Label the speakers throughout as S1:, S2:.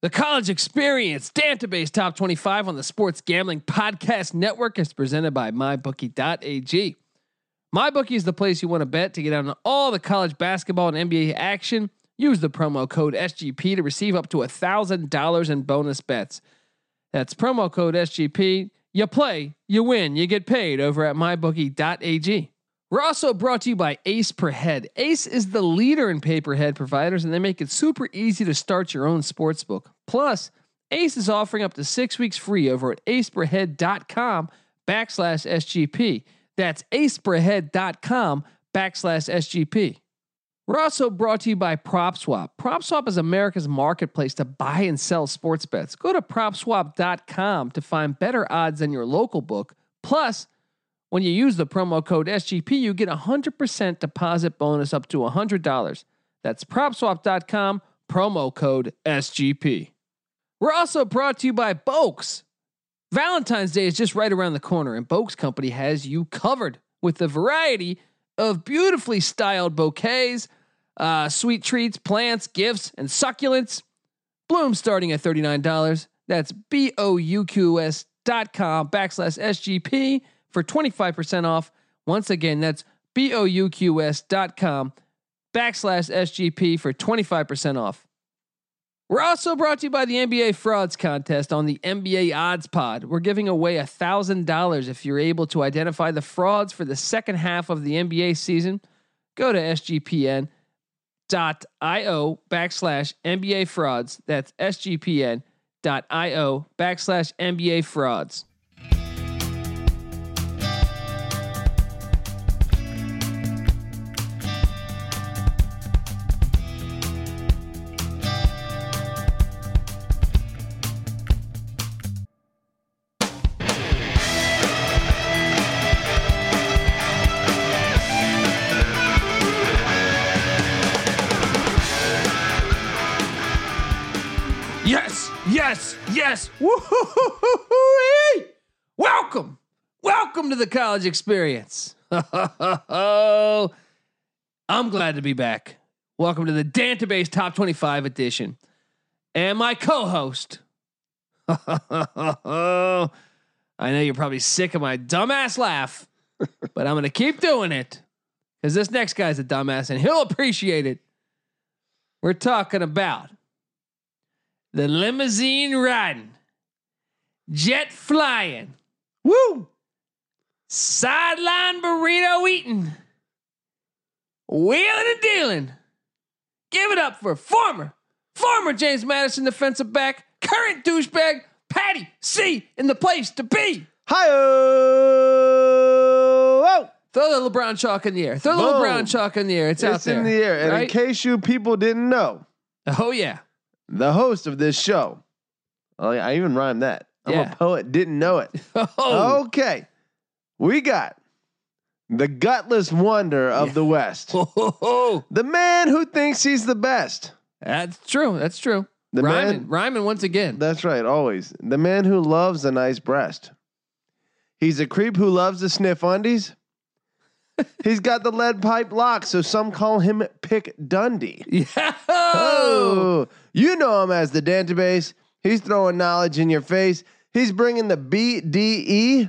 S1: The college experience database top 25 on the Sports Gambling Podcast Network is presented by MyBookie.ag. MyBookie is the place you want to bet to get on all the college basketball and NBA action. Use the promo code SGP to receive up to $1,000 in bonus bets. That's promo code SGP. You play, you win, you get paid over at mybookie.ag. We're also brought to you by Ace Per Head. Ace is the leader in paper head providers, and they make it super easy to start your own sportsbook. Plus, Ace is offering up to six weeks free over at aceperhead.com backslash SGP. That's aceperhead.com backslash SGP. We're also brought to you by PropSwap. PropSwap is America's marketplace to buy and sell sports bets. Go to propswap.com to find better odds than your local book. Plus, when you use the promo code SGP, you get a 100% deposit bonus up to $100. That's propswap.com, promo code SGP. We're also brought to you by Boaks. Valentine's Day is just right around the corner, and Boaks Company has you covered with a variety of beautifully styled bouquets, uh, sweet treats, plants, gifts, and succulents. Blooms starting at $39. That's B O U Q S dot com backslash SGP for 25% off. Once again, that's B O U Q S dot com backslash SGP for 25% off. We're also brought to you by the NBA Frauds Contest on the NBA Odds Pod. We're giving away $1,000 if you're able to identify the frauds for the second half of the NBA season. Go to sgpn.io backslash NBA Frauds. That's sgpn.io backslash NBA Frauds. Yes, yes, yes. Woo-hoo-hoo-hoo-hoo-ee! Welcome, welcome to the college experience. I'm glad to be back. Welcome to the Dantabase Top 25 edition. And my co host. I know you're probably sick of my dumbass laugh, but I'm going to keep doing it because this next guy's a dumbass and he'll appreciate it. We're talking about the limousine riding, jet flying, woo, sideline burrito eating, wheeling and dealing. Give it up for former, former James Madison defensive back, current douchebag, Patty C in the place to be.
S2: Hi oh!
S1: Throw the LeBron chalk in the air. Throw the
S2: Boom.
S1: LeBron chalk in the air. It's, out
S2: It's
S1: there.
S2: in the air. And in
S1: right?
S2: case you people didn't know,
S1: oh yeah.
S2: the host of this show, oh, yeah, I even rhymed that. I'm
S1: Yeah.
S2: a poet, didn't know it.
S1: Oh,
S2: Okay. We got the gutless wonder of the West.
S1: Ho, ho, ho.
S2: The man who thinks he's the best.
S1: Oh. that's true. That's true.
S2: The
S1: Rhyming,
S2: man
S1: rhyming once again.
S2: That's right, always. The man who loves a nice breast. He's a creep who loves to sniff undies. He's got the lead pipe locked, so some call him Pick Dundee.
S1: yeah.
S2: Oh, you know him as the database. He's throwing knowledge in your face. He's bringing the BDE.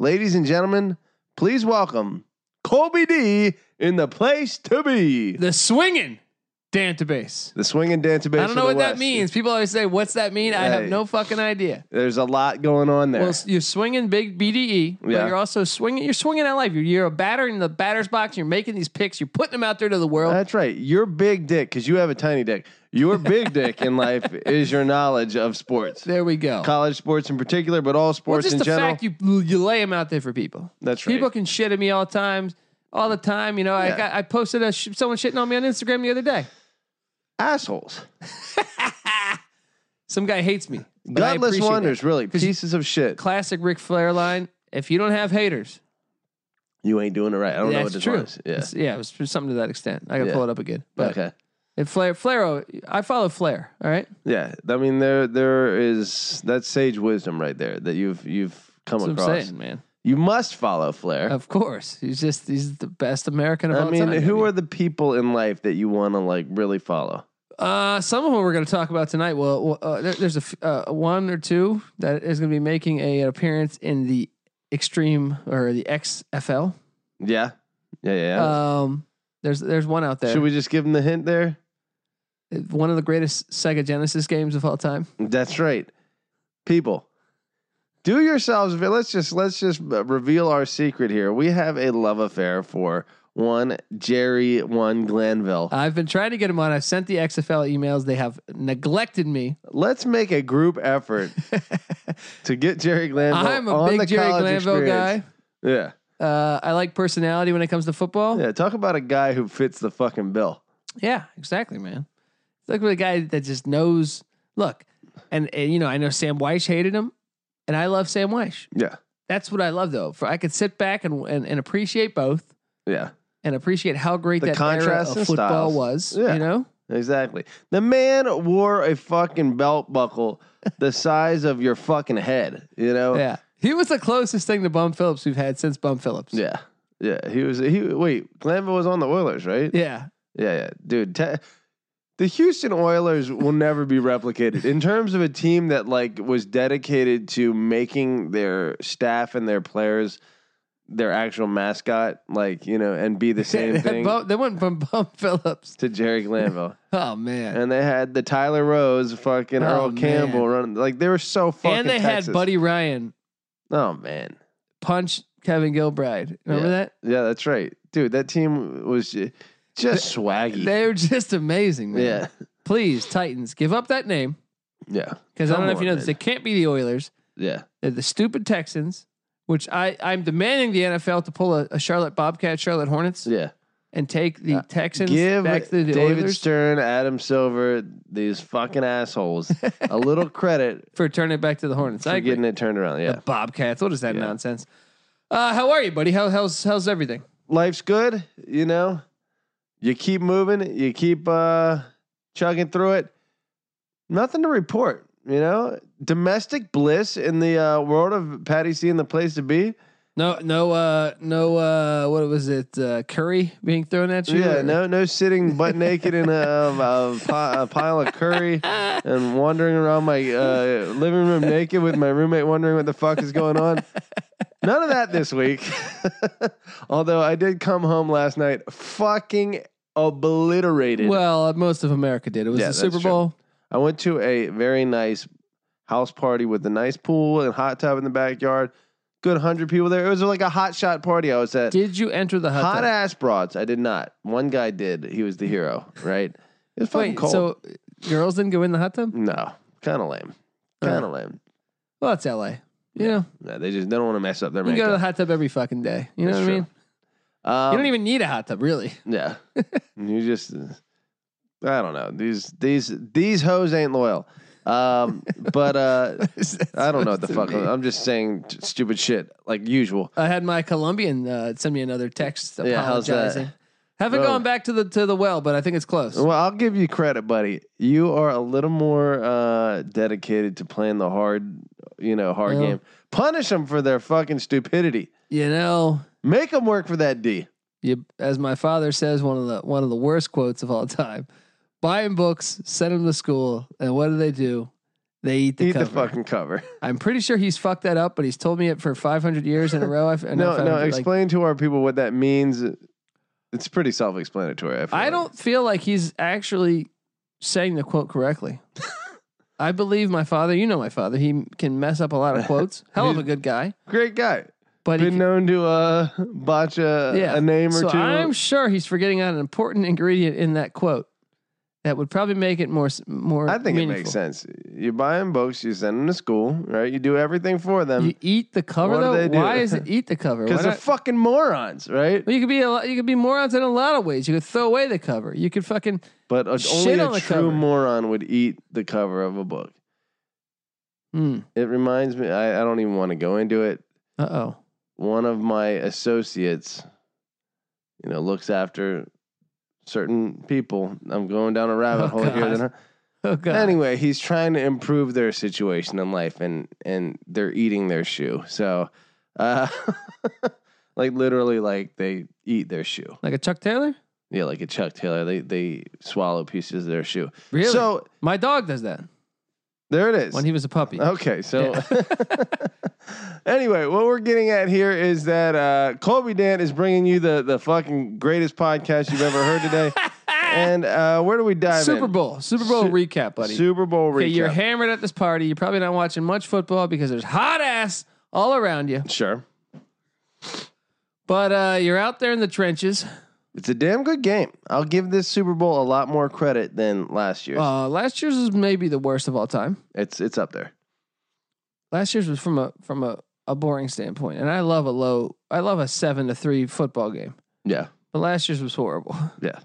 S2: Ladies and gentlemen, please welcome Colby D in the place to be.
S1: the swinging database.
S2: The swinging database.
S1: I don't know
S2: of the
S1: what that
S2: West.
S1: means. People always say, "What's that mean?" I have
S2: Hey.
S1: no fucking idea.
S2: There's a lot going on there.
S1: Well, s- you're swinging big BDE, but
S2: Yeah.
S1: you're also swinging. You're swinging at life. You're, you're a batter in the batter's box. You're making these picks. You're putting them out there to the world.
S2: That's right. Your big dick, because you have a tiny dick. Your big dick in life is your knowledge of sports,
S1: there we go.
S2: college sports in particular, but all
S1: Well,
S2: sports
S1: just
S2: in
S1: the
S2: general.
S1: fact you you lay them out there for people.
S2: That's right.
S1: People can shit at me all times, all the time. You know, I
S2: Yeah.
S1: got, I posted a sh- someone shitting on me on Instagram the other day.
S2: Assholes,
S1: Some guy hates me. but I
S2: gutless
S1: appreciate that.
S2: wonders, really
S1: 'Cause you-
S2: pieces of shit.
S1: Classic Ric Flair line: If you don't have haters,
S2: You ain't doing it right. I don't know what
S1: that's
S2: this
S1: true.
S2: was. Yeah.
S1: It's- yeah, it was something to that extent. I gotta
S2: Yeah.
S1: pull it up again. But
S2: okay.
S1: And Flair, Flair, oh, I follow Flair. All right,
S2: Yeah. I mean, there there is that's sage wisdom right there that you've you've come
S1: that's what I'm
S2: across.
S1: saying, man.
S2: You must follow Flair.
S1: Of course, he's just he's the best American of
S2: I
S1: all
S2: mean,
S1: time.
S2: who are the people in life that you want to like really follow?
S1: Uh, some of them we're going to talk about tonight. Well, uh, there, there's a f- uh, one or two that is going to be making a, an appearance in the Extreme or the XFL.
S2: Yeah. Yeah. Yeah. yeah.
S1: Um, there's there's one out there.
S2: Should we just give him the hint there?
S1: one of the greatest Sega Genesis games of all time.
S2: That's right. People, do yourselves. Let's just let's just reveal our secret here. We have a love affair for one Jerry, one Glanville.
S1: I've been trying to get them on. I've sent the XFL emails. They have neglected me.
S2: let's make a group effort to get Jerry Glanville.
S1: I'm a
S2: on the
S1: big Jerry
S2: college
S1: Glanville
S2: experience.
S1: guy.
S2: Yeah,
S1: Uh, I like personality when it comes to football. Yeah,
S2: yeah. Talk about a guy who fits the fucking bill.
S1: exactly, man. Look for the guy that just knows. Look, and, and you know, I know Sam Weish hated him, and I love Sam Weish.
S2: Yeah,
S1: That's what I love though. For I could sit back and and, and appreciate both,
S2: yeah.
S1: and appreciate how great
S2: The
S1: that era
S2: contrast
S1: of
S2: in
S1: football
S2: styles.
S1: was.
S2: Yeah.
S1: You know,
S2: Exactly. The man wore a fucking belt buckle the size of your fucking head. You know.
S1: yeah. He was the closest thing to Bum Phillips we've had since Bum Phillips.
S2: Yeah. Yeah. He was. He wait. Glanville was on the Oilers, right?
S1: Yeah.
S2: Yeah. yeah. Dude, te- the Houston Oilers will never be replicated in terms of a team that like was dedicated to making their staff and their players their actual mascot, like you know, and be the same
S1: they,
S2: thing
S1: Bum- they went from Bum Phillips.
S2: to Jerry Glanville.
S1: Oh man.
S2: and they had the Tyler Rose, fucking
S1: Oh,
S2: Earl Campbell
S1: man.
S2: running. Like they were so
S1: And,
S2: fucking.
S1: they
S2: Texas.
S1: had Buddy Ryan
S2: Oh man.
S1: punch Kevin Gilbride. Remember that?
S2: Yeah, that's right, dude. That team was ju- just swaggy.
S1: They were just amazing, man.
S2: yeah.
S1: Please, Titans, give up that name.
S2: Yeah.
S1: Because I don't
S2: Come
S1: know if you know
S2: on,
S1: this.
S2: man.
S1: They can't be the Oilers.
S2: Yeah.
S1: They're the stupid Texans, which I, I'm demanding the NFL to pull a, a Charlotte Bobcat, Charlotte Hornets,
S2: Yeah.
S1: and take the
S2: Uh,
S1: Texans
S2: Give
S1: back to the
S2: David
S1: Oilers
S2: Stern, Adam Silver, these fucking assholes a little credit
S1: for turning it back to the Hornets. I
S2: for
S1: agree.
S2: getting it turned around. Yeah.
S1: The Bobcats. What is that
S2: Yeah.
S1: nonsense? Uh, how are you, buddy? How, how's how's everything?
S2: Life's good, you know. You keep moving, you keep uh chugging through it. Nothing to report, you know. Domestic bliss in the uh, world of Patty C and the place to be.
S1: No, no, uh, no, uh, what was it? Uh, curry being thrown at you?
S2: Yeah,
S1: Or-
S2: no, no sitting butt naked in a, a, a pi- a pile of curry and wandering around my uh, living room naked with my roommate wondering what the fuck is going on. None of that this week. Although I did come home last night fucking obliterated.
S1: Well, most of America did. It was
S2: Yeah,
S1: the
S2: that's
S1: Super
S2: true.
S1: Bowl.
S2: I went to a very nice house party with a nice pool and hot tub in the backyard. Good 100 people there. It was like a hot shot party I was at.
S1: Did you enter the hot,
S2: Hot
S1: tub?
S2: ass broads. I did not. One guy did. He was the hero, right? It was fucking
S1: Wait,
S2: cold.
S1: so girls didn't go in the hot tub?
S2: no, kind of lame.
S1: Uh-huh.
S2: Kind of lame.
S1: Well, that's L.A. You know,
S2: No, they just they don't want to mess up their
S1: you go to the
S2: makeup.
S1: hot tub every fucking day. You know
S2: That's
S1: what I mean?
S2: Um,
S1: you don't even need a hot tub, really.
S2: Yeah, you just. I don't know these these these hoes ain't loyal. Um, but uh, I don't know what the fuck. I'm just saying t- stupid shit like usual.
S1: I had my Colombian uh, send me another text
S2: Yeah, how's that?
S1: apologizing. Haven't
S2: Bro. Oh.
S1: gone back to the to the well, but I think it's close.
S2: Well, I'll give you credit, buddy. You are a little more uh, dedicated to playing the hard, you know, hard
S1: Yeah.
S2: game. Punish them for their fucking stupidity.
S1: You know,
S2: Make them work for that D.
S1: you, as my father says, one of the one of the worst quotes of all time. Buy 'em books, send them to school, and what do they do? They eat the
S2: Eat
S1: cover.
S2: the fucking cover.
S1: I'm pretty sure he's fucked that up, but he's told me it for 500 years in a row. I've,
S2: no, no.
S1: like,
S2: Explain to our people what that means. It's pretty self-explanatory. I, feel
S1: I
S2: like.
S1: don't feel like he's actually saying the quote correctly. I believe my father. You know my father. He can mess up a lot of quotes. Hell of a good guy,
S2: Great guy.
S1: but he
S2: Been
S1: can,
S2: known to uh, botch a,
S1: Yeah.
S2: a name or
S1: so
S2: 2
S1: I'm sure he's forgetting out an important ingredient in that quote that would probably make it more s- more.
S2: I think it
S1: meaningful.
S2: makes sense. You buy them books, you send them to school, right? You do everything for them
S1: You eat the cover
S2: What do
S1: though.
S2: they do?
S1: Why is it eat the cover? Why
S2: because they're
S1: not-
S2: fucking morons, right?
S1: well, you could be a lot, you could be morons in a lot of ways. You could throw away the cover. You could fucking
S2: But a,
S1: Shit
S2: only
S1: on
S2: a
S1: the
S2: true
S1: cover.
S2: moron would eat the cover of a book.
S1: mm,
S2: It reminds me, I, I don't even want to go into it.
S1: uh oh.
S2: One of my associates, you know, looks after certain people. I'm going down a rabbit
S1: Oh,
S2: hole
S1: God.
S2: here. Then,
S1: Oh god.
S2: Anyway, he's trying to improve their situation in life, and and they're eating their shoe. So, uh, like literally, like they eat their shoe.
S1: Like a Chuck Taylor?
S2: Yeah, like a Chuck Taylor. They they swallow pieces of their shoe.
S1: Really?
S2: So
S1: my dog does that
S2: there it is.
S1: when he was a puppy.
S2: Okay, so anyway, what we're getting at here is that uh, Colby Dan is bringing you the the fucking greatest podcast you've ever heard today. and uh, where do we dive
S1: Super
S2: in?
S1: Bowl, Super Bowl
S2: Su-
S1: recap, buddy.
S2: Super Bowl
S1: okay,
S2: recap.
S1: you're hammered at this party. You're probably not watching much football because there's hot ass all around you.
S2: sure,
S1: But uh, you're out there in the trenches.
S2: it's a damn good game. I'll give this Super Bowl a lot more credit than last year's.
S1: Uh, last year's is maybe the worst of all time.
S2: it's it's up there.
S1: Last year's was from a from a, a boring standpoint, and I love a low. I love a seven to three football game.
S2: Yeah,
S1: But last year's was horrible.
S2: yeah.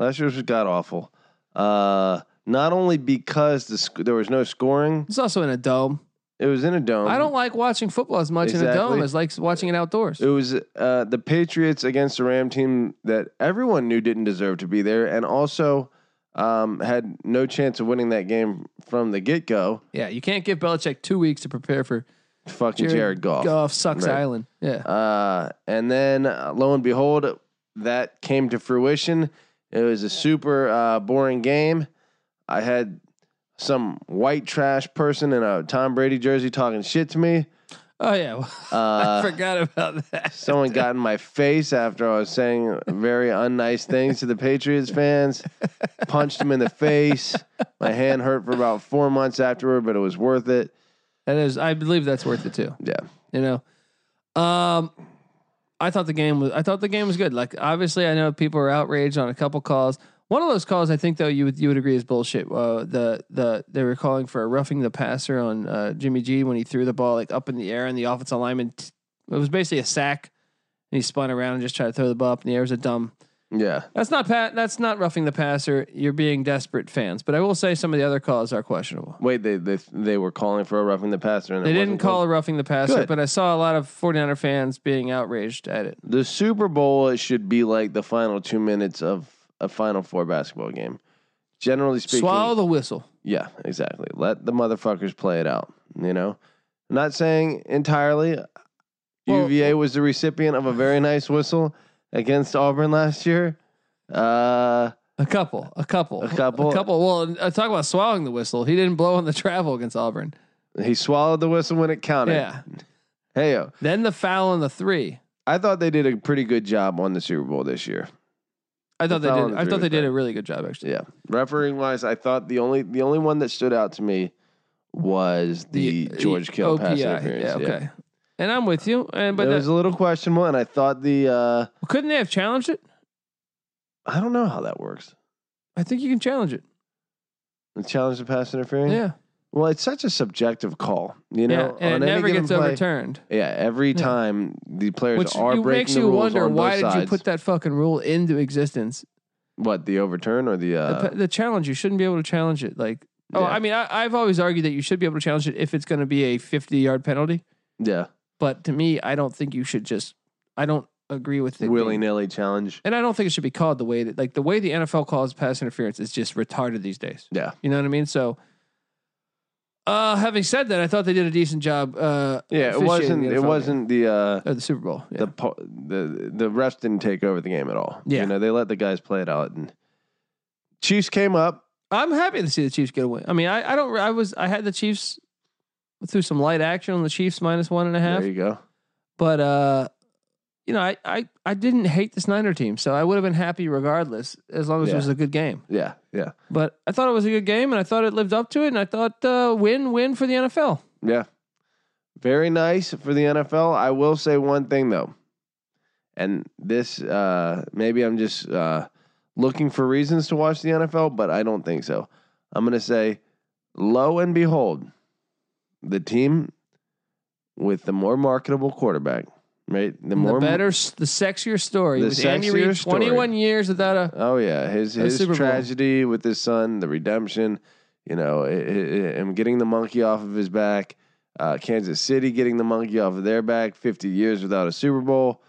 S2: Last year's was god awful. Uh, not only because the sc- there was no scoring,
S1: It's also in a dome.
S2: it was in a dome.
S1: I don't like watching football as much in a
S2: Exactly.
S1: dome as like watching it outdoors.
S2: It was uh, the Patriots against the Ram team that everyone knew didn't deserve to be there, and also um, had no chance of winning that game from the get go.
S1: Yeah, you can't give Belichick two weeks to prepare for
S2: Fucking
S1: Jared
S2: Jared, Goff.
S1: Goff sucks
S2: Right.
S1: island. Yeah,
S2: Uh, and then uh, lo and behold, that came to fruition. It was a super uh, boring game. I had some white trash person in a Tom Brady jersey talking shit to me.
S1: Oh yeah, I
S2: Uh,
S1: forgot about that.
S2: Someone got in my face after I was saying very unnice things to the Patriots fans. Punched him in the face. My hand hurt for about four months afterward, but it was worth it.
S1: That is, I believe that's worth it too.
S2: Yeah,
S1: You know, um, I thought the game was. I thought the game was good. Like obviously, I know people are outraged on a couple calls. One of those calls, I think though, you would you would agree is bullshit. Uh, the the they were calling for a roughing the passer on uh, Jimmy G when he threw the ball like up in the air, and the offensive lineman t- it was basically a sack, and he spun around and just tried to throw the ball up in the air. It was a dumb.
S2: yeah,
S1: That's not pat. That's not roughing the passer. You're being desperate, fans. But I will say some of the other calls are questionable.
S2: Wait, they they they were calling for a roughing the passer, and it
S1: They didn't
S2: wasn't
S1: call
S2: called.
S1: it roughing the passer,
S2: Good.
S1: but I saw a lot of 49er fans being outraged at it.
S2: The Super Bowl it should be like the final two minutes of a Final Four basketball game. Generally speaking,
S1: Swallow the whistle.
S2: Yeah, exactly. Let the motherfuckers play it out. You know, I'm not saying entirely.
S1: Well-
S2: UVA was the recipient of a very nice whistle against Auburn last year. Uh,
S1: A couple, a couple,
S2: A couple.
S1: a couple. Well, uh, talk about swallowing the whistle. He didn't blow on the travel against Auburn.
S2: he swallowed the whistle when it counted.
S1: Yeah.
S2: Hey,
S1: Then the foul on the three.
S2: I thought they did a pretty good job on the Super Bowl this year.
S1: I thought they
S2: The foul on
S1: did.
S2: the
S1: I
S2: three
S1: thought they
S2: was
S1: did
S2: bad.
S1: a really good job actually.
S2: Yeah, refereeing wise, I thought the only the only one that stood out to me was the, George Kittle pass
S1: OPI.
S2: interference.
S1: Yeah. Okay. And I'm with you. And
S2: But
S1: but
S2: it
S1: that-
S2: was a little questionable, and I thought the uh,
S1: couldn't they have challenged it?
S2: I don't know how that works.
S1: I think you can challenge it.
S2: The challenge to pass interference.
S1: Yeah.
S2: Well, it's such a subjective call, you
S1: Yeah.
S2: know.
S1: and
S2: on
S1: it
S2: any
S1: never
S2: given
S1: gets
S2: play-
S1: overturned.
S2: Yeah, every
S1: Yeah.
S2: time the players
S1: Which
S2: are
S1: you-
S2: breaking
S1: makes
S2: the
S1: you
S2: rules
S1: wonder
S2: on both
S1: why did you
S2: sides.
S1: put that fucking rule into existence?
S2: what the overturn or the?
S1: The
S2: Uh,
S1: the, the challenge you shouldn't be able to challenge it. Like, oh,
S2: Yeah.
S1: I mean, I, I've always argued that you should be able to challenge it if it's going to be a fifty-yard penalty.
S2: yeah,
S1: But to me, I don't think you should just. I don't agree with it.
S2: willy
S1: being-
S2: nilly challenge.
S1: and I don't think it should be called the way that like the way the NFL calls pass interference is just retarded these days.
S2: Yeah,
S1: You know what I mean? So. Uh, having said that, I thought they did a decent job. Uh,
S2: yeah. It
S1: officiating
S2: wasn't.
S1: the
S2: It
S1: NFL game.
S2: wasn't the. Uh,
S1: Oh, the Super Bowl. Yeah.
S2: the po- the the refs didn't take over the game at all.
S1: Yeah.
S2: you know they let the guys play it out, and Chiefs came up.
S1: I'm happy to see the Chiefs get a win. I mean, I, I don't. I was. I had the Chiefs through some light action on the Chiefs minus one and a half.
S2: There you go.
S1: But uh, you know, I, I I didn't hate this Niner team, so I would have been happy regardless, as long as it
S2: Yeah.
S1: was a good game.
S2: Yeah, yeah,
S1: But I thought it was a good game, and I thought it lived up to it, and I thought uh, win win for the NFL.
S2: yeah. Very nice for the NFL. I will say one thing though, and this uh, maybe I'm just uh, looking for reasons to watch the NFL, but I don't think so. I'm gonna say, lo and behold, the team with the more marketable quarterback, right? The
S1: And The,
S2: more
S1: better, s- the sexier story
S2: The
S1: with Andy Reid,
S2: sexier story.
S1: twenty one years without a.
S2: Oh yeah, his
S1: A
S2: his
S1: Super Bowl.
S2: tragedy with his son, the redemption, you know, i- i- i- him getting the monkey off of his back. Uh, Kansas City getting the monkey off of their back. Fifty years without a Super Bowl.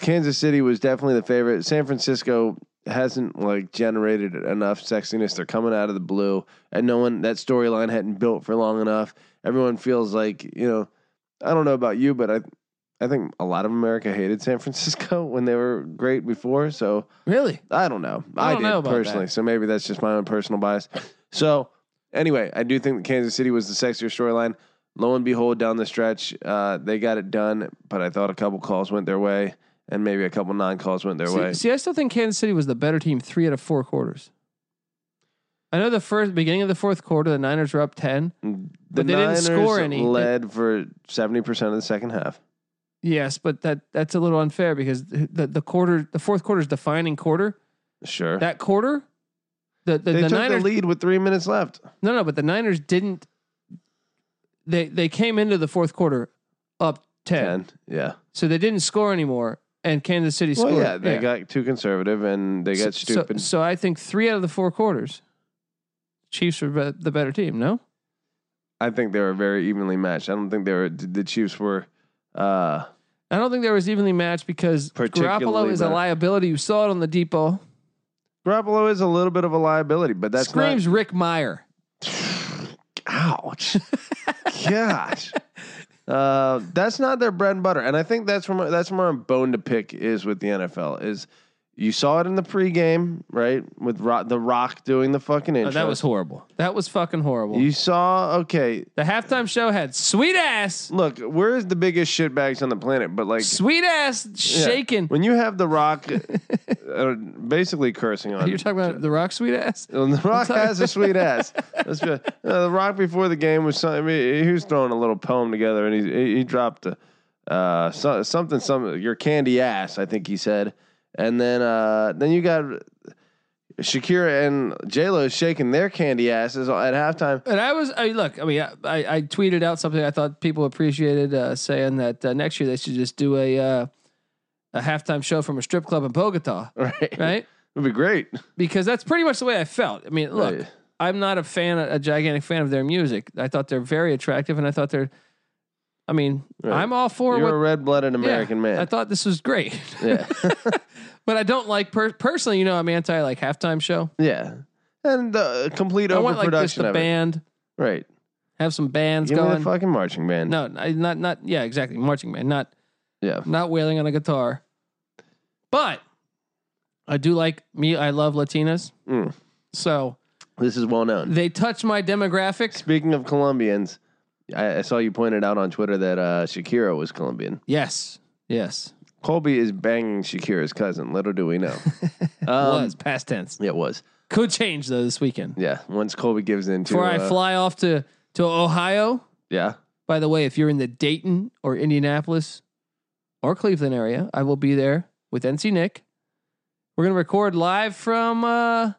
S2: Kansas City was definitely the favorite. San Francisco hasn't like generated enough sexiness. They're coming out of the blue, and no one that storyline hadn't built for long enough. Everyone feels like you know. I don't know about you, but I I think a lot of America hated San Francisco when they were great before. So
S1: Really?
S2: I don't know.
S1: I
S2: I,
S1: don't
S2: did
S1: know about
S2: personally.
S1: that.
S2: So maybe that's just my own personal bias. So anyway, I do think that Kansas City was the sexier storyline. Lo and behold, down the stretch, uh, they got it done. But I thought a couple calls went their way, and maybe a couple non calls went their way.
S1: See, see, I still think Kansas City was the better team three out of four quarters. I know the first beginning of the fourth quarter, the Niners were up ten.
S2: the
S1: but they didn't
S2: Niners
S1: score any.
S2: led for seventy percent of the second half.
S1: Yes, but that that's a little unfair because the the quarter, the fourth quarter's defining quarter.
S2: Sure,
S1: That quarter, the the,
S2: they
S1: the
S2: took
S1: Niners
S2: the lead with three minutes left.
S1: No, no, but the Niners didn't. They they came into the fourth quarter up ten,
S2: Ten, yeah.
S1: so they didn't score anymore, and Kansas City
S2: Well,
S1: scored.
S2: yeah, they got too conservative and they got
S1: So- so-
S2: stupid.
S1: So, I think three out of the four quarters, Chiefs were be- the better team. No,
S2: I think they were very evenly matched. I don't think they were. The Chiefs were. Uh,
S1: I don't think there was evenly matched because
S2: Particularly
S1: Garoppolo is a
S2: better.
S1: liability. You saw it on the deep ball.
S2: Garoppolo is a little bit of a liability, but that's
S1: Screams Rick Meyer.
S2: not. Ouch! Gosh, uh, that's not their bread and butter, and I think that's where my, that's where my bone to pick is with the NFL. Is you saw it in the pregame, right? With Ro- the Rock doing the fucking intro.
S1: Oh, that was horrible. That was fucking horrible.
S2: you saw. Okay,
S1: the halftime show had sweet ass,
S2: look, where's the biggest shitbags on the planet? But like.
S1: sweet ass
S2: yeah.
S1: shaking.
S2: When you have The Rock uh, basically cursing on
S1: You're talking about the Rock sweet ass.
S2: Well, the Rock
S1: sorry.
S2: has a sweet ass. Let's be, uh, the Rock before the game was something. He, he was throwing a little poem together, and he he, he dropped a, uh, so, something. Some your candy ass, I think he said. And then uh, then you got Shakira and J Lo shaking their candy asses at halftime.
S1: And I was, I look, I mean, I, I, I tweeted out something I thought people appreciated, uh, saying that uh, next year they should just do a uh, a halftime show from a strip club in Bogota,
S2: Right,
S1: right?
S2: it'd be great.
S1: Because that's pretty much the way I felt. I mean, look,
S2: Right.
S1: I'm not a fan, a gigantic fan of their music. I thought they're very attractive, and I thought they're, I mean,
S2: Right.
S1: I'm all for
S2: You're a
S1: what.
S2: red blooded
S1: yeah,
S2: American
S1: I
S2: man.
S1: thought this was great,
S2: yeah.
S1: but I don't like per- personally. You know, I'm anti like halftime show.
S2: yeah, and the complete
S1: I want like just
S2: overproduction
S1: the
S2: of it.
S1: band,
S2: Right,
S1: have some bands
S2: give me
S1: going.
S2: the fucking marching band.
S1: No, I- not not yeah, exactly. Marching band, not
S2: Yeah,
S1: not wailing on a guitar. But I do like me. I love Latinas,
S2: Mm.
S1: so
S2: this is well known.
S1: they touch my demographic.
S2: Speaking of Colombians, I, I saw you pointed out on Twitter that uh, Shakira was Colombian.
S1: Yes, yes,
S2: Colby is banging Shakira's cousin. Little do we know. Um,
S1: was past tense.
S2: It was.
S1: Could change though this weekend.
S2: Yeah. Once Colby gives in to.
S1: Before I
S2: uh,
S1: fly off to to Ohio.
S2: Yeah.
S1: By the way, if you're in the Dayton or Indianapolis or Cleveland area, I will be there with NC Nick. We're gonna record live from uh,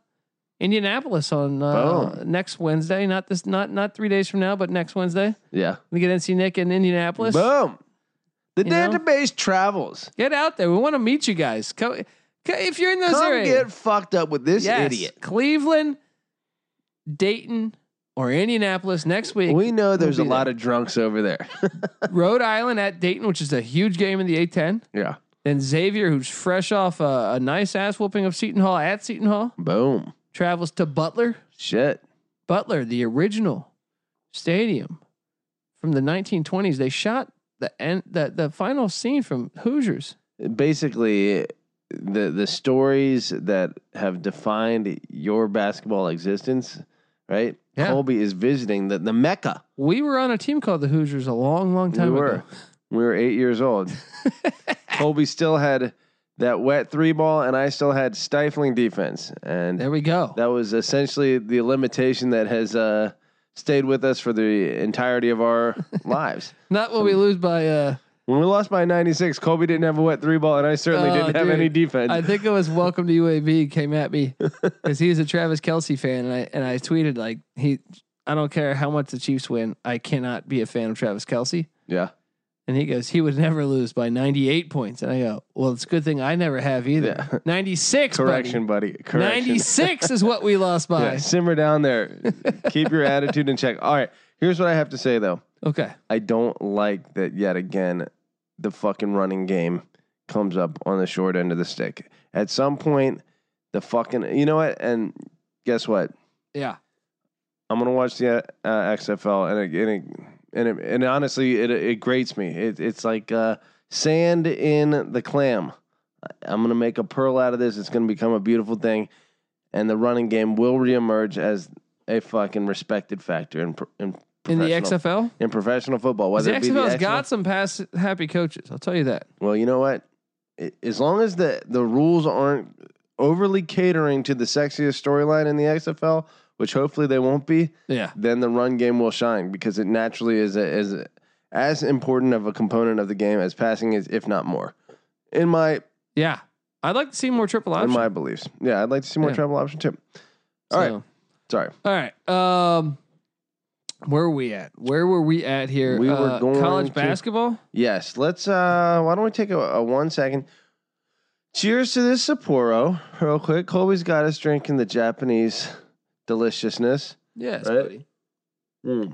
S1: Indianapolis on uh,
S2: Boom.
S1: next Wednesday. Not this, not not three days from now, but next Wednesday.
S2: Yeah.
S1: We get NC Nick in Indianapolis.
S2: Boom. The
S1: You know?
S2: database travels.
S1: Get out there. We want to meet you guys. Come, co- if you're in those
S2: Come
S1: areas.
S2: get fucked up with this
S1: Yes.
S2: idiot.
S1: Cleveland, Dayton, or Indianapolis next week.
S2: We know there's
S1: We'll
S2: a
S1: be
S2: lot of drunks over there.
S1: Rhode Island at Dayton, which is a huge game in the A10.
S2: yeah.
S1: Then Xavier, who's fresh off a, a nice ass whooping of Seton Hall at Seton Hall,
S2: Boom.
S1: travels to Butler.
S2: Shit.
S1: Butler, the original stadium from the 1920s. They shot the end, the, the final scene from Hoosiers.
S2: basically the the stories that have defined your basketball existence, right?
S1: Yeah.
S2: Colby is visiting the, the Mecca.
S1: We were on a team called the Hoosiers a long, long time
S2: we were
S1: ago.
S2: we were eight years old. Colby still had that wet three ball, and I still had stifling defense, and
S1: There we go.
S2: that was essentially the limitation that has uh, stayed with us for the entirety of our lives.
S1: Not what we lose by. Uh,
S2: When we lost by ninety six, Colby didn't have a wet three ball, and I certainly
S1: Oh,
S2: didn't have
S1: dude.
S2: any defense.
S1: I think it was Welcome to UAB came at me because he was a Travis Kelsey fan, and I and I tweeted like he. I don't care how much the Chiefs win. I cannot be a fan of Travis Kelsey.
S2: yeah,
S1: And he goes, he would never lose by 98 points. And I go, well, it's a good thing I never have either.
S2: Yeah.
S1: 96. buddy.
S2: correction, buddy. Correction.
S1: 96 is what we lost by.
S2: Yeah, simmer down there. Keep your attitude in check. All right. Here's what I have to say though.
S1: Okay.
S2: I don't like that yet again the fucking running game comes up on the short end of the stick. At some point, the fucking you know what? And guess what?
S1: Yeah.
S2: I'm gonna watch the uh, XFL, and it, and it, and, it, and honestly, it it grates me. It, it's like uh, Sand in the clam. I- I'm going to make a pearl out of this. It's going to become a beautiful thing. And the running game will reemerge as a fucking respected factor in, pro- in,
S1: in the
S2: professional-
S1: XFL.
S2: in professional football.
S1: The
S2: Whether it be the
S1: XFL's
S2: XFL
S1: got some pass happy coaches. I'll tell you that.
S2: well, you know what? I- As long as the, the rules aren't overly catering to the sexiest storyline in the XFL, which hopefully they won't be,
S1: Yeah.
S2: then the run game will shine because it naturally is a, is a- as important of a component of the game as passing is, if not more. In my
S1: Yeah. I'd like to see more triple
S2: in
S1: options.
S2: my beliefs, yeah, I'd like to see more
S1: Yeah.
S2: travel option too. All right, sorry.
S1: All right. Um, where were we at? Where were we at here?
S2: We were
S1: Uh,
S2: going
S1: college
S2: to-
S1: basketball.
S2: Yes, let's. uh Why don't we take a, a one second? Cheers to this Sapporo, real quick. Colby's got us drinking the Japanese deliciousness.
S1: Yes,
S2: Right.
S1: buddy.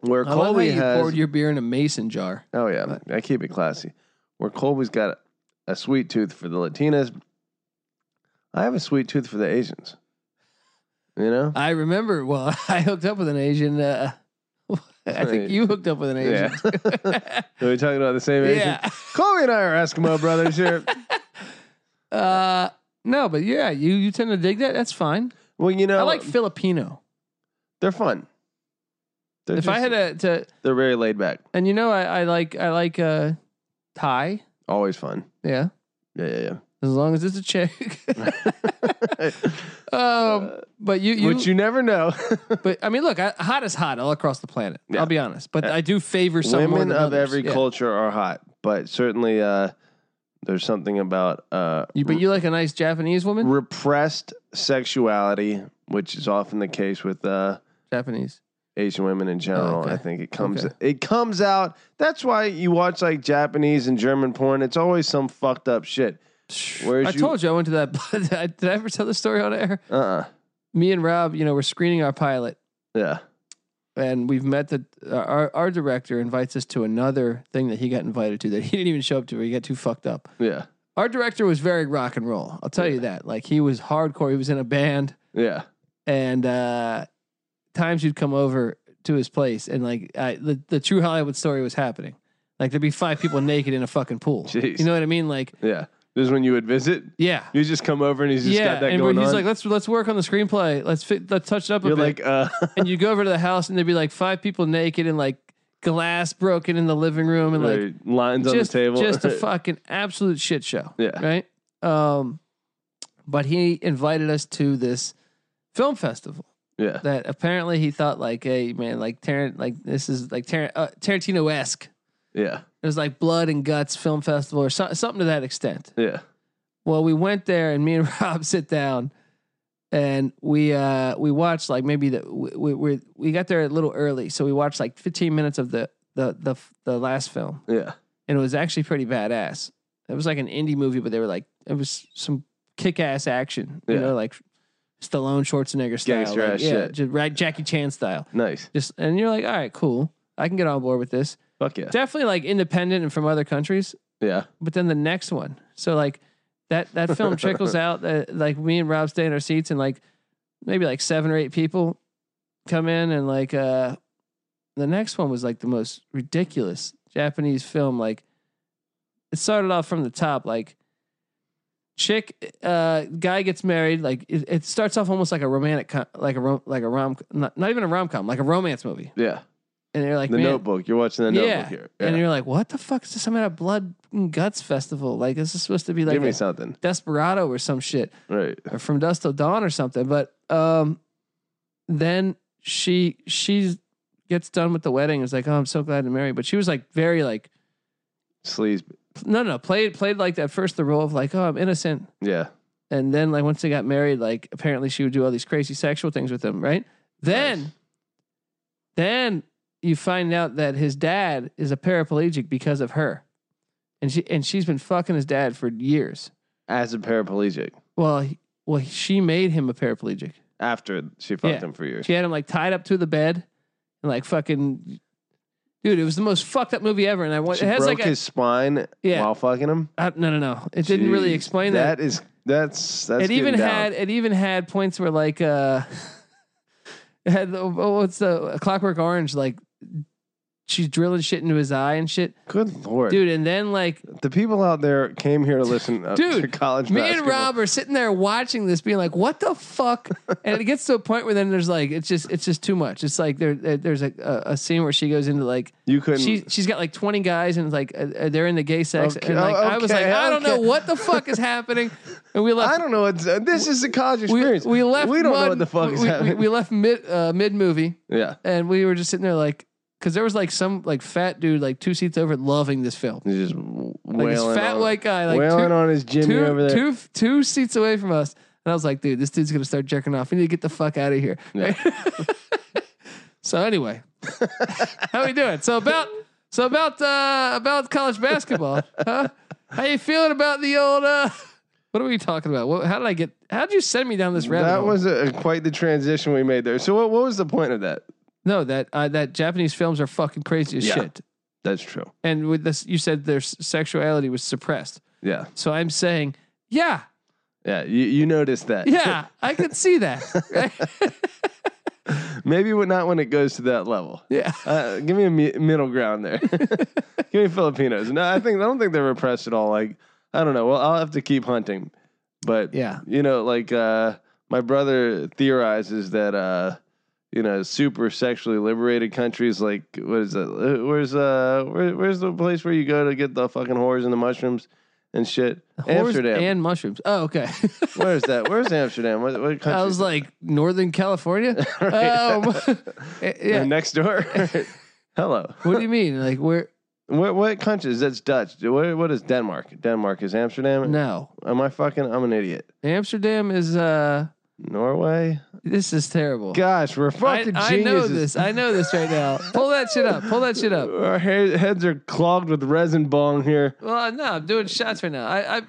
S2: Where
S1: I love how
S2: Colby
S1: you
S2: has,
S1: poured your beer in a mason jar.
S2: oh yeah, I keep it classy. Where Colby's got a sweet tooth for the Latinas, I have a sweet tooth for the Asians. You know,
S1: I remember. Well, I hooked up with an Asian. Uh, I think you hooked up with an Asian.
S2: yeah. Are we talking about the same Asian?
S1: yeah.
S2: Colby and I are Eskimo brothers here.
S1: Uh, no, but yeah, you you tend to dig that. That's fine.
S2: well, you know,
S1: I like Filipino.
S2: they're fun. They're
S1: if I had
S2: just-
S1: a to,
S2: they're very laid back.
S1: and you know, I, I like I like uh, Thai.
S2: Always fun.
S1: Yeah,
S2: Yeah, yeah,
S1: as long as it's a chick.
S2: yeah.
S1: um, but you you,
S2: Which you never know.
S1: but I mean, look, I, hot is hot all across the planet.
S2: Yeah.
S1: I'll be honest, but
S2: Yeah.
S1: I do favor some more
S2: Women
S1: than
S2: of
S1: others.
S2: every
S1: Yeah.
S2: culture are hot, but certainly uh, there's something about uh,
S1: You, but you like a nice Japanese woman?
S2: repressed sexuality, which is often the case with uh,
S1: Japanese.
S2: Asian women in general.
S1: okay.
S2: I think it comes
S1: Okay.
S2: it comes out. That's why you watch like Japanese and German porn. It's always some fucked up shit. Whereas
S1: I
S2: you-
S1: told you I went to that. did I ever tell the story on air?
S2: Uh uh
S1: Me and Rob, you know, we're screening our pilot,
S2: Yeah.
S1: and we've met the uh, our our director invites us to another thing that he got invited to that he didn't even show up to. Where he got too fucked up.
S2: Yeah.
S1: Our director was very rock and roll. I'll tell you that. Like he was hardcore. He was in a band.
S2: Yeah.
S1: and uh times you'd come over to his place and like I, the the true Hollywood story was happening. Like there'd be five people naked in a fucking pool.
S2: Jeez.
S1: You know what I mean? Like
S2: Yeah. This is when you would visit.
S1: yeah.
S2: You just come over and he's just
S1: yeah,
S2: got that
S1: and
S2: going
S1: he's
S2: on.
S1: like, let's let's work on the screenplay. Let's fit, let's touch it up a
S2: You're
S1: bit.
S2: like, uh,
S1: and you go over to the house, and there'd be like five people naked, and like glass broken in the living room, and like
S2: lines on the
S1: just
S2: table.
S1: just a fucking absolute shit show.
S2: Yeah.
S1: right. Um, but he invited us to this film festival,
S2: yeah.
S1: that apparently he thought like, hey man, like Tarant, like this is like Tarant, uh, Tarantino esque.
S2: Yeah.
S1: It was like Blood and Guts Film Festival or so, something to that extent.
S2: Yeah.
S1: Well, we went there and me and Rob sit down and we uh we watched like maybe the we we we got there a little early, so we watched like 15 minutes of the the the the last film
S2: Yeah.
S1: and it was actually pretty badass. It was like an indie movie, but they were like it was some kick ass action, you
S2: Yeah.
S1: know, like Stallone Schwarzenegger style,
S2: Gangster
S1: like,
S2: ass
S1: yeah,
S2: shit.
S1: just ra- Jackie Chan style.
S2: Nice.
S1: Just and you're like, all right, cool. I can get on board with this.
S2: Fuck yeah.
S1: Definitely like independent and from other countries.
S2: Yeah.
S1: But then the next one, so like that that film trickles out. Uh, like me and Rob stay in our seats, and like maybe like seven or eight people come in, and like uh the next one was like the most ridiculous Japanese film. Like it started off from the top, like chick uh guy gets married like it, it starts off almost like a romantic com- like a rom- like a rom not, not even a rom-com like a romance movie
S2: Yeah.
S1: and you're like
S2: The
S1: man,
S2: notebook. You're watching the
S1: Yeah.
S2: notebook here. Yeah.
S1: and you're like, what the fuck is this? Some kind of blood and guts festival? Like this is supposed to be like
S2: Give me
S1: a
S2: something.
S1: Desperado or some shit,
S2: Right.
S1: or from Dust Till Dawn or something. But um, then she she gets done with the wedding. It's like, oh, I'm so glad to marry. But she was like very like
S2: Sleaze.
S1: no no played played like that first the role of like oh I'm innocent,
S2: Yeah.
S1: and then like once they got married, like apparently she would do all these crazy sexual things with him, right? Then
S2: Nice.
S1: then you find out that his dad is a paraplegic because of her. And she and she's been fucking his dad for years.
S2: As a paraplegic.
S1: Well, he, well she made him a paraplegic.
S2: After she fucked
S1: Yeah.
S2: him for years.
S1: She had him like tied up to the bed and like fucking Dude, it was the most fucked up movie ever and I want
S2: She
S1: it has
S2: broke
S1: like
S2: his spine
S1: Yeah.
S2: while fucking him.
S1: a, I- no no no. It didn't really
S2: Jeez.
S1: explain that.
S2: That is that's that's
S1: it even
S2: getting down.
S1: had it even had points where like uh it had the- oh, what's the Clockwork Orange like she's drilling shit into his eye and shit,
S2: Good lord,
S1: dude. And then like
S2: The people out there came here to listen uh,
S1: Dude,
S2: to college
S1: me and
S2: basketball.
S1: Rob are sitting there watching this, being like, "What the fuck?" and it gets to a point where then there's like, it's just it's just too much. It's like there there- there's a, a a scene where she goes into like
S2: you couldn't.
S1: she she's got like 20 guys and like uh, uh, they're in the gay sex
S2: Okay,
S1: and like I was like
S2: okay,
S1: I don't know
S2: okay.
S1: what the fuck is happening and we left
S2: I don't know. It's, uh, this is the college
S1: we,
S2: experience.
S1: we left
S2: We don't know
S1: one-
S2: what the fuck
S1: we,
S2: is
S1: we-
S2: happening.
S1: we left mid uh, mid movie
S2: yeah,
S1: and we were just sitting there like cuz there was like some like fat dude like two seats over loving this film
S2: he's just w-
S1: like
S2: wailing
S1: this fat
S2: on,
S1: white guy like
S2: wailing
S1: two,
S2: on his Jimmy
S1: two,
S2: over there.
S1: two- two seats away from us. And I was like, dude, this dude's gonna start jerking off. We need to get the fuck out of here.
S2: Yeah.
S1: so anyway, how we doing? So about so about uh, about college basketball, huh? How you feeling about the old? Uh, what are we talking about? What, how did I get? How did you send me down this rabbit?
S2: that
S1: hole?
S2: was uh quite the transition we made there. So what, what was the point of that?
S1: no that uh, that Japanese films are fucking crazy as
S2: Yeah.
S1: shit.
S2: That's true.
S1: And with this, you said their s- sexuality was suppressed.
S2: Yeah,
S1: So I'm saying, yeah,
S2: yeah. You you noticed that.
S1: yeah, I could see that.
S2: Maybe we're not when it goes to that level.
S1: yeah.
S2: Uh, give me a mi- middle ground there. give me Filipinos. No, I think I don't think they're repressed at all. Like I don't know. Well, I'll have to keep hunting. But
S1: Yeah.
S2: you know, like uh, my brother theorizes that uh, you know, super sexually liberated countries like what is it? Uh, Where's uh, where, where's the place where you go to get the fucking whores and the mushrooms and shit?
S1: Whores
S2: Amsterdam.
S1: and mushrooms. Oh, okay.
S2: where's that? Where's Amsterdam? What, what country?
S1: I was like Northern California. Um,
S2: They're
S1: yeah.
S2: next door. Hello.
S1: What do you mean? Like where?
S2: What what countries? That's Dutch. What what is Denmark? Denmark is Amsterdam.
S1: No,
S2: Am I fucking? I'm an idiot.
S1: Amsterdam is. uh
S2: Norway.
S1: This is terrible.
S2: Gosh, we're
S1: I,
S2: fucking
S1: I know
S2: geniuses.
S1: this. I know this right now. Pull that shit up. Pull that shit up.
S2: Our he- heads are clogged with resin bong here.
S1: Well, no, I'm doing shots right now. I I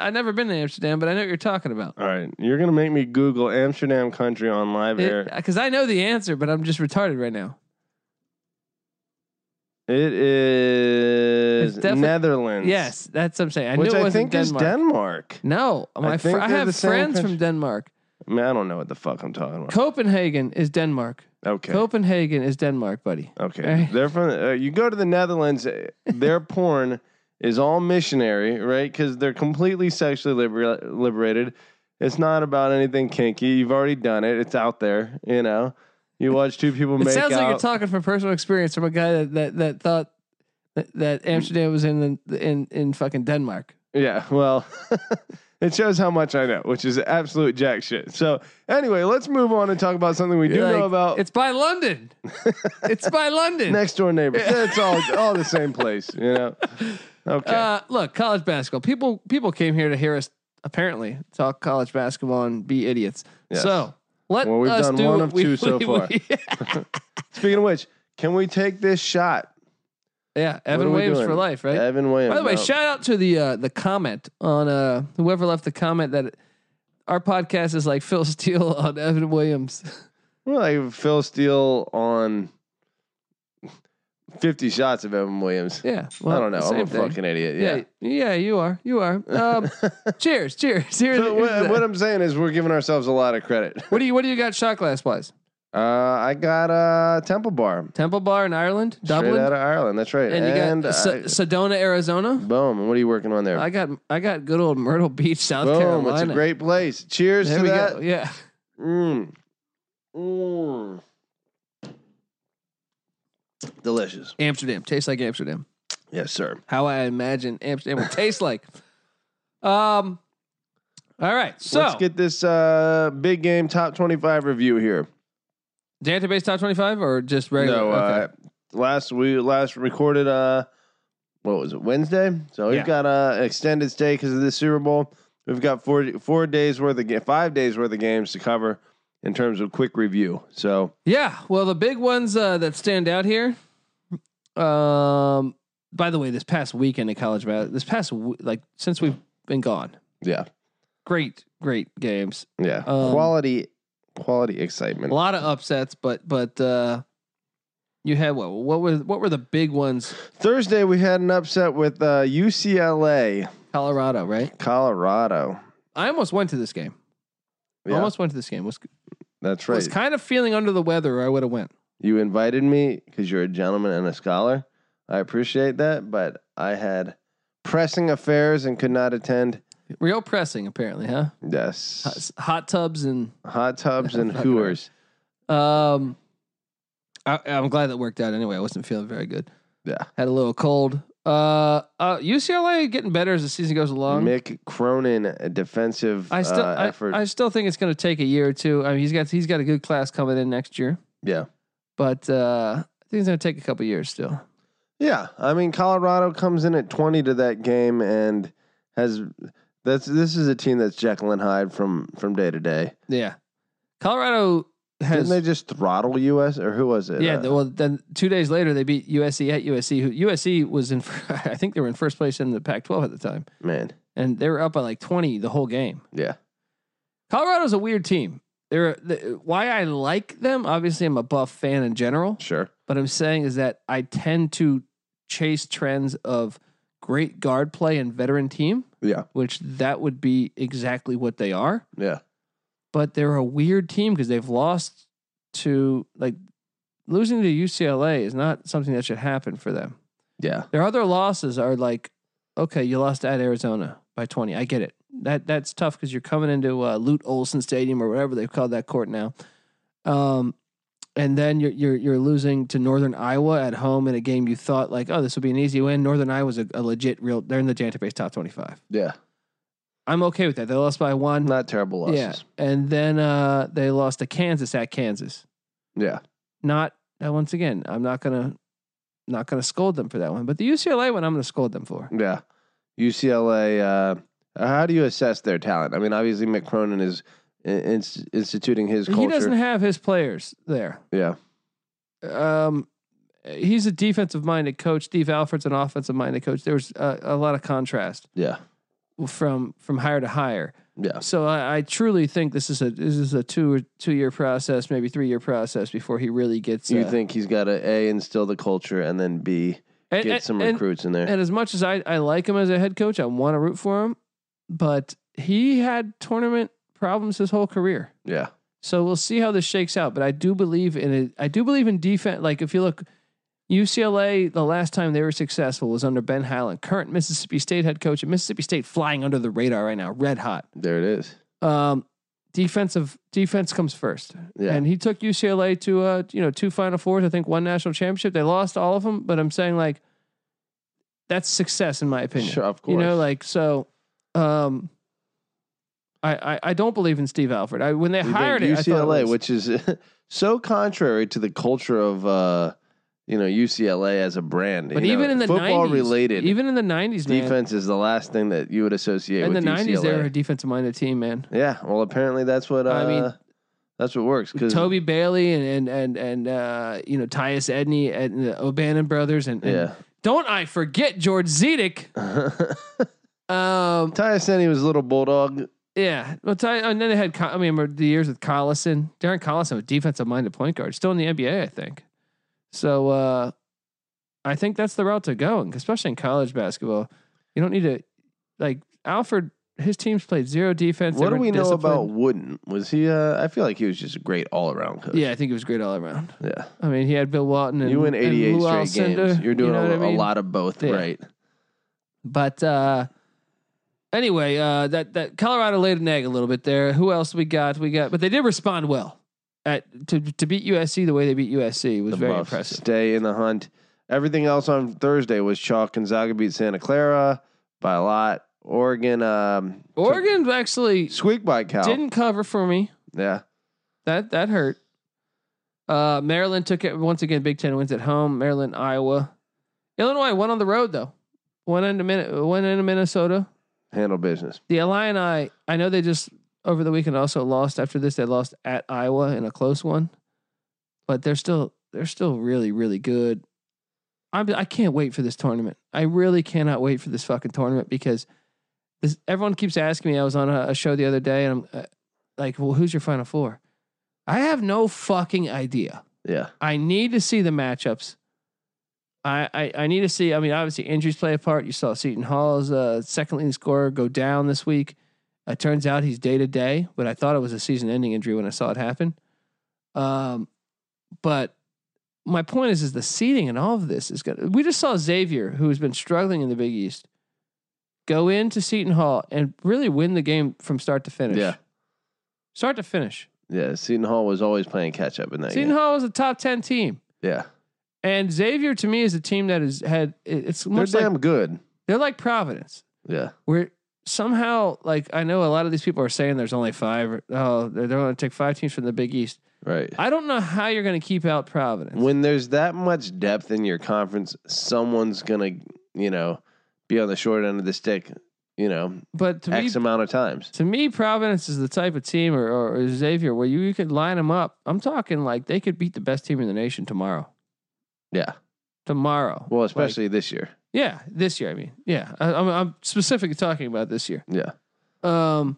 S1: I never been to Amsterdam, but I know what you're talking about.
S2: All right, you're gonna make me Google Amsterdam country on live air.
S1: Because I know the answer, but I'm just retarded right now.
S2: It is
S1: It's defi-
S2: Netherlands.
S1: Yes, that's what I'm saying. I
S2: which
S1: knew it
S2: I
S1: wasn't
S2: think
S1: Denmark.
S2: is Denmark.
S1: No, my I,
S2: think
S1: fr- I
S2: they're the
S1: have
S2: same
S1: friends
S2: country.
S1: from Denmark.
S2: I mean, I don't know what the fuck I'm talking about.
S1: Copenhagen is Denmark.
S2: Okay.
S1: Copenhagen is Denmark, buddy.
S2: Okay.
S1: Right.
S2: They're from. Uh, you go to the Netherlands. uh, Their porn is all missionary, right? Because they're completely sexually libera- liberated. It's not about anything kinky. You've already done it. It's out there. You know. You watch two people
S1: It
S2: make
S1: sounds
S2: out.
S1: like you're talking from personal experience from a guy that that, that thought that, that Amsterdam was in the, in in fucking Denmark.
S2: yeah. Well. It shows how much I know, which is absolute jack shit. So, anyway, let's move on and talk about something we do
S1: You're like,
S2: know about
S1: It's by London. it's by London.
S2: next door neighbors. It's all all the same place, you know. Okay.
S1: Uh, look, college basketball. People people came here to hear us apparently talk college basketball and be idiots.
S2: Yes.
S1: So let
S2: Well, we've
S1: us
S2: done
S1: do
S2: one
S1: what
S2: of
S1: we-
S2: two so
S1: we-
S2: far.
S1: we-
S2: Speaking of which, can we take this shot?
S1: yeah,
S2: What are
S1: Evan
S2: we
S1: Williams
S2: doing?
S1: for life, right?
S2: Evan Williams.
S1: By the way,
S2: no.
S1: shout out to the uh, the comment on uh, whoever left the comment that our podcast is like Phil Steele on Evan Williams.
S2: We're like Phil Steele on fifty shots of Evan Williams.
S1: Yeah,
S2: I don't know. I'm
S1: same
S2: a
S1: thing.
S2: fucking idiot. Yeah.
S1: yeah. yeah, you are, you are. Um, cheers, cheers. Here's,
S2: So
S1: here's
S2: what,
S1: the-
S2: what I'm saying is we're giving ourselves a lot of credit.
S1: what do you what do you got shot glass wise?
S2: Uh, I got a Temple Bar
S1: Temple Bar in Ireland, Dublin,
S2: straight out of Ireland. That's right.
S1: and you
S2: And,
S1: got S-
S2: I-
S1: Sedona, Arizona.
S2: boom. And What are you working on there?
S1: I got I got good old Myrtle Beach, South
S2: boom.
S1: Carolina.
S2: It's a great place. Cheers
S1: there
S2: to
S1: we
S2: that.
S1: go. Yeah,
S2: Mm. Mm. Delicious.
S1: Amsterdam tastes like Amsterdam.
S2: Yes, sir.
S1: How I imagine Amsterdam will taste like. Um. All right, so
S2: Let's get this uh, big game top 25 review here.
S1: database top twenty-five or just regular?
S2: No, uh, last we last recorded uh what was it Wednesday? So we've
S1: Yeah.
S2: got uh, an extended stay because of the Super Bowl. We've got four four days worth of ga- five days worth of games to cover in terms of quick review. So
S1: Yeah, well, the big ones uh, that stand out here. Um, by the way, this past weekend in college, ba- this past w- like since we've been gone,
S2: yeah,
S1: great, great games.
S2: yeah,
S1: Um,
S2: quality quality
S1: A
S2: excitement.
S1: lot of upsets, but but uh, you had what? What were what were the big ones?
S2: Thursday we had an upset with uh, UCLA
S1: Colorado, right?
S2: Colorado.
S1: I almost went to this game.
S2: Yeah,
S1: Almost went to this game. Was
S2: that's right.
S1: was kind of feeling under the weather. Or I would have went.
S2: You invited me because you're a gentleman and a scholar. I appreciate that, but I had pressing affairs and could not attend.
S1: Real pressing, apparently, huh?
S2: Yes.
S1: Hot, hot tubs and
S2: Hot tubs and
S1: Not gonna-
S2: hooers.
S1: um. I, I'm glad that worked out anyway. I wasn't feeling very good.
S2: Yeah.
S1: Had a little cold. Uh, uh, UCLA getting better as the season goes along.
S2: Mick Cronin, a defensive
S1: I still,
S2: uh, effort.
S1: I, I still think it's going to take a year or two. I mean, he's got he's got a good class coming in next year,
S2: yeah.
S1: but uh, I think it's going to take a couple years still.
S2: Yeah, I mean Colorado comes in at 20 to that game and has that's this is a team that's Jekyll and Hyde from from day to day.
S1: Yeah, Colorado
S2: Didn't
S1: has.
S2: they just throttle US or who was it?
S1: yeah,
S2: Uh,
S1: the- well, then two days later they beat USC at USC. Who USC was in? I think they were in first place in the Pac-12 at the time,
S2: man.
S1: and they were up by like 20 the whole game.
S2: Yeah.
S1: Colorado's a weird team. They're the, why I like them. Obviously, I'm a Buff fan in general,
S2: Sure.
S1: but I'm saying is that I tend to chase trends of great guard play and veteran team,
S2: Yeah.
S1: which that would be exactly what they are.
S2: Yeah.
S1: But they're a weird team because they've lost to like losing to UCLA is not something that should happen for them.
S2: Yeah.
S1: Their other losses are like, okay, you lost at Arizona by 20. I get it. That that's tough because you're coming into uh, Lute Olson Stadium or whatever they've called that court now, um, and then you're you're you're losing to Northern Iowa at home in a game you thought like, oh, this would be an easy win. Northern Iowa's a, a legit real. They're in the database top 25.
S2: Yeah.
S1: I'm okay with that. They lost by one.
S2: Not terrible losses.
S1: Yeah, and then uh, they lost to Kansas at Kansas.
S2: Yeah.
S1: Not uh, once again. I'm not gonna not gonna scold them for that one, but the UCLA one I'm gonna scold them for.
S2: Yeah. UCLA uh how do you assess their talent? I mean, obviously Mick Cronin is in, in- instituting his culture.
S1: He doesn't have his players there.
S2: yeah.
S1: Um, he's a defensive minded coach. Steve Alford's an offensive minded coach. There was a, a lot of contrast
S2: Yeah.
S1: from from higher to higher.
S2: Yeah.
S1: So I, I truly think this is a this is a two or two year process, maybe three year process before he really gets.
S2: you
S1: uh,
S2: think he's got to A instill the culture and then B
S1: and,
S2: get
S1: and-
S2: some
S1: and-
S2: recruits in there.
S1: And as much as I, I like him as a head coach, I want to root for him, but he had tournament problems his whole career.
S2: yeah.
S1: So we'll see how this shakes out. But I do believe in it. I do believe in defense. Like if you look, UCLA, the last time they were successful was under Ben Highland, current Mississippi State head coach, and Mississippi State flying under the radar right now, red hot.
S2: There it is.
S1: Um, defensive defense comes first,
S2: Yeah.
S1: and he took UCLA to uh, you know two Final Fours, I think one national championship. They lost all of them, but I'm saying like that's success in my opinion.
S2: Sure, of course.
S1: You know, like so. Um, I, I I don't believe in Steve Alford. I when they
S2: You think
S1: hired it, I thought it
S2: UCLA,
S1: was-
S2: which is so contrary to the culture of uh, you know UCLA as a brand.
S1: But
S2: you
S1: even
S2: know,
S1: in the
S2: football
S1: 90s,
S2: related
S1: even in the nineties, man,
S2: defense is the last thing that you would associate
S1: in the
S2: with
S1: nineties, they were a
S2: UCLA.
S1: defensive minded team, man.
S2: yeah, well, apparently that's what uh,
S1: I mean-
S2: that's what works because
S1: Toby Bailey and and and, and uh, you know Tyus Edney and the O'Bannon brothers, and, and
S2: yeah,
S1: don't I forget George Zedick. Um,
S2: Tyson was a little bulldog.
S1: yeah, well, Ty, and then they had Co- I mean remember the years with Collison, Darren Collison, a defensive minded point guard, still in the NBA, I think. So uh, I think that's the route to go, and especially in college basketball. You don't need to like Alfred. His team's played zero defense. They
S2: What do
S1: were
S2: we know
S1: disciplined.
S2: about Wooden? Was he? Uh, I feel like he was just a great all around coach.
S1: Yeah, I think it was great all around.
S2: yeah.
S1: I mean, he had Bill Walton and
S2: You win
S1: and
S2: 88
S1: Lew
S2: straight
S1: Alcindor,
S2: games. You're doing
S1: you know
S2: a,
S1: what I
S2: a
S1: mean?
S2: lot of both,
S1: Yeah.
S2: right?
S1: But uh, anyway, uh, that that Colorado laid an egg a little bit there. Who else we got? We got, but they did respond well at to to beat USC the way they beat USC was
S2: the
S1: very
S2: Buffs
S1: impressive.
S2: Stay in the hunt. Everything else on Thursday was chalk. Gonzaga beat Santa Clara by a lot. Oregon, um,
S1: Oregon actually
S2: squeaked by Cal.
S1: didn't cover for me.
S2: yeah,
S1: That that hurt. Uh, Maryland took it once again. Big Ten wins at home. Maryland, Iowa, Illinois won on the road though. One into Min- one into Minnesota.
S2: handle business.
S1: The Illini, I know they just over the weekend also lost. After this, they lost at Iowa in a close one, but they're still they're still really really good. I'm I can't wait for this tournament. I really cannot wait for this fucking tournament because this everyone keeps asking me. I was on a, a show the other day and I'm uh, like, well, who's your final four? I have no fucking idea.
S2: Yeah,
S1: I need to see the matchups. I, I, I need to see. I mean, obviously injuries play a part. You saw Seton Hall's uh, second leading scorer go down this week. It turns out he's day to day, but I thought it was a season ending injury when I saw it happen. Um, but my point is, is the seeding and all of this is going. to We just saw Xavier, who has been struggling in the Big East, go into Seton Hall and really win the game from start to finish.
S2: Yeah.
S1: start to finish.
S2: Yeah, Seton Hall was always playing catch up in that
S1: Seton
S2: game.
S1: Hall is a top ten team,
S2: yeah,
S1: and Xavier to me is a team that has had. it- It's
S2: they're
S1: much like
S2: damn good.
S1: they're like Providence.
S2: Yeah,
S1: we're somehow like I know a lot of these people are saying there's only five. Or, oh, they're, they're going to take five teams from the Big East.
S2: right.
S1: I don't know how you're going to keep out Providence.
S2: When there's that much depth in your conference, someone's gonna, you know, be on the short end of the stick, you know,
S1: but to me,
S2: x amount of times.
S1: to me, Providence is the type of team or, or, or Xavier where you, you could line them up. I'm talking like they could beat the best team in the nation tomorrow.
S2: Yeah.
S1: Tomorrow.
S2: Well,
S1: Like,
S2: especially this year.
S1: yeah, this year. I mean, yeah, I, I'm, I'm specifically talking about this year.
S2: Yeah.
S1: Um,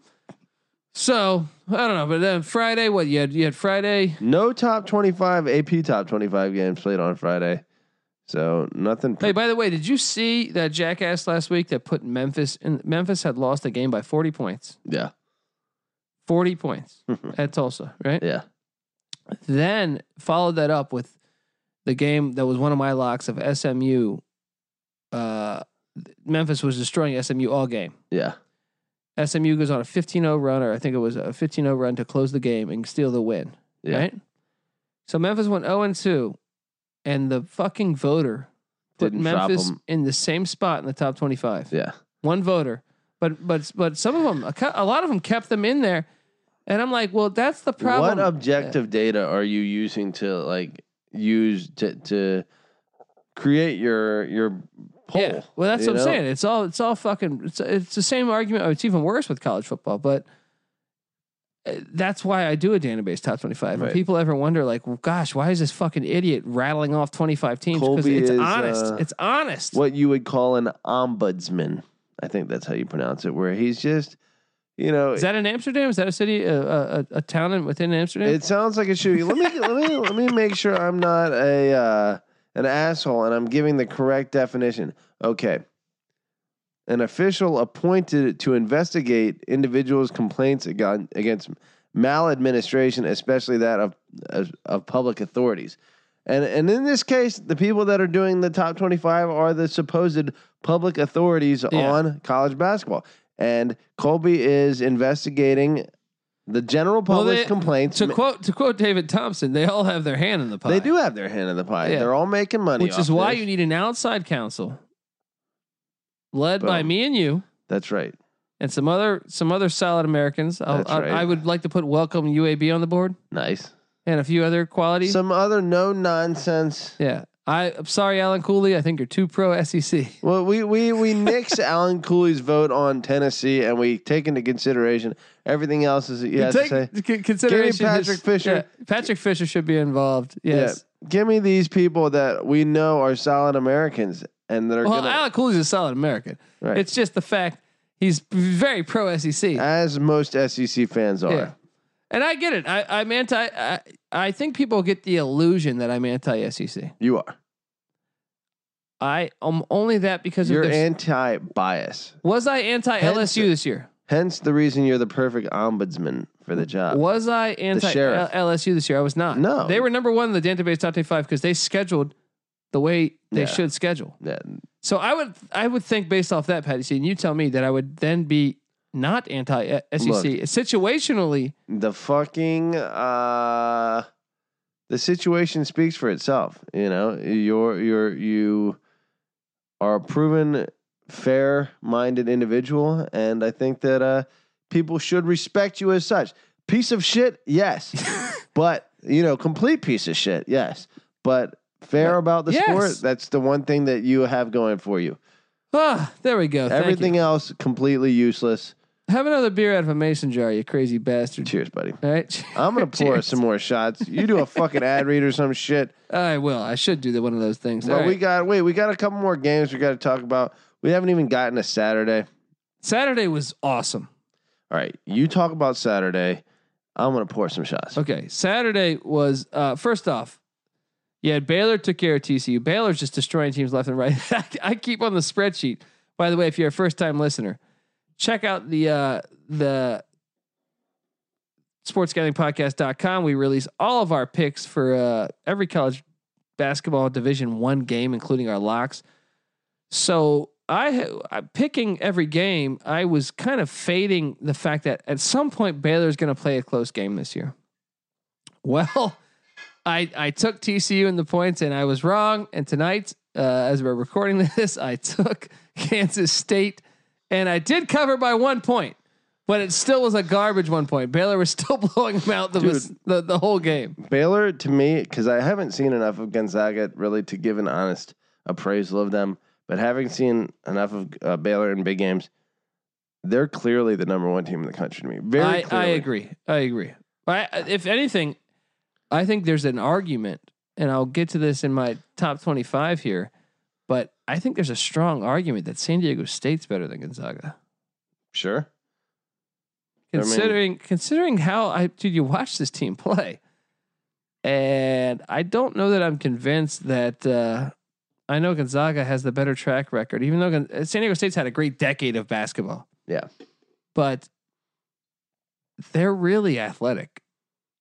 S1: so I don't know, but then Friday, what you had? You had Friday.
S2: No top 25 AP top 25 games played on Friday. So nothing.
S1: Hey, by the way, did you see that jackass last week that put Memphis in? Memphis had lost a game by 40 points.
S2: yeah.
S1: 40 points at Tulsa, right?
S2: yeah.
S1: Then followed that up with the game that was one of my locks of SMU. Uh, Memphis was destroying SMU all game.
S2: Yeah.
S1: SMU goes on a 15 0 run, or I think it was a 15 0 run to close the game and steal the win,
S2: Yeah.
S1: right? So Memphis went 0 2, and the fucking voter put
S2: Didn't drop
S1: Memphis
S2: 'em.
S1: in the same spot in the top 25.
S2: Yeah.
S1: one voter, but but but some of them, a cou- a lot of them kept them in there, and I'm like, well, that's the problem.
S2: What objective data are you using to like use to to create your your poll?
S1: Yeah. Well, that's
S2: you
S1: what I'm
S2: know?
S1: saying. It's all it's all fucking. It's it's the same argument. Or it's even worse with college football, but. uh, That's why I do a database top twenty-five.
S2: Right.
S1: And people ever wonder, like, well, "Gosh, why is this fucking idiot rattling off twenty-five teams?" Because
S2: Colby
S1: it's
S2: is,
S1: honest.
S2: uh,
S1: it's honest.
S2: What you would call an ombudsman. I think that's how you pronounce it. Where he's just, you know,
S1: Is that in Amsterdam? Is that a city, a, a, a town in, within Amsterdam?
S2: It sounds like it should be. Let me let me let me make sure I'm not a uh, an asshole and I'm giving the correct definition. Okay. An official appointed to investigate individuals' complaints agon- against maladministration, especially that of, of of public authorities. And and in this case, the people that are doing the top 25 are the supposed public authorities
S1: Yeah.
S2: on college basketball. And Colby is investigating the general
S1: Well,
S2: public's
S1: they-
S2: complaints.
S1: to quote to quote David Thompson, they all have their hand in the pie.
S2: They do have their hand in the pie.
S1: Yeah.
S2: They're all making money,
S1: which
S2: off
S1: is why
S2: this.
S1: you need an outside counsel led by
S2: Boom.
S1: me and you
S2: That's right.
S1: and some other some other solid Americans. I'll,
S2: That's
S1: I,
S2: right.
S1: I would like to put welcome UAB on the board
S2: Nice.
S1: and a few other qualities.
S2: Some other no nonsense.
S1: yeah, I, I'm sorry, Alan Cooley. I think you're too pro E SEC.
S2: Well, we we we nix Alan Cooley's vote on Tennessee, and we take into consideration everything else. Is you have to
S1: Take
S2: say?
S1: c- consideration.
S2: Patrick
S1: his-
S2: Fisher.
S1: yeah, Patrick Fisher should be involved. Yes.
S2: Yeah. Give me these people that we know are solid Americans and that are
S1: Well,
S2: gonna
S1: Alan Cooley's a solid American.
S2: Right. Uh,
S1: It's just the fact he's very pro SEC.
S2: as most SEC fans are.
S1: Yeah. And I get it. I, I'm anti. I, I think people get the illusion that I'm anti SEC.
S2: You are.
S1: I am only that because
S2: You're
S1: of their,
S2: anti bias.
S1: was I anti LSU this year?
S2: Hence the reason you're the perfect ombudsman for Uh, the job.
S1: Was I anti
S2: sheriff.
S1: LSU this year? I was not.
S2: No.
S1: they were number one in the database top twenty-five because they scheduled the way they
S2: Yeah.
S1: should schedule.
S2: Yeah.
S1: So I would I would think based off that, Patty, C, and you tell me that I would then be not anti SEC
S2: Look.
S1: situationally.
S2: the fucking uh the situation speaks for itself you know you're you're you are a proven fair minded individual and i think that uh people should respect you as such piece of shit yes but you know complete piece of shit yes but fair about the
S1: Yes.
S2: sport that's the one thing that you have going for you
S1: Ah, there we go. Thank
S2: everything
S1: you.
S2: else completely useless
S1: Have another beer out of a mason jar, you crazy bastard.
S2: cheers buddy
S1: All right.
S2: I'm gonna pour
S1: Cheers.
S2: us some more shots. You do a fucking ad read or some shit.
S1: I will. I should do the, one of those things.
S2: But
S1: All right.
S2: we got wait, we got a couple more games we got to talk about. We haven't even gotten to Saturday.
S1: Saturday was awesome.
S2: All right, you talk about Saturday. I'm gonna pour some shots.
S1: Okay, Saturday was uh, first off. Yeah, Baylor took care of TCU. Baylor's just destroying teams left and right. I keep on the spreadsheet. By the way, if you're a first time listener, check out the uh, the sportsgamblingpodcast.com. We release all of our picks for uh, every college basketball Division One game, including our locks. So I, I picking every game. I was kind of fading the fact that at some point Baylor's going to play a close game this year. Well, I I took TCU in the points and I was wrong. And tonight, uh, as we're recording this, I took Kansas State and I did cover by one point. But it still was a garbage one point. Baylor was still blowing them out the
S2: Dude.
S1: the, the whole game.
S2: Baylor to me, because I haven't seen enough of Gonzaga really to give an honest appraisal of them, but having seen enough of uh, Baylor in big games, they're clearly the number one team in the country to me. Very
S1: I, I
S2: clearly.
S1: agree. I agree. I, if anything, I think there's an argument, and I'll get to this in my top 25 here, but I think there's a strong argument that San Diego State's better than Gonzaga.
S2: Sure. I mean-
S1: Considering considering how I dude, you watch this team play, and I don't know that I'm convinced that uh, I know Gonzaga has the better track record, even though Gon- uh, San Diego State's had a great decade of basketball.
S2: Yeah.
S1: but they're really athletic.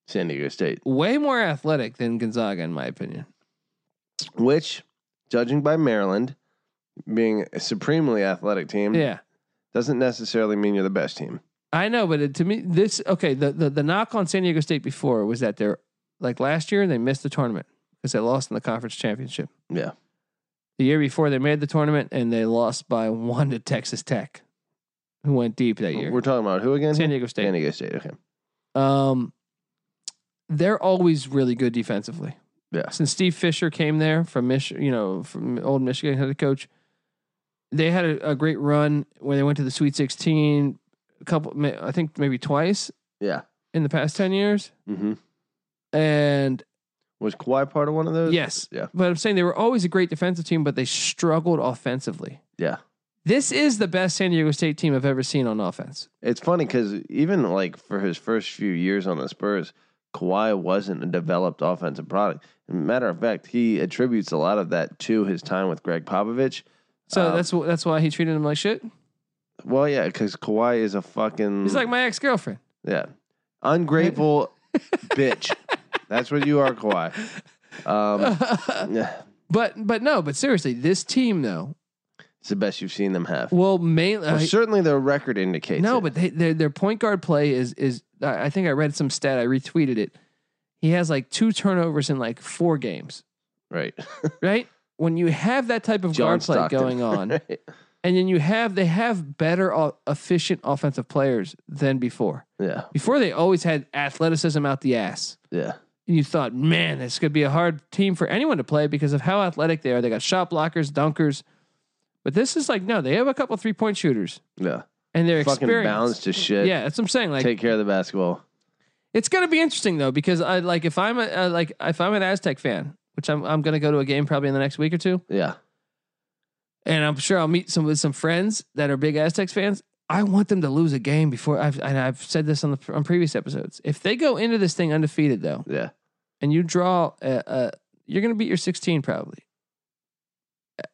S2: San Diego State,
S1: way more athletic than Gonzaga, in my opinion.
S2: which, judging by Maryland being a supremely athletic team,
S1: Yeah,
S2: doesn't necessarily mean you're the best team.
S1: I know, but it, to me, this okay. The, the the knock on San Diego State before was that they're like last year they missed the tournament because they lost in the conference championship.
S2: Yeah.
S1: The year before they made the tournament and they lost by one to Texas Tech, who went deep that year.
S2: We're talking about who again?
S1: San Diego
S2: San
S1: State.
S2: Diego State. Okay.
S1: Um, they're always really good defensively.
S2: Yeah.
S1: Since Steve Fisher came there from Mich, you know, from old Michigan head coach, they had a, a great run when they went to the Sweet 16. A couple, ma- I think maybe twice
S2: Yeah.
S1: in the past 10 years,
S2: Mm-hmm.
S1: and
S2: Was Kawhi part of one of those?
S1: yes,
S2: Yeah.
S1: But I'm saying they were always a great defensive team, but they struggled offensively.
S2: Yeah.
S1: This is the best San Diego State team I've ever seen on offense.
S2: It's funny because even like for his first few years on the Spurs, Kawhi wasn't a developed offensive product. Matter of fact, he attributes a lot of that to his time with Greg Popovich.
S1: So
S2: Um,
S1: that's wh- that's why he treated him like shit.
S2: Well, yeah, because Kawhi is a fucking
S1: He's like my ex girlfriend.
S2: yeah ungrateful bitch. That's what you are, Kawhi. Um, yeah,
S1: But but no, but seriously, this team though,
S2: it's the best you've seen them have.
S1: well, mainly
S2: Well, certainly their record indicates
S1: no,
S2: it.
S1: but they, their their point guard play is is I I think I read some stat, I retweeted it. He has like two turnovers in like four games,
S2: right,
S1: right? When you have that type of
S2: John
S1: guard play
S2: Stockton.
S1: going on,
S2: Right.
S1: and then you have they have better o- efficient offensive players than before.
S2: yeah,
S1: Before they always had athleticism out the ass.
S2: yeah,
S1: And you thought, man, this could be a hard team for anyone to play because of how athletic they are. They got shot blockers, dunkers. But this is like, no, they have a couple three point shooters
S2: yeah.
S1: and they're
S2: Fucking
S1: experienced.
S2: balanced as shit.
S1: Yeah, that's what I'm saying. Like
S2: take care of the basketball.
S1: it's gonna be interesting though, because I like if I'm a, uh, like if I'm an Aztec fan, which I'm I'm gonna go to a game probably in the next week or two,
S2: Yeah.
S1: and I'm sure I'll meet some with some friends that are big Aztecs fans. I want them to lose a game before I've and I've said this on the on previous episodes. If they go into this thing undefeated though,
S2: Yeah.
S1: and you draw a, a you're gonna beat your 16 probably.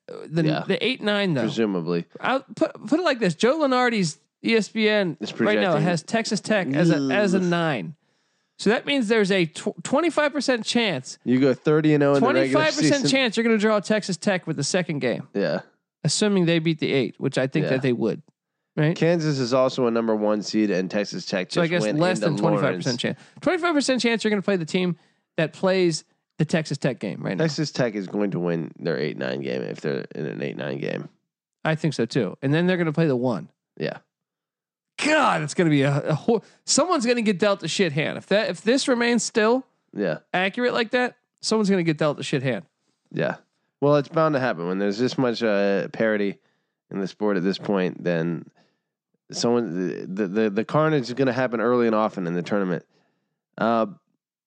S1: Uh, The
S2: Yeah.
S1: the eight nine though.
S2: Presumably.
S1: I'll put put it like this: Joe Lenardi's E ESPN
S2: It's
S1: right now
S2: projecting-
S1: has Texas Tech as a as a
S2: Ugh.
S1: nine. So that means there's a twenty five percent chance,
S2: You go 30 and 0 in the
S1: twenty
S2: regular
S1: five
S2: season.
S1: percent chance you're going to draw Texas Tech with the second game,
S2: Yeah.
S1: assuming they beat the eight, which I think
S2: Yeah.
S1: that they would. Right.
S2: Kansas is also a number 1 seed and Texas Tech just
S1: so I guess
S2: went
S1: less
S2: into
S1: than twenty five
S2: Lawrence.
S1: percent chance. Twenty five percent chance you're going to play the team that plays the Texas Tech game right now.
S2: Texas Tech is going to win their 8-9 game if they're in an 8-9 game.
S1: I think so too. And then they're going to play the one.
S2: Yeah.
S1: God, it's going to be a, a whole, someone's going to get dealt the shit hand if that if this remains still.
S2: Yeah.
S1: accurate like that, someone's going to get dealt the shit hand.
S2: Yeah. Well, it's bound to happen when there's this much uh, parity in the sport at this point then someone the the, the carnage is going to happen early and often in the tournament. Uh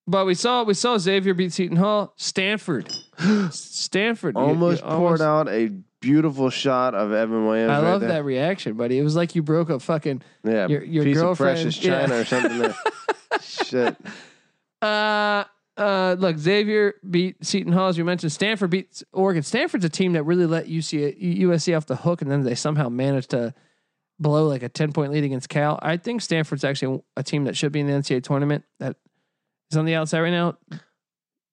S1: But we saw we saw Xavier beat Seton Hall, Stanford, Stanford you- you
S2: almost poured
S1: almost-
S2: out a beautiful shot of Evan Williams.
S1: I
S2: right
S1: love
S2: there.
S1: that reaction, buddy. It was like you broke up fucking.
S2: Yeah,
S1: Your- your
S2: piece
S1: girlfriend-
S2: of precious china
S1: yeah.
S2: or something. There. Shit.
S1: Uh, uh, look, Xavier beat Seton Hall as you mentioned. Stanford beat Oregon. Stanford's a team that really let UC, USC off the hook, and then they somehow managed to blow like a ten point lead against Cal. I think Stanford's actually a team that should be in the NCAA tournament that is on the outside right now.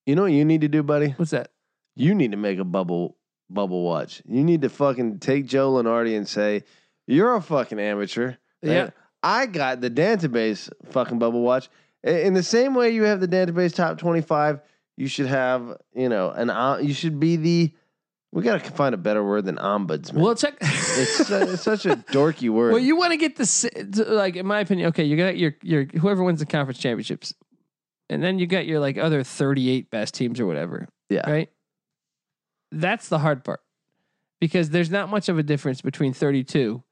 S2: You know what you need to do, buddy?
S1: What's that?
S2: You need to make a bubble bubble watch. You need to fucking take Joe Lenardi and say, You're a fucking amateur.
S1: Yeah.
S2: I got the database fucking bubble watch. I- In the same way you have the database top 25, you should have, you know, an om- you should be the we got to find a better word than ombudsman.
S1: Well, check.
S2: it's, uh, su- it's such a dorky word.
S1: Well, you want to get the si- to, like, in my opinion, okay, you got your your whoever wins the conference championships, and then you got your like other thirty eight best teams or whatever.
S2: Yeah.
S1: Right. That's the hard part because there's not much of a difference between thirty two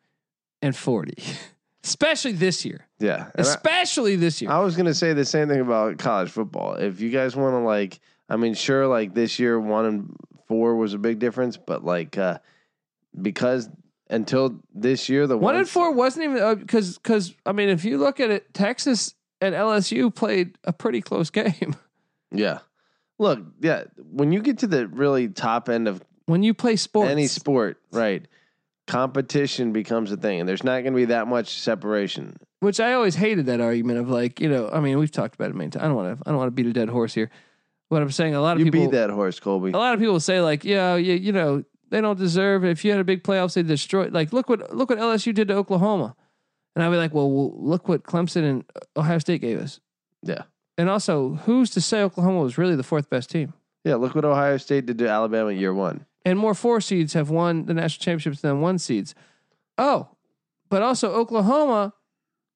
S1: and forty, especially this year.
S2: yeah. And I-
S1: Especially this year.
S2: I was gonna say the same thing about college football. If you guys want to like, I mean, sure, like this year one and four was a big difference, but like uh because until this year the
S1: One and
S2: ones-
S1: four wasn't even because because I mean, if you look at it, Texas and LSU played a pretty close game.
S2: yeah. Look, yeah, when you get to the really top end of
S1: When you play sports,
S2: any sport, right? Competition becomes a thing, and there's not going to be that much separation.
S1: which I always hated that argument of like, you know, I mean, we've talked about it many times. I don't want to, I don't want to beat a dead horse here. But I'm saying a lot of
S2: You
S1: people, Oh.
S2: beat that horse, Colby.
S1: a lot of people say like, yeah, you, you know, they don't deserve it. If you had a big playoffs, they destroyed. Like, look what look what LSU did to Oklahoma, and I'd be like, well, well, look what Clemson and Ohio State gave us.
S2: Yeah.
S1: And also, who's to say Oklahoma was really the fourth best team?
S2: Yeah, look what Ohio State did to Alabama year one.
S1: and more four seeds have won the national championships than one seeds. Oh, but also Oklahoma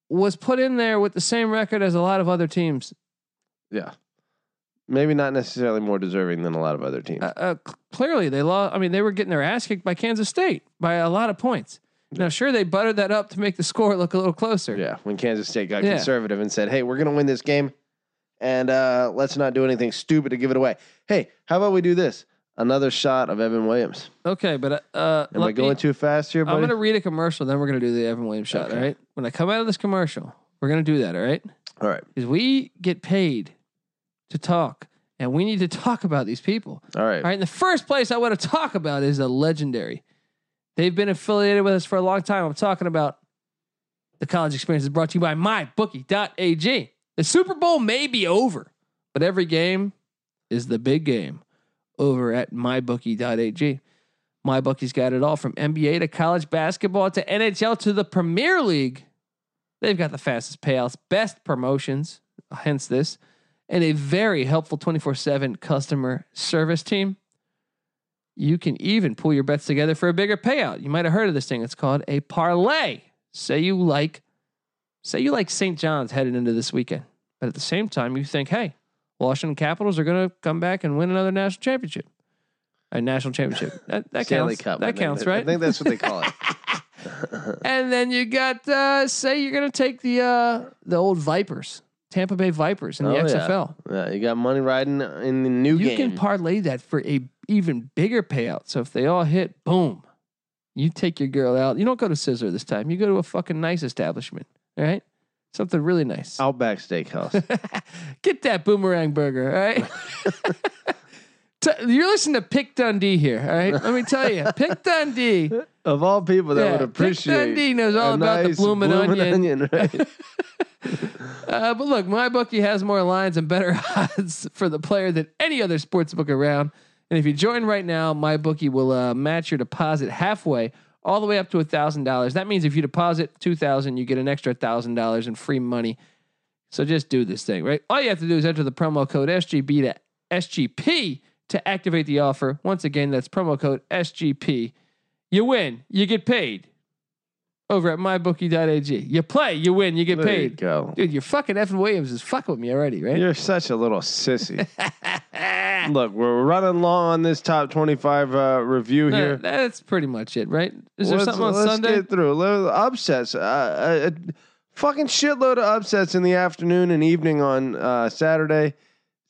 S1: was put in there with the same record as a lot of other teams.
S2: Yeah, maybe not necessarily more deserving than a lot of other teams.
S1: Uh, uh, c- clearly, they lost. I mean, they were getting their ass kicked by Kansas State by a lot of points. Now, sure, they buttered that up to make the score look a little closer.
S2: Yeah, when Kansas State got
S1: Yeah.
S2: conservative and said, "Hey, we're going to win this game, and uh, let's not do anything stupid to give it away." Hey, how about we do this? Another shot of Evan Williams.
S1: Okay, but uh, uh,
S2: Am
S1: let
S2: I going
S1: me-
S2: too fast here,
S1: I'm
S2: buddy?
S1: going to read a commercial, then we're going to do the Evan Williams shot.
S2: Okay.
S1: All right. When I come out of this commercial, we're going to do that. All right.
S2: All right,
S1: Because we get paid to talk, and we need to talk about these people.
S2: all right.
S1: All right. In the first place, I want to talk about is the legendary. They've been affiliated with us for a long time. I'm talking about the college experience is brought to you by mybookie.ag. The Super Bowl may be over, but every game is the big game over at mybookie.ag. MyBookie's got it all from NBA to college basketball to NHL to the Premier League. They've got the fastest payouts, best promotions, hence this and a very helpful 24 7 customer service team. You can even pull your bets together for a bigger payout. You might have heard of this thing. It's called a parlay. Say you like, say you like St. John's headed into this weekend, but at the same time, you think, hey, Washington Capitals are going to come back and win another national championship, a national championship. That, that
S2: Stanley
S1: counts.
S2: Cup. I
S1: That
S2: think
S1: counts,
S2: that-
S1: right?
S2: I think that's what they call it.
S1: And then you got uh, say you're going to take the uh, the old Vipers, Tampa Bay Vipers in the
S2: Oh, yeah.
S1: XFL.
S2: Yeah, you got money riding in the new
S1: you
S2: game.
S1: can parlay that for a even bigger payout. So if they all hit, boom, you take your girl out. You don't go to Scissor this time. You go to a fucking nice establishment. All right, something really nice.
S2: Outback Steakhouse.
S1: Get that boomerang burger. All right. T- You're listening to Pick Dundee here, all right? Let me tell you, Pick Dundee.
S2: of all people that
S1: Yeah,
S2: would
S1: Dick
S2: appreciate
S1: Dundee knows all
S2: a
S1: about the
S2: nice
S1: bloomin' onion.
S2: right?
S1: Uh, but look, my bookie has more lines and better odds for the player than any other sports book around. And if you join right now, my bookie will uh, match your deposit halfway, all the way up to thousand dollars. That means if you deposit two thousand, you get an extra thousand dollars in free money. So just do this thing, right? All you have to do is enter the promo code SGB to SGP to activate the offer. Once again, that's promo code SGP. You win, you get paid. Over at mybookie.ag, you play, you win, you get
S2: there you
S1: paid.
S2: go.
S1: Dude, your fucking Evan Williams is fucking with me already, right?
S2: You're such a little sissy. Look, we're running long on this top 25 uh, review
S1: No,
S2: here.
S1: that's pretty much it, right? Is there
S2: let's,
S1: something on
S2: let's
S1: Sunday?
S2: get through. Little upsets. Uh, a, a fucking shitload of upsets in the afternoon and evening on uh, Saturday.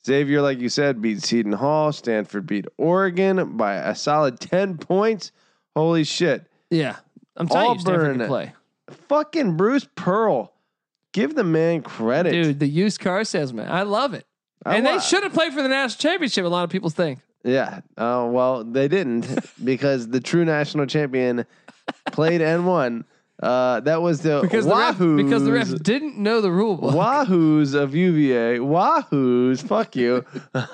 S2: Xavier, like you said, beat Seton Hall. Stanford beat Oregon by a solid 10 points. Holy shit.
S1: yeah, I'm telling you, Stanford can
S2: Auburn.
S1: play.
S2: Fucking Bruce Pearl. Give the man credit.
S1: Dude, the used car salesman, I love it.
S2: I
S1: and
S2: wa-
S1: they should have played for the national championship. A lot of people think.
S2: Yeah. Uh, well, they didn't because the true national champion played and won. Uh, that was the
S1: Because the, ref,
S2: Wahoos.
S1: because the refs didn't know the rule book.
S2: Wahoos of UVA. Wahoos. Fuck you.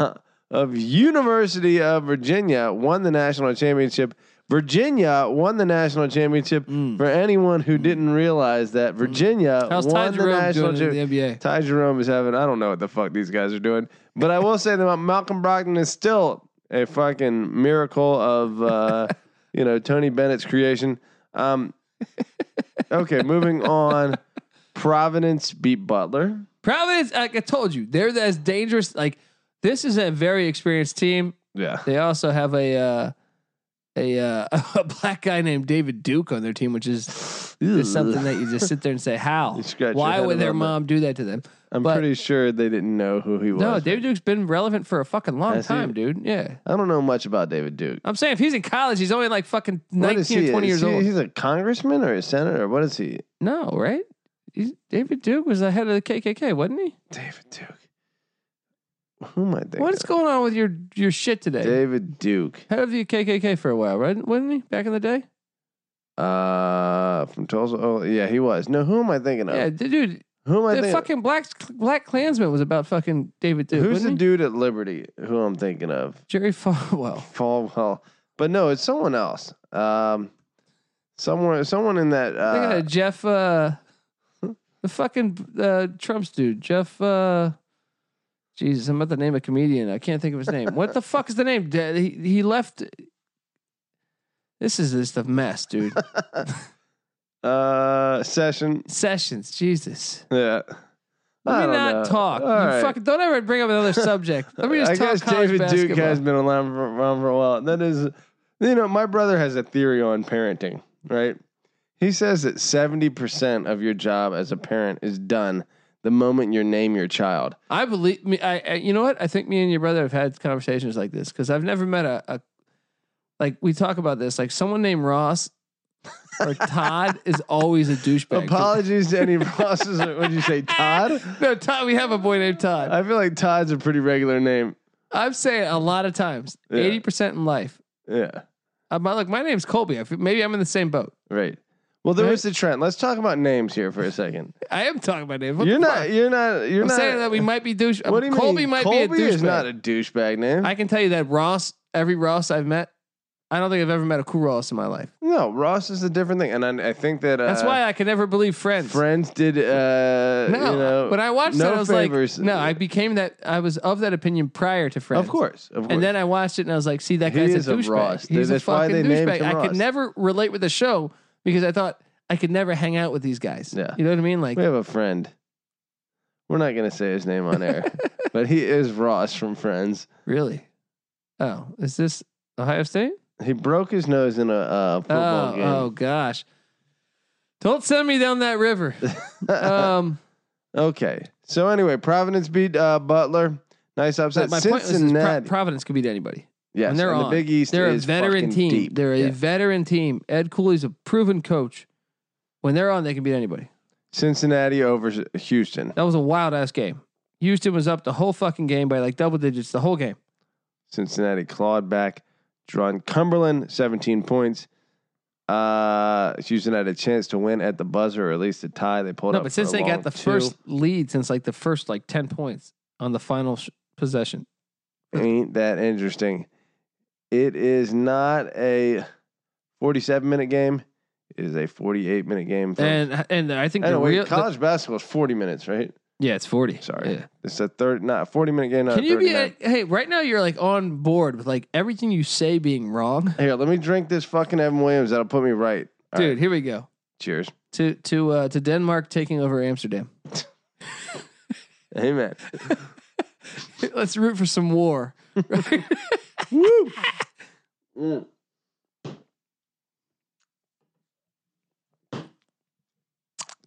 S2: of University of Virginia won the national championship. Virginia won the national championship. For anyone who didn't realize that Virginia
S1: Mm. How's Ty
S2: won the
S1: Jerome
S2: national
S1: doing in
S2: championship.
S1: the NBA?
S2: Ty Jerome is having. I don't know what the fuck these guys are doing, but I will say that Malcolm Brogdon is still a fucking miracle of uh, you know Tony Bennett's creation. Um, okay, moving on. Providence beat Butler.
S1: Providence, like I told you, they're as dangerous. Like this is a very experienced team.
S2: Yeah,
S1: They also have a uh, a uh, a black guy named David Duke on their team, which is, is something that you just sit there and say, how?
S2: You scratch your
S1: Why
S2: head
S1: would their
S2: around that.
S1: mom do that to them?
S2: I'm
S1: but-
S2: pretty sure they didn't know who he was.
S1: No, David Duke's been relevant for a fucking long
S2: Has he?
S1: time, dude. Yeah.
S2: I don't know much about David Duke.
S1: I'm saying if he's in college, he's only like fucking
S2: What
S1: 19
S2: is
S1: Uh, or
S2: he?
S1: 20
S2: Is
S1: years
S2: he-
S1: old.
S2: He's a congressman or a senator. What is he?
S1: No, right? He's, David Duke was the head of the KKK, wasn't he?
S2: David Duke. Who am I thinking?
S1: What is going on with your your shit today?
S2: of? David Duke.
S1: Head of the KKK for a while, right? Wasn't he back in the day?
S2: Uh, from Tulsa. Oh, yeah, he was. No, who am I thinking of?
S1: Yeah, d- dude.
S2: who am I
S1: The
S2: thinking?
S1: fucking black Black Klansman was about fucking David Duke.
S2: Who's the
S1: wasn't he?
S2: dude at Liberty? Who I'm thinking of?
S1: Jerry Falwell.
S2: Falwell. But no, it's someone else. Um, someone, someone in that.
S1: I think I
S2: Uh,
S1: had Jeff, uh, the fucking uh, Trump's dude, Jeff. Uh, Jesus, I'm about to name a comedian. I can't think of his name. what the fuck is the name? Da- He he left. This is just a mess, dude.
S2: uh, session.
S1: Sessions, Jesus.
S2: Yeah. I
S1: Let me
S2: don't
S1: not
S2: know.
S1: talk.
S2: All
S1: you
S2: right.
S1: fucking don't ever bring up another subject. Let me just
S2: I
S1: talk
S2: guess
S1: college
S2: David
S1: basketball.
S2: Duke has been around for, around for a while. That is, you know, my brother has a theory on parenting, right? He says that 70% of your job as a parent is done the moment you name your child.
S1: I believe me. I, I you know what? I think me and your brother have had conversations like this because I've never met a, a like we talk about this like someone named Ross or Todd is always a douchebag.
S2: Apologies to any Rosses. Would you say Todd?
S1: No, Todd. We have a boy named Todd.
S2: I feel like Todd's a pretty regular name.
S1: I'm saying a lot of times,
S2: Yeah.
S1: eighty percent in life.
S2: Yeah,
S1: I'm like, my name's Colby. I feel, maybe I'm in the same boat.
S2: right. Well, there
S1: Right.
S2: is the trend. Let's talk about names here for a second.
S1: I am talking about names. What
S2: you're
S1: the
S2: not.
S1: fuck?
S2: You're not. You're
S1: I'm
S2: not.
S1: saying that we might be douche.
S2: what do you
S1: Colby
S2: mean?
S1: might
S2: Colby
S1: be a douchebag.
S2: is not a douchebag name.
S1: I can tell you that Ross, every Ross I've met, I don't think I've ever met a cool Ross in my life.
S2: No, Ross is a different thing, and I, I think that uh,
S1: That's why I can never believe friends.
S2: Friends did. Uh,
S1: no,
S2: you know,
S1: when I watched
S2: no
S1: that, I was
S2: favors.
S1: like, no, I became that. I was of that opinion prior to friends.
S2: of course, of course.
S1: And then I watched it and I was like, see, that
S2: He
S1: guy's
S2: is
S1: a
S2: a
S1: douchebag.
S2: Ross.
S1: He's a
S2: That's why
S1: fucking
S2: they named
S1: douchebag.
S2: him
S1: I could
S2: Ross.
S1: never relate with the show because I thought I could never hang out with these guys.
S2: Yeah.
S1: You know what I mean? Like,
S2: we have a friend. We're not going to say his name on air, but he is Ross from Friends.
S1: really? Oh, is this Ohio State?
S2: He broke his nose in a uh, football
S1: Oh,
S2: game.
S1: oh gosh. Don't send me down that river. um,
S2: okay. So anyway, Providence beat uh, Butler. Nice upset.
S1: my point was is Pro-
S2: Cincinnati.
S1: Providence could beat anybody.
S2: yes,
S1: and they're
S2: and
S1: on.
S2: the Big East
S1: They're a
S2: is
S1: veteran
S2: fucking
S1: team.
S2: deep.
S1: They're a
S2: Yeah.
S1: veteran team. Ed Cooley's a proven coach. When they're on, they can beat anybody.
S2: Cincinnati over Houston.
S1: That was a wild ass game. Houston was up the whole fucking game by like double digits the whole game.
S2: Cincinnati clawed back. Drawn Cumberland, 17 points. Uh, Houston had a chance to win at the buzzer, or at least a tie. They pulled
S1: No,
S2: up.
S1: but
S2: for
S1: since
S2: a
S1: they
S2: long
S1: got the
S2: two.
S1: first lead since like the first like 10 points on the final sh- possession.
S2: ain't that interesting? It is not a 47 minute game. It is a 48 minute game. folks.
S1: And and I think
S2: I
S1: the
S2: don't know, wait,
S1: real the-
S2: college basketball is 40 minutes, right?
S1: Yeah, it's 40.
S2: Sorry,
S1: Yeah.
S2: it's a third, not 40 minute game. Not
S1: Can you be
S2: 39.
S1: hey, right now you're like on board with like everything you say being wrong.
S2: Here, let me drink this fucking Evan Williams. That'll put me right. All
S1: Dude,
S2: right,
S1: here we go.
S2: cheers.
S1: To to uh to Denmark taking over Amsterdam.
S2: Amen.
S1: Let's root for some war.
S2: Woo. Mm.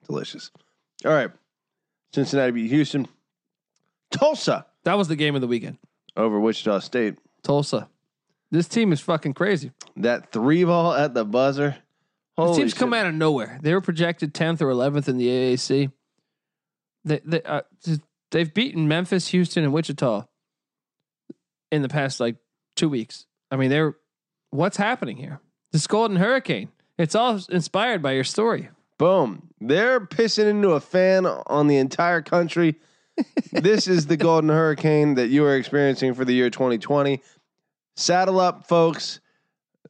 S2: Delicious. All right. Cincinnati beat Houston. Tulsa
S1: That was the game of the weekend.
S2: over Wichita State.
S1: Tulsa. This team is fucking crazy.
S2: That three ball at the buzzer. Holy
S1: These teams come
S2: shit.
S1: out of nowhere. They were projected 10th or 11th in the AAC. They, they, uh, just- they've beaten Memphis, Houston, and Wichita in the past like two weeks. I mean, they're what's happening here? This Golden Hurricane. It's all inspired by your story.
S2: Boom. They're pissing into a fan on the entire country. this is the golden hurricane that you are experiencing for the year 2020. Saddle up, folks.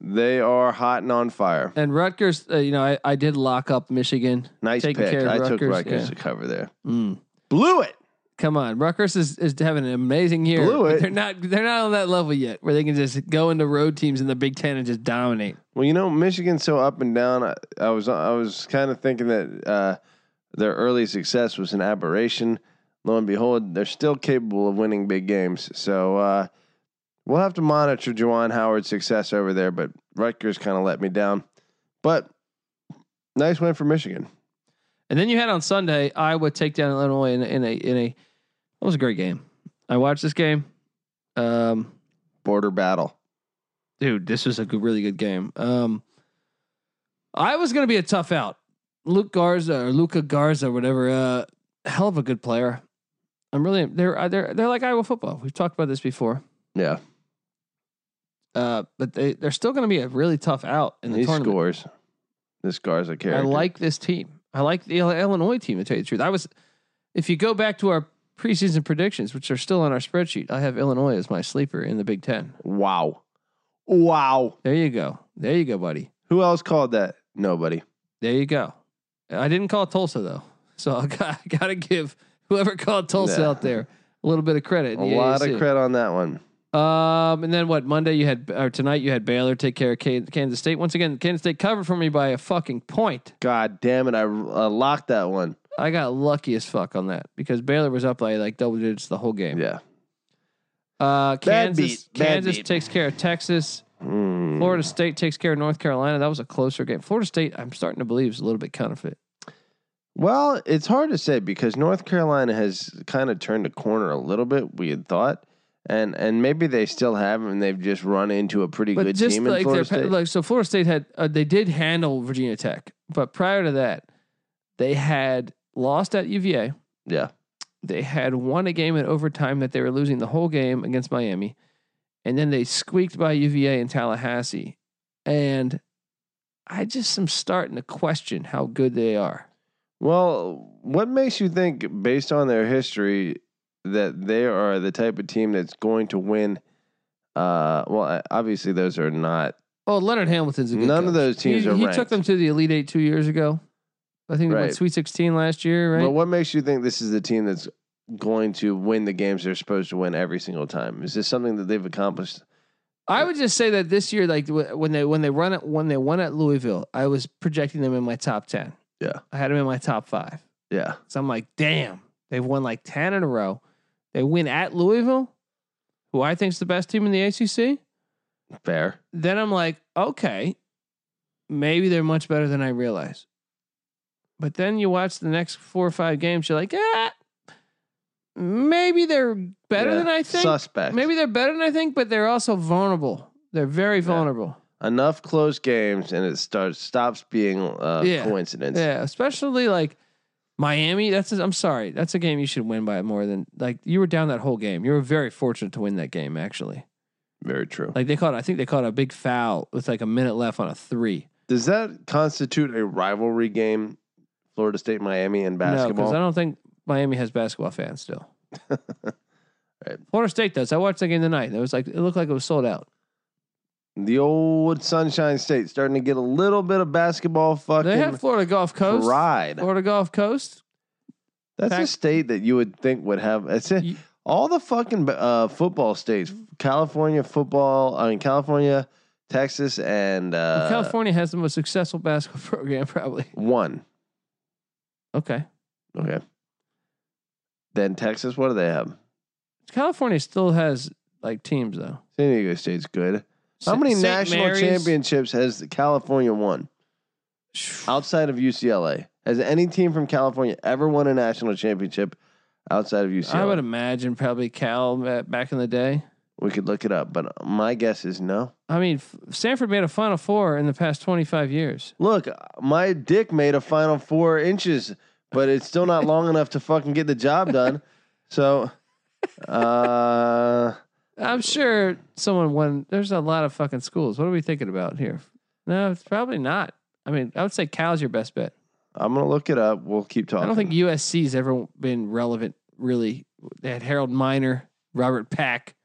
S2: They are hot and on fire.
S1: And Rutgers, uh, you know, I, I did lock up Michigan.
S2: Nice
S1: Taking
S2: pick.
S1: care of
S2: I took
S1: Rutgers,
S2: Rutgers
S1: yeah.
S2: to cover there.
S1: Mm.
S2: Blew it.
S1: Come on, Rutgers is, is having an amazing year.
S2: Blew
S1: but
S2: it.
S1: They're not they're not on that level yet, where they can just go into road teams in the Big Ten and just dominate.
S2: Well, you know, Michigan's so up and down. I, I was I was kind of thinking that uh, their early success was an aberration. Lo and behold, they're still capable of winning big games. So uh, we'll have to monitor Juwan Howard's success over there. But Rutgers kind of let me down. But nice win for Michigan.
S1: And then you had on Sunday Iowa take down Illinois in, a- in a in a that was a great game. I watched this game. Um,
S2: Border battle.
S1: dude, this was a good, really good game. Um, Iowa's going to be a tough out. Luke Garza or Luca Garza, whatever, uh, hell of a good player. I'm really they're they're they're like Iowa football. We've talked about this before,
S2: Yeah,
S1: uh, but they they're still going to be a really tough out in the
S2: he
S1: tournament.
S2: scores. This Garza
S1: I
S2: character.
S1: like this team. I like the Ill- Illinois team. To tell you the truth, I was if you go back to our preseason predictions, which are still on our spreadsheet, I have Illinois as my sleeper in the Big Ten.
S2: Wow, wow.
S1: There you go. There you go, buddy.
S2: Who else called that? Nobody.
S1: There you go. I didn't call Tulsa though, so I got, I gotta give whoever called Tulsa
S2: Yeah.
S1: out there a little bit of credit. in
S2: A
S1: the
S2: lot
S1: AAC.
S2: of credit on that one.
S1: Um, and then what? Monday you had or tonight you had Baylor take care of Can- Kansas State once again. Kansas State covered for me by a fucking point.
S2: God damn it! I uh, locked that one.
S1: I got lucky as fuck on that because Baylor was up by like double digits the whole game.
S2: Yeah.
S1: Uh,
S2: Bad
S1: Kansas
S2: beat, bad
S1: Kansas
S2: beat.
S1: takes care of Texas.
S2: Mm.
S1: Florida State takes care of North Carolina. That was a closer game. Florida State, I'm starting to believe, is a little bit counterfeit.
S2: Well, it's hard to say because North Carolina has kind of turned a corner a little bit. We had thought, and and maybe they still have, and they've just run into a pretty
S1: but
S2: good
S1: just
S2: team in
S1: like
S2: Florida
S1: their
S2: State.
S1: like so Florida State had uh, they did handle Virginia Tech, but prior to that, they had lost at UVA.
S2: yeah,
S1: They had won a game in overtime that they were losing the whole game against Miami, and then they squeaked by UVA in Tallahassee. And I just am starting to question how good they are.
S2: Well, what makes you think, based on their history, that they are the type of team that's going to win? Uh, well, I- obviously those are not.
S1: Oh, Leonard Hamilton's a good
S2: None of
S1: coach.
S2: those teams
S1: he,
S2: are
S1: He took
S2: ranked.
S1: them to the Elite Eight two years ago. I think they
S2: Right.
S1: went Sweet Sixteen last year, right?
S2: But what makes you think this is the team that's going to win the games they're supposed to win every single time? Is this something that they've accomplished?
S1: I would just say that this year, like wh- when they when they run it when they won at Louisville, I was projecting them in my top ten.
S2: Yeah.
S1: I had them in my top five.
S2: Yeah,
S1: So I'm like, damn, they've won like ten in a row. They win at Louisville, who I think's the best team in the ACC.
S2: fair.
S1: Then I'm like, okay, maybe they're much better than I realize. But then you watch the next four or five games, you're like, ah, maybe they're better
S2: Yeah.
S1: than I think.
S2: Suspect.
S1: Maybe they're better than I think, but they're also vulnerable. They're very vulnerable.
S2: enough close games, and it starts stops being a
S1: Yeah.
S2: coincidence.
S1: Yeah, especially like Miami. That's i I'm sorry. That's a game you should win by more than like you were down that whole game. You were very fortunate to win that game actually.
S2: Very true.
S1: Like they caught, I think they caught a big foul with like a minute left on a three.
S2: Does that constitute a rivalry game? Florida State, Miami, and
S1: No, because
S2: basketball.
S1: I don't think Miami has basketball fans still.
S2: Right.
S1: Florida State does. I watched that game tonight. It was like it looked like it was sold out.
S2: The old Sunshine State starting to get a little bit of basketball
S1: They have
S2: fucking
S1: Florida Gulf Coast.
S2: pride.
S1: Florida Gulf Coast.
S2: That's a
S1: fact-
S2: state that you would think would have. It's a,
S1: You-
S2: all the fucking uh, football states: California football, I mean California, Texas, and uh,
S1: California has the most successful basketball program probably.
S2: One.
S1: Okay.
S2: Okay. Then Texas. What do they have?
S1: California still has like teams though.
S2: San Diego State's good. How
S1: Sa-
S2: many
S1: Saint
S2: national
S1: Mary's.
S2: championships has California won outside of UCLA? Has any team from California ever won a national championship outside of UCLA?
S1: I would imagine probably Cal ba- back in the day.
S2: we could look it up, but my guess is no.
S1: I mean, F- Stanford made a Final Four in the past 25 years.
S2: Look, my dick made a final four inches, but it's still not long enough to fucking get the job done. So, uh,
S1: I'm sure someone won. There's a lot of fucking schools. What are we thinking about here? No, it's probably not. I mean, I would say Cal's your best bet.
S2: I'm gonna look it up. We'll keep talking.
S1: I don't think USC's ever been relevant really. They had Harold Miner, Robert Pack,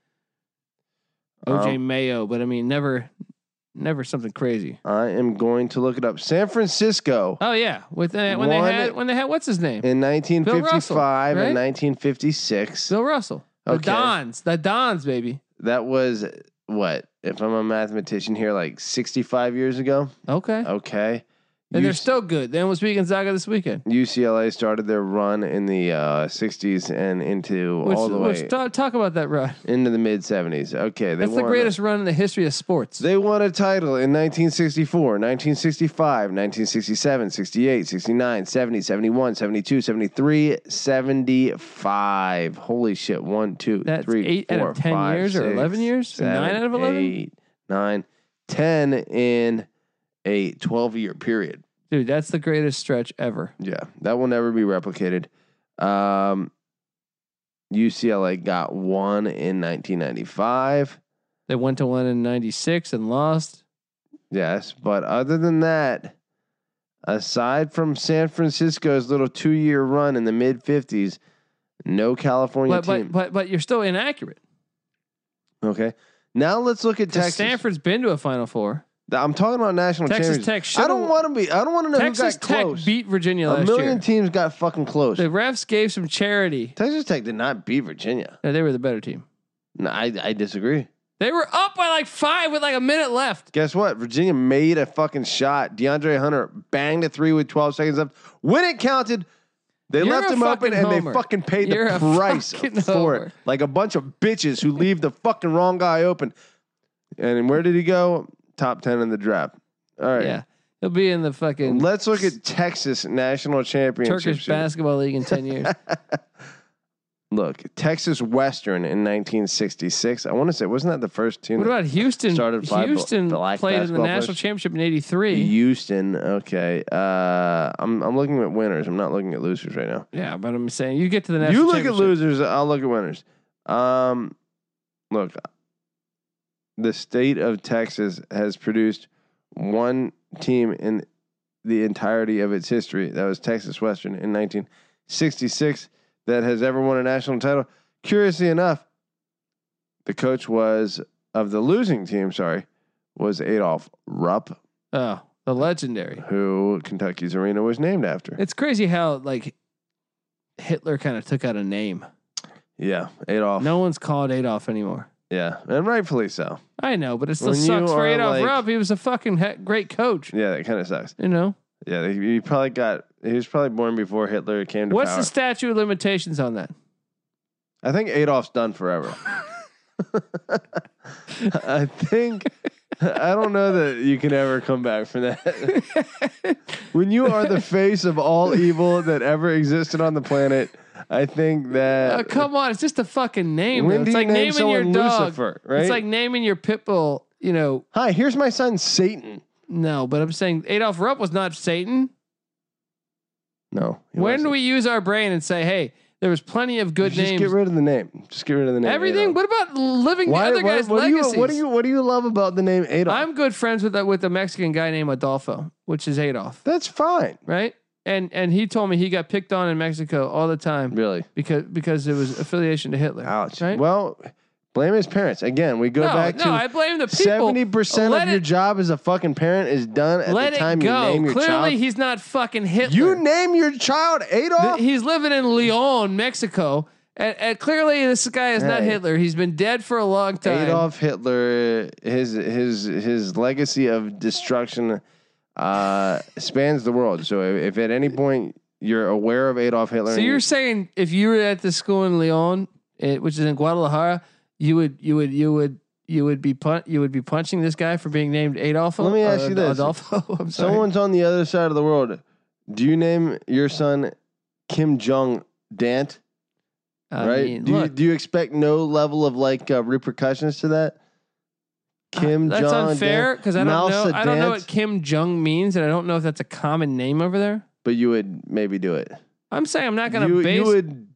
S1: OJ
S2: Um,
S1: Mayo, but I mean, never, never something crazy.
S2: I am going to look it up. San Francisco
S1: Oh yeah, with uh, when they
S2: One-
S1: had when they had what's his name,
S2: in 1955
S1: right?
S2: and 1956.
S1: Bill Russell, the
S2: Okay.
S1: Dons, the Dons, baby.
S2: That was what? If I'm a mathematician here, like 65 years ago.
S1: Okay,
S2: Oh, Okay.
S1: and they're
S2: UC
S1: still good. They almost beat Gonzaga this weekend,
S2: UCLA started their run in the uh, 60s and into
S1: which,
S2: all the
S1: which
S2: way
S1: ta- talk about that run.
S2: into the mid 70s. Okay, they
S1: That's the
S2: won-
S1: greatest run in the history of sports.
S2: They won a title in 1964, 1965, 1967, 68, 69, 70, 71, 72, 73, 75. Holy shit. One, two,
S1: That's
S2: three,
S1: eight out
S2: four,
S1: of 10
S2: five,
S1: years or
S2: six,
S1: 11 years?
S2: seven,
S1: Nine out of 11?
S2: eight, nine, 10 in a 12 year period.
S1: Dude, that's the greatest stretch ever.
S2: Yeah, that will never be replicated. Um, UCLA got one in 1995.
S1: They went to one in 96 and lost.
S2: Yes, but other than that, aside from San Francisco's little two-year run in the mid '50s, no California
S1: But, but
S2: team.
S1: but but you're still inaccurate.
S2: okay, now let's look at
S1: 'Cause
S2: Texas.
S1: Stanford's been to a Final Four.
S2: Th- I'm talking about national
S1: Texas
S2: championship.
S1: Tech should
S2: I don't want to be. I don't want to know
S1: Texas
S2: who got
S1: Tech
S2: close.
S1: beat Virginia
S2: A
S1: last
S2: million
S1: year.
S2: teams got fucking close.
S1: the refs gave some charity.
S2: Texas Tech did not beat Virginia.
S1: No, they were the better team.
S2: No, I, I disagree.
S1: They were up by like five with like a minute left.
S2: Guess what? Virginia made a fucking shot. DeAndre Hunter banged a three with 12 seconds left. When it counted, they
S1: You're
S2: left
S1: a
S2: him open
S1: fucking
S2: and they
S1: homer.
S2: fucking paid
S1: You're
S2: the
S1: a
S2: price
S1: fucking
S2: for
S1: homer.
S2: it. Like a bunch of bitches who leave the fucking wrong guy open. And where did he go? Top 10 in the draft. All right.
S1: Yeah, he'll be in the fucking
S2: Let's look at Texas national championship.
S1: Turkish basketball league in ten years.
S2: Look, Texas Western in 1966. I want to say, wasn't that the first team?
S1: what about Houston?
S2: Started five
S1: Houston
S2: black
S1: played in the
S2: basketball
S1: national
S2: players.
S1: championship in '83.
S2: Houston. Okay. Uh, I'm I'm looking at winners. I'm not looking at losers right now.
S1: Yeah, but I'm saying you get to the national.
S2: you look at
S1: championship.
S2: losers. I'll look at winners. Um, look, the state of Texas has produced one team in the entirety of its history. That was Texas Western in 1966. That has ever won a national title. Curiously enough, the coach was of the losing team. Sorry, was Adolph Rupp,
S1: Oh, the legendary.
S2: who Kentucky's arena was named after.
S1: It's crazy how like Hitler kind of took out a name.
S2: Yeah, Adolf.
S1: No one's called Adolf anymore.
S2: Yeah, and rightfully so.
S1: I know, but it still
S2: When you
S1: sucks for
S2: are,
S1: Adolf
S2: like-
S1: Rupp. He was a fucking he- great coach.
S2: Yeah, that kind of sucks.
S1: You know
S2: Yeah, they- he probably got. He was probably born before Hitler came to
S1: what's
S2: power.
S1: the statute of limitations on that?
S2: I think Adolf's done forever. I think. I don't know that you can ever come back from that. when you are the face of all evil that ever existed on the planet, I think that
S1: Oh, come on, it's just a fucking name.
S2: Uh,
S1: though.
S2: When do
S1: It's
S2: you
S1: like
S2: name
S1: naming your
S2: someone
S1: dog.
S2: Lucifer, right?
S1: It's like naming your pit bull. You know,
S2: hi, here's my son Satan.
S1: no, but I'm saying Adolf Rupp was not Satan.
S2: No. he
S1: when do
S2: wasn't.
S1: we use our brain and say, hey, there was plenty of good
S2: just
S1: names?
S2: get rid of the name? Just get rid of the name.
S1: Everything.
S2: Adolf.
S1: What about living
S2: Why-
S1: the other
S2: why-
S1: guy's
S2: what do you
S1: legacies?
S2: what do you what do you love about the name Adolf?
S1: I'm good friends with a, with a Mexican guy named Adolfo, which is Adolf,
S2: That's fine.
S1: right? And and he told me he got picked on in Mexico all the time
S2: Really.
S1: because because it was affiliation to Hitler.
S2: Ouch.
S1: Right?
S2: Well, blame his parents. Again, we go
S1: no,
S2: back
S1: no,
S2: to
S1: I blame the people.
S2: seventy percent
S1: Let
S2: of your
S1: it-
S2: job as a fucking parent is done at
S1: Let
S2: the time
S1: it
S2: you
S1: go.
S2: name your
S1: Clearly,
S2: child.
S1: he's not fucking Hitler.
S2: You name your child Adolf.
S1: Th- he's living in Leon, Mexico. And, and clearly, this guy is not
S2: Hey.
S1: Hitler. He's been dead for a long time.
S2: Adolf Hitler. His his his legacy of destruction uh, spans the world. So if, if at any point you're aware of Adolf Hitler,
S1: So
S2: and
S1: you're saying if you were at the school in Leon, eh, which is in Guadalajara, you would you would you would you would be pun- you would be punching this guy for being named Adolfo.
S2: Let me ask
S1: Uh,
S2: you this.
S1: Adolfo. I'm sorry.
S2: someone's on the other side of the world, do you name your son Kim Jong Dant?
S1: I
S2: right?
S1: mean,
S2: do you
S1: look,
S2: do you expect no level of like uh, repercussions to that? Kim
S1: Uh, that's
S2: Jong.
S1: unfair
S2: Dan-
S1: because I don't know.
S2: Malsa
S1: I don't know
S2: Dance,
S1: what Kim Jong means, and I don't know if that's a common name over there.
S2: but you would maybe do it.
S1: I'm saying I'm not going
S2: you,
S1: to base.
S2: you would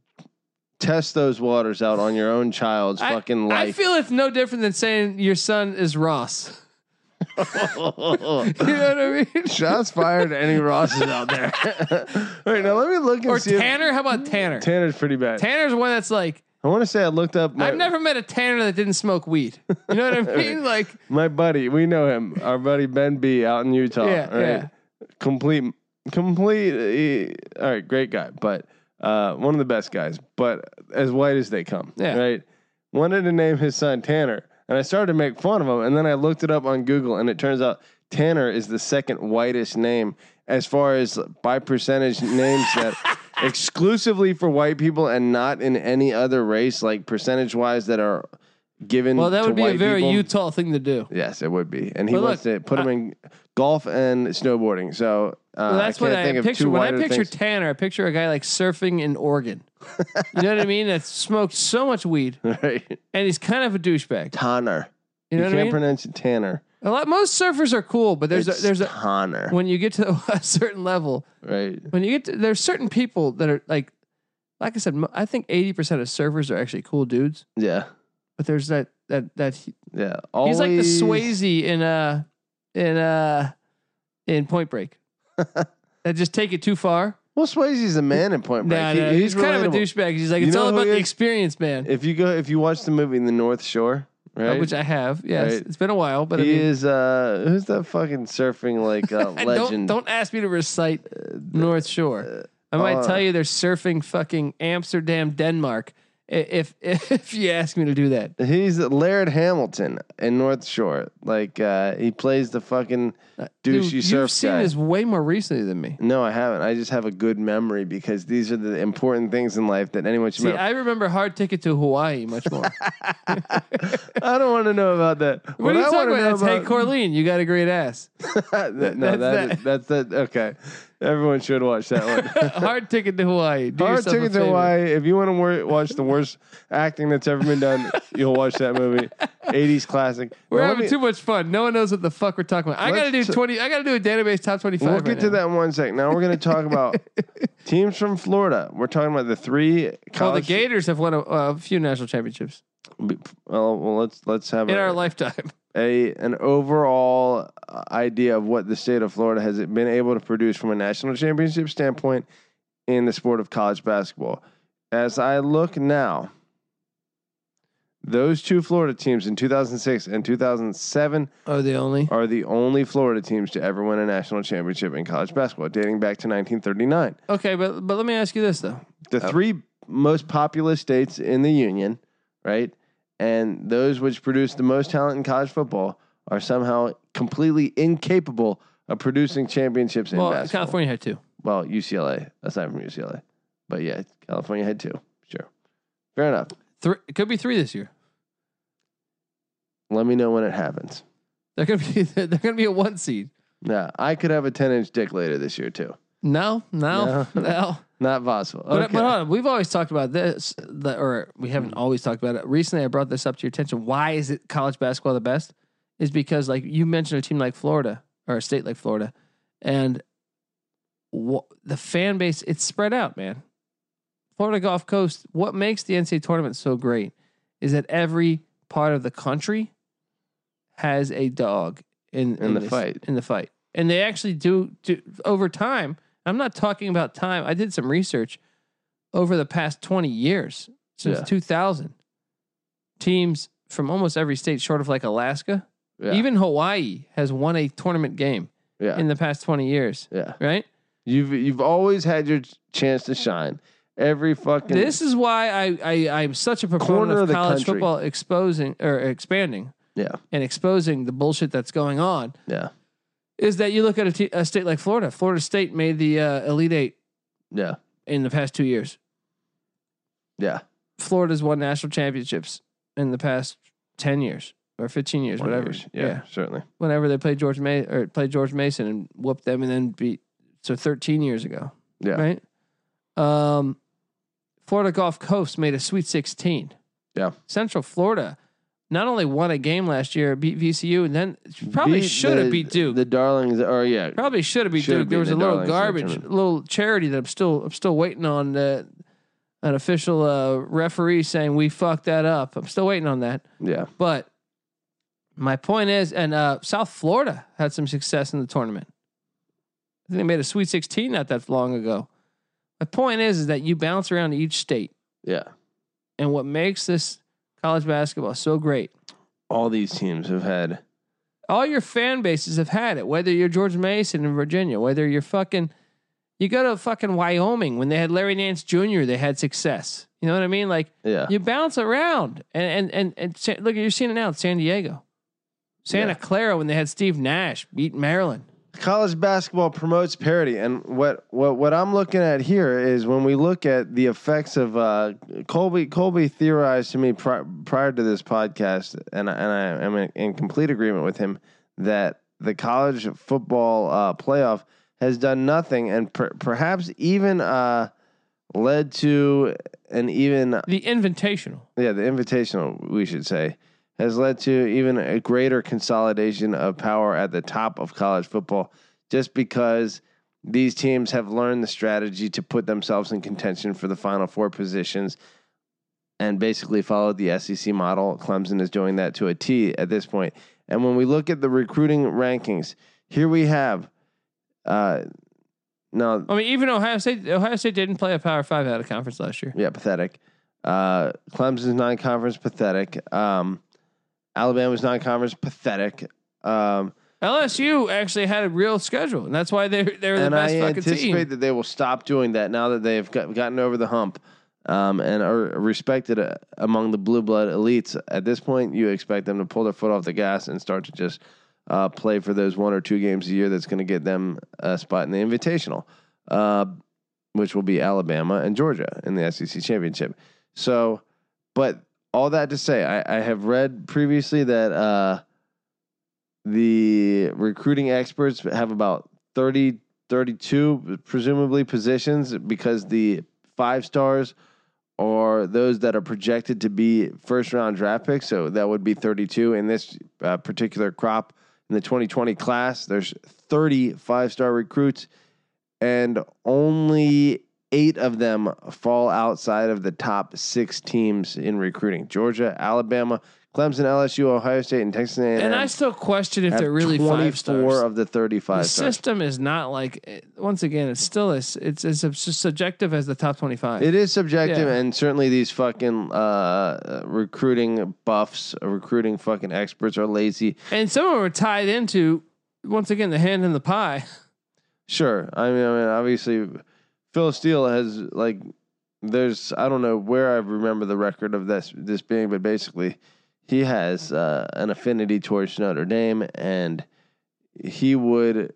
S2: test those waters out on your own child's
S1: I-
S2: fucking
S1: I
S2: life.
S1: feel it's no different than saying your son is Ross. You know what I mean?
S2: Shots fired to any Rosses out there. Wait, now let me look and
S1: Or
S2: see. if-
S1: Tanner? How about Tanner?
S2: Tanner's pretty bad.
S1: Tanner's one that's like
S2: I want to say I looked up my,
S1: I've never met a Tanner that didn't smoke weed. You know what I mean? Like
S2: my buddy. We know him. Our buddy Ben B out in Utah.
S1: Yeah,
S2: right?
S1: yeah.
S2: Complete, complete. eh, all right, great guy, but uh, one of the best guys, but as white as they come.
S1: Yeah.
S2: Right. Wanted to name his son Tanner, and I started to make fun of him, and then I looked it up on Google, and it turns out Tanner is the second whitest name as far as by percentage names that. Exclusively for white people and not in any other race, like percentage wise, that are given.
S1: well, that
S2: to
S1: would be a
S2: white
S1: very Uh,
S2: people.
S1: Utah thing to do.
S2: Yes, it would be. And he
S1: But
S2: wants
S1: look,
S2: to put him in golf and snowboarding. So uh,
S1: Well, that's
S2: I
S1: what
S2: can't
S1: I
S2: think of
S1: picture.
S2: two
S1: When I
S2: wider
S1: picture
S2: things.
S1: Tanner, I picture a guy like surfing in Oregon. you know what I mean? That smoked so much weed,
S2: right.
S1: and he's kind of a douchebag.
S2: Tanner.
S1: You know what
S2: can't
S1: I mean?
S2: pronounce it Tanner.
S1: a lot, most surfers are cool, but there's
S2: It's
S1: a, there's a
S2: Tanner.
S1: when you get to a certain level,
S2: right.
S1: when you get to, there's certain people that are like, like I said, mo- I think eighty percent of surfers are actually cool dudes,
S2: Yeah.
S1: but there's that that that he-
S2: Yeah.
S1: he's
S2: Always.
S1: like the Swayze in uh in uh in Point Break. that just take it too far.
S2: Well, Swayze's the man in Point Break.
S1: Nah,
S2: He-
S1: nah, he's, kind of a
S2: relatable.
S1: douchebag. He's like,
S2: You
S1: it's
S2: know
S1: all
S2: who
S1: about
S2: he
S1: the
S2: is?
S1: experience, man.
S2: If you go, if you watch the movie The North Shore,
S1: Uh,
S2: right?
S1: Which I have. Yes,
S2: Right.
S1: it's been a while, but
S2: he
S1: I mean,
S2: is. Uh, who's that fucking surfing like uh,
S1: I
S2: legend?
S1: Don't, don't ask me to recite North Shore. I might
S2: uh,
S1: tell you they're surfing fucking Amsterdam, Denmark. i- If if, if you ask me to do that,
S2: He's Laird Hamilton in North Shore. Like uh, he plays the fucking
S1: Uh, Dude,
S2: douchey
S1: you've
S2: surf
S1: seen
S2: guy.
S1: this way more recently than me.
S2: No, I haven't. I just have a good memory because these are the important things in life that anyone should
S1: See,
S2: know. I,
S1: I remember Hard Ticket to Hawaii much more.
S2: don't want to know about that.
S1: what are you
S2: I
S1: talking
S2: wanna
S1: about? That's
S2: know
S1: Hey Corleen, you got a great ass.
S2: that- no,
S1: That's
S2: that's that. that's that. Okay, everyone should watch that one.
S1: Hard Ticket to Hawaii. Do
S2: Hard
S1: yourself a
S2: Ticket to
S1: favor.
S2: Hawaii. If you want to wor- watch the worst acting that's ever been done, you'll watch that movie. '80s classic.
S1: We're
S2: Now, let
S1: having
S2: me-
S1: too much fun. No one knows what the fuck we're talking about. I gotta do
S2: Let's-
S1: twenty. I gotta do a database top twenty-five.
S2: We'll
S1: right
S2: get to
S1: now.
S2: that in one sec. Now we're going to talk about teams from Florida. We're talking about the three
S1: Well, Oh, the
S2: college.
S1: Gators have won a, a few national championships
S2: well, well, let's let's have
S1: in
S2: a-
S1: our lifetime.
S2: a an overall uh, idea of what the state of Florida has been able to produce from a national championship standpoint in the sport of college basketball. As I look now, those two Florida teams in 2006 and 2007
S1: Oh, the only.
S2: are the only Florida teams to ever win a national championship in college basketball, dating back to 1939.
S1: Okay, but but let me ask you this though.
S2: The three most populous states in the union, right? And those which produce the most talent in college football are somehow completely incapable of producing championships in
S1: well,
S2: basketball.
S1: California had two.
S2: Well, UCLA, aside from UCLA. But yeah, California had two. Sure. Fair enough.
S1: Three it could be three this year.
S2: Let me know when it happens.
S1: They're gonna be they're gonna be a one seed.
S2: Now, I could have a 10 inch dick later this year, too.
S1: No, no, no.
S2: No. Not possible.
S1: But,
S2: Okay.
S1: but hold on, we've always talked about this, the, or we haven't always talked about it. Recently, I brought this up to your attention. Why is it college basketball the best? Is because like you mentioned a team like Florida or a state like Florida, and wha- the fan base it's spread out, man. Florida Gulf Coast. What makes the NCAA tournament so great is that every part of the country has a dog in
S2: In the
S1: this-
S2: fight.
S1: In the fight, and they actually do, do over time. I'm not talking about time. I did some research over the past 20 years since
S2: Yeah.
S1: 2000. Teams from almost every state, short of like Alaska,
S2: Yeah.
S1: even Hawaii has won a tournament game
S2: yeah.
S1: in the past 20 years,
S2: yeah.
S1: right?
S2: You've, you've always had your ch- chance to shine. Every fucking.
S1: This is why I, I I'm such a proponent
S2: Corner
S1: of,
S2: of the
S1: college
S2: country.
S1: football exposing or expanding
S2: Yeah.
S1: and exposing the bullshit that's going on.
S2: Yeah.
S1: Is that you look at a, te- a state like Florida? Florida State made the uh, Elite Eight
S2: Yeah.
S1: in the past two years.
S2: Yeah.
S1: Florida's won national championships in the past ten years or fifteen years,
S2: Twenty
S1: whatever.
S2: years. Yeah, certainly.
S1: whenever they played George May or played George Mason and whooped them and then beat so 13 years ago.
S2: Yeah.
S1: Right? Um Florida Gulf Coast made a sweet 16.
S2: Yeah.
S1: Central Florida not only won a game last year, beat VCU and then probably
S2: Beat
S1: should
S2: the-
S1: have beat Duke.
S2: The darlings, or yeah,
S1: probably should have beat
S2: Should have
S1: Duke. There was a
S2: beaten the
S1: little
S2: Darlings in the
S1: garbage, little charity that I'm still I'm still waiting on the an official uh, referee saying we fucked that up. I'm still waiting on that.
S2: yeah,
S1: But My point is, and uh, South Florida had some success in the tournament. I think they made a Sweet 16 not that long ago. My point is, is that you bounce around to each state,
S2: Yeah.
S1: and what makes this college basketball so great,
S2: All these teams have had.
S1: all your fan bases have had it. Whether you're George Mason in Virginia, whether you're fucking, you go to fucking Wyoming when they had Larry Nance Jr., they had success. You know what I mean? Like
S2: Yeah.
S1: you bounce around and and and, and Sa- look you're seeing it now in san diego santa
S2: Yeah.
S1: clara when they had steve nash beat maryland
S2: college basketball promotes parity and what what what I'm looking at here is when we look at the effects of uh, Colby Colby theorized to me pri- prior to this podcast and I, and I am in, in complete agreement with him that the college football uh, playoff has done nothing and per- perhaps even uh, led to an even
S1: the invitational
S2: yeah, the invitational, we should say, has led to even a greater consolidation of power at the top of college football just because these teams have learned the strategy to put themselves in contention for the final four positions and basically followed the SEC model. Clemson is doing that to a T at this point. And when we look at the recruiting rankings, here we have uh now
S1: i mean even ohio state ohio state didn't play a power five out of conference last year
S2: Yeah, pathetic. Uh, Clemson's non-conference pathetic. Um, Alabama's non-conference pathetic. Um,
S1: lsu actually had a real schedule and that's why they're they're the
S2: and I
S1: best fucking
S2: anticipate
S1: team
S2: that they will stop doing that now that they've got, gotten over the hump um, and are respected uh, among the blue blood elites. At this point, you expect them to pull their foot off the gas and start to just uh, play for those one or two games a year that's going to get them a spot in the Invitational, uh, which will be Alabama and Georgia in the SEC championship. So, but all that to say, I, I have read previously that uh, the recruiting experts have about 30, 32, presumably positions because the five stars are those that are projected to be first round draft picks. So that would be 32 in this uh, particular crop in the 2020 class. There's 30 five star recruits, and only eight of them fall outside of the top six teams in recruiting Georgia, Alabama, Clemson, LSU, Ohio State, and Texas A&M.
S1: and i still question if
S2: have
S1: they're really
S2: 24
S1: five stars
S2: of the
S1: the
S2: 35 stars.
S1: system is not like eh, once again it's still as it's as sub- subjective as the top 25
S2: It is subjective,
S1: Yeah.
S2: and certainly these fucking uh, recruiting buffs, recruiting fucking experts are lazy.
S1: and some of them are tied into once again the hand in the pie
S2: Sure, I mean, I mean, obviously, Phil Steele has like, there's I don't know where I remember the record of this this being, but basically, he has uh, an affinity towards Notre Dame, and he would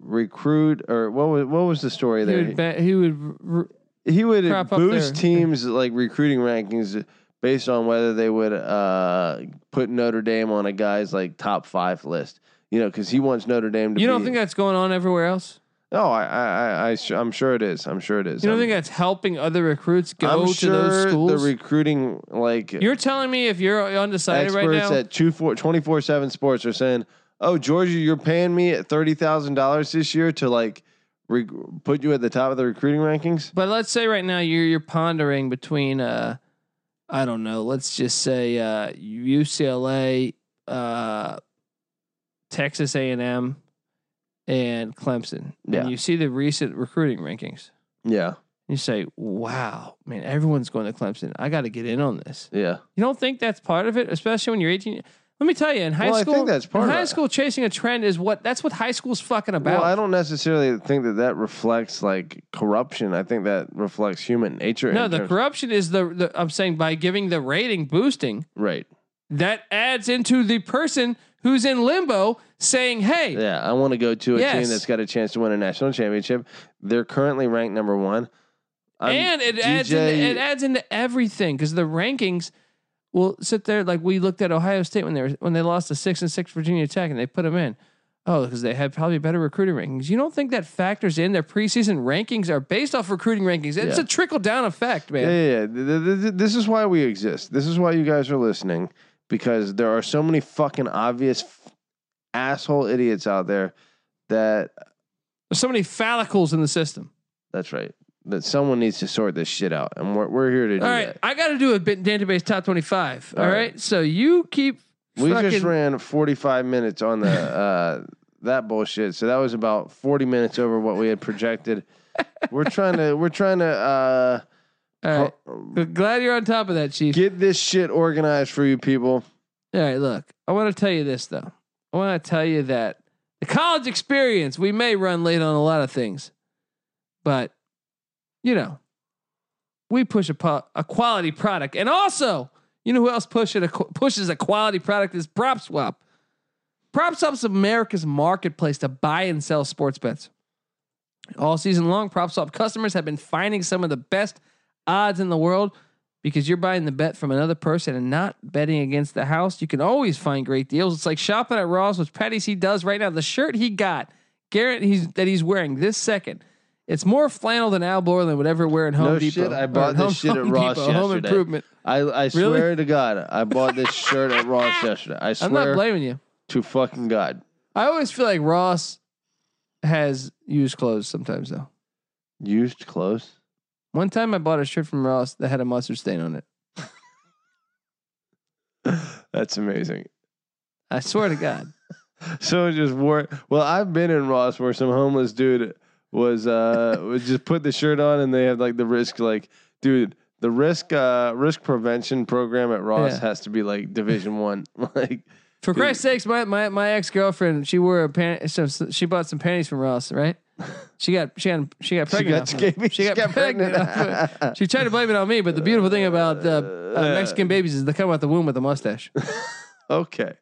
S2: recruit or what was what was the story
S1: he
S2: there?
S1: would, bet, he would r-
S2: he would
S1: crop up
S2: boost
S1: their-
S2: teams like recruiting rankings based on whether they would uh, put Notre Dame on a guy's like top five list. You know, because he wants Notre Dame to.
S1: You
S2: be,
S1: don't think that's going on everywhere else?
S2: No, I, I, I, I su- I'm sure it is. I'm sure it is.
S1: You don't
S2: I'm,
S1: think that's helping other recruits go
S2: I'm
S1: to
S2: sure
S1: those schools?
S2: the recruiting like
S1: You're telling me if you're undecided
S2: experts
S1: right now,
S2: at two four twenty four seven sports are saying, "Oh, Georgia, you're paying me at thirty thousand dollars this year to like re- put you at the top of the recruiting rankings."
S1: but let's say right now you're you're pondering between uh I don't know, let's just say uh UCLA, uh Texas A&M and Clemson.
S2: Yeah.
S1: And you see the recent recruiting rankings.
S2: Yeah,
S1: You say, "Wow, man, everyone's going to Clemson. I got to get in on this."
S2: yeah.
S1: You don't think that's part of it, especially when you're 18. Let me tell you, in high
S2: Well, I
S1: school,
S2: think that's part
S1: in
S2: of
S1: high
S2: it.
S1: school chasing a trend is what that's what high school's fucking about.
S2: Well, I don't necessarily think that that reflects like corruption. I think that reflects human nature.
S1: no,
S2: in
S1: the
S2: terms-
S1: corruption is the, the I'm saying by giving the rating boosting
S2: right.
S1: that adds into the person who's in limbo saying, "Hey,
S2: Yeah, I want to go to a
S1: Yes.
S2: team that's got a chance to win a national championship. They're currently ranked number one. I'm
S1: and it adds
S2: DJ
S1: into, it adds into everything because the rankings will sit there like we looked at Ohio State when they were when they lost to six and six Virginia Tech and they put them in. Oh, because they had probably better recruiting rankings. You don't think that factors in? Their preseason rankings are based off recruiting rankings. It's
S2: Yeah.
S1: a trickle down effect, man.
S2: Yeah, yeah, yeah. Th- th- th- This is why we exist. This is why you guys are listening because there are so many fucking obvious f- asshole idiots out there that
S1: There's so many follicles in the system.
S2: that's right. That someone needs to sort this shit out, and we're we're here to do
S1: All right,
S2: that.
S1: I got to do a bit database top twenty-five.
S2: All
S1: all
S2: right.
S1: right? so you keep
S2: We just
S1: Fucking-
S2: ran 45 minutes on the uh, that bullshit. So that was about 40 minutes over what we had projected. we're trying to we're trying to uh,
S1: All right. G- Glad you're on top of that, Chief.
S2: get this shit organized for you people.
S1: All right, look, I want to tell you this though. I want to tell you that the college experience, we may run late on a lot of things, but you know, we push a, po- a quality product, and also, you know who else pushes a qu- pushes a quality product is PropSwap. PropSwap's America's marketplace to buy and sell sports bets. All season long, PropSwap customers have been finding some of the best odds in the world because you're buying the bet from another person and not betting against the house. You can always find great deals. It's like shopping at Ross, which Patty C does right now. The shirt he got, Garrett, he's that he's wearing this second. It's more flannel than Al Borland would ever wear in Home
S2: no
S1: Depot.
S2: shit, I
S1: or
S2: bought
S1: at
S2: this
S1: Home-
S2: shit at
S1: Home
S2: Ross
S1: Depot,
S2: yesterday.
S1: Home Improvement.
S2: I, I swear to God, I bought this shirt at Ross yesterday. I
S1: I'm not
S2: swear
S1: blaming you.
S2: to fucking God.
S1: I always feel like Ross has used clothes sometimes though.
S2: Used clothes.
S1: One time I bought a shirt from Ross that had a mustard stain on it.
S2: That's amazing.
S1: I swear to God.
S2: So just wore. Well, I've been in Ross where some homeless dude was uh was just put the shirt on and they have like the risk like dude the risk uh risk prevention program at Ross
S1: Yeah.
S2: has to be like Division One like
S1: For Christ's sakes, my, my, my ex girlfriend, she wore a pant. Some, she bought some panties from Ross, right? She got she got she got
S2: she
S1: pregnant.
S2: got
S1: off of it.
S2: scabies
S1: She got pregnant off
S2: pregnant.
S1: She tried to blame it on me, but the beautiful thing about uh, uh, Mexican babies is they come out the womb with a mustache.
S2: okay,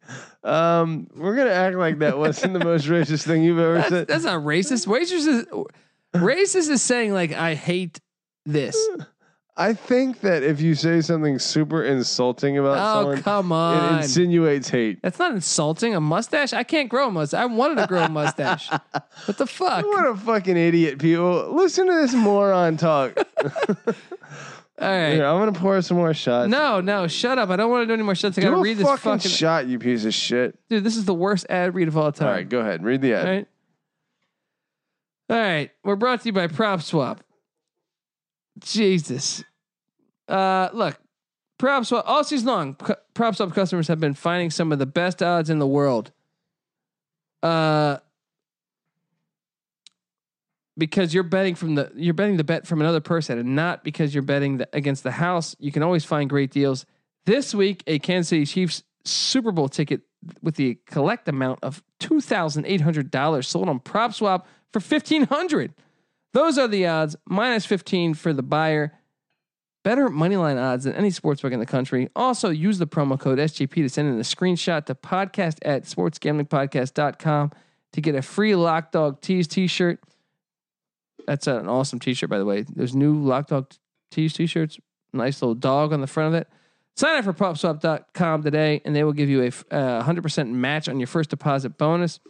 S2: um, we're gonna act like that wasn't the most racist thing you've ever said.
S1: That's, that's not racist. Racist is racist is saying like I hate this.
S2: I think that if you say something super insulting about
S1: Oh
S2: someone,
S1: come
S2: it
S1: on.
S2: insinuates hate.
S1: That's not insulting. A mustache? I can't grow a mustache. I wanted to grow a mustache. what the fuck?
S2: What a fucking idiot, people! Listen to this moron talk.
S1: All right.
S2: Here, I'm gonna pour some more shots.
S1: No, no, shut up. I don't want to do any more shots. I
S2: Do
S1: gotta
S2: a
S1: read this
S2: fucking,
S1: fucking
S2: shot, you piece of shit.
S1: dude. This is the worst ad read of all time.
S2: All right, go ahead, read the ad.
S1: All right. All right. We're brought to you by Prop Swap. Jesus. Uh, look, Prop Swap, all season long, cu- Prop Swap customers have been finding some of the best odds in the world. Uh, because you're betting from the you're betting the bet from another person and not because you're betting the, against the house you can always find great deals this week a kansas city chiefs super bowl ticket with the collect amount of $2,800 sold on PropSwap for 1500 Those are the odds, minus 15 for the buyer. Better moneyline odds than any sportsbook in the country. Also, use the promo code SGP to send in a screenshot to podcast at sportsgamblingpodcast.com to get a free Lock Dog Tees t shirt. That's an awesome t shirt, by the way. There's new Lock Dog Tees t shirts, nice little dog on the front of it. Sign up for PropSwap.com today, and they will give you a f- uh, 100% match on your first deposit bonus.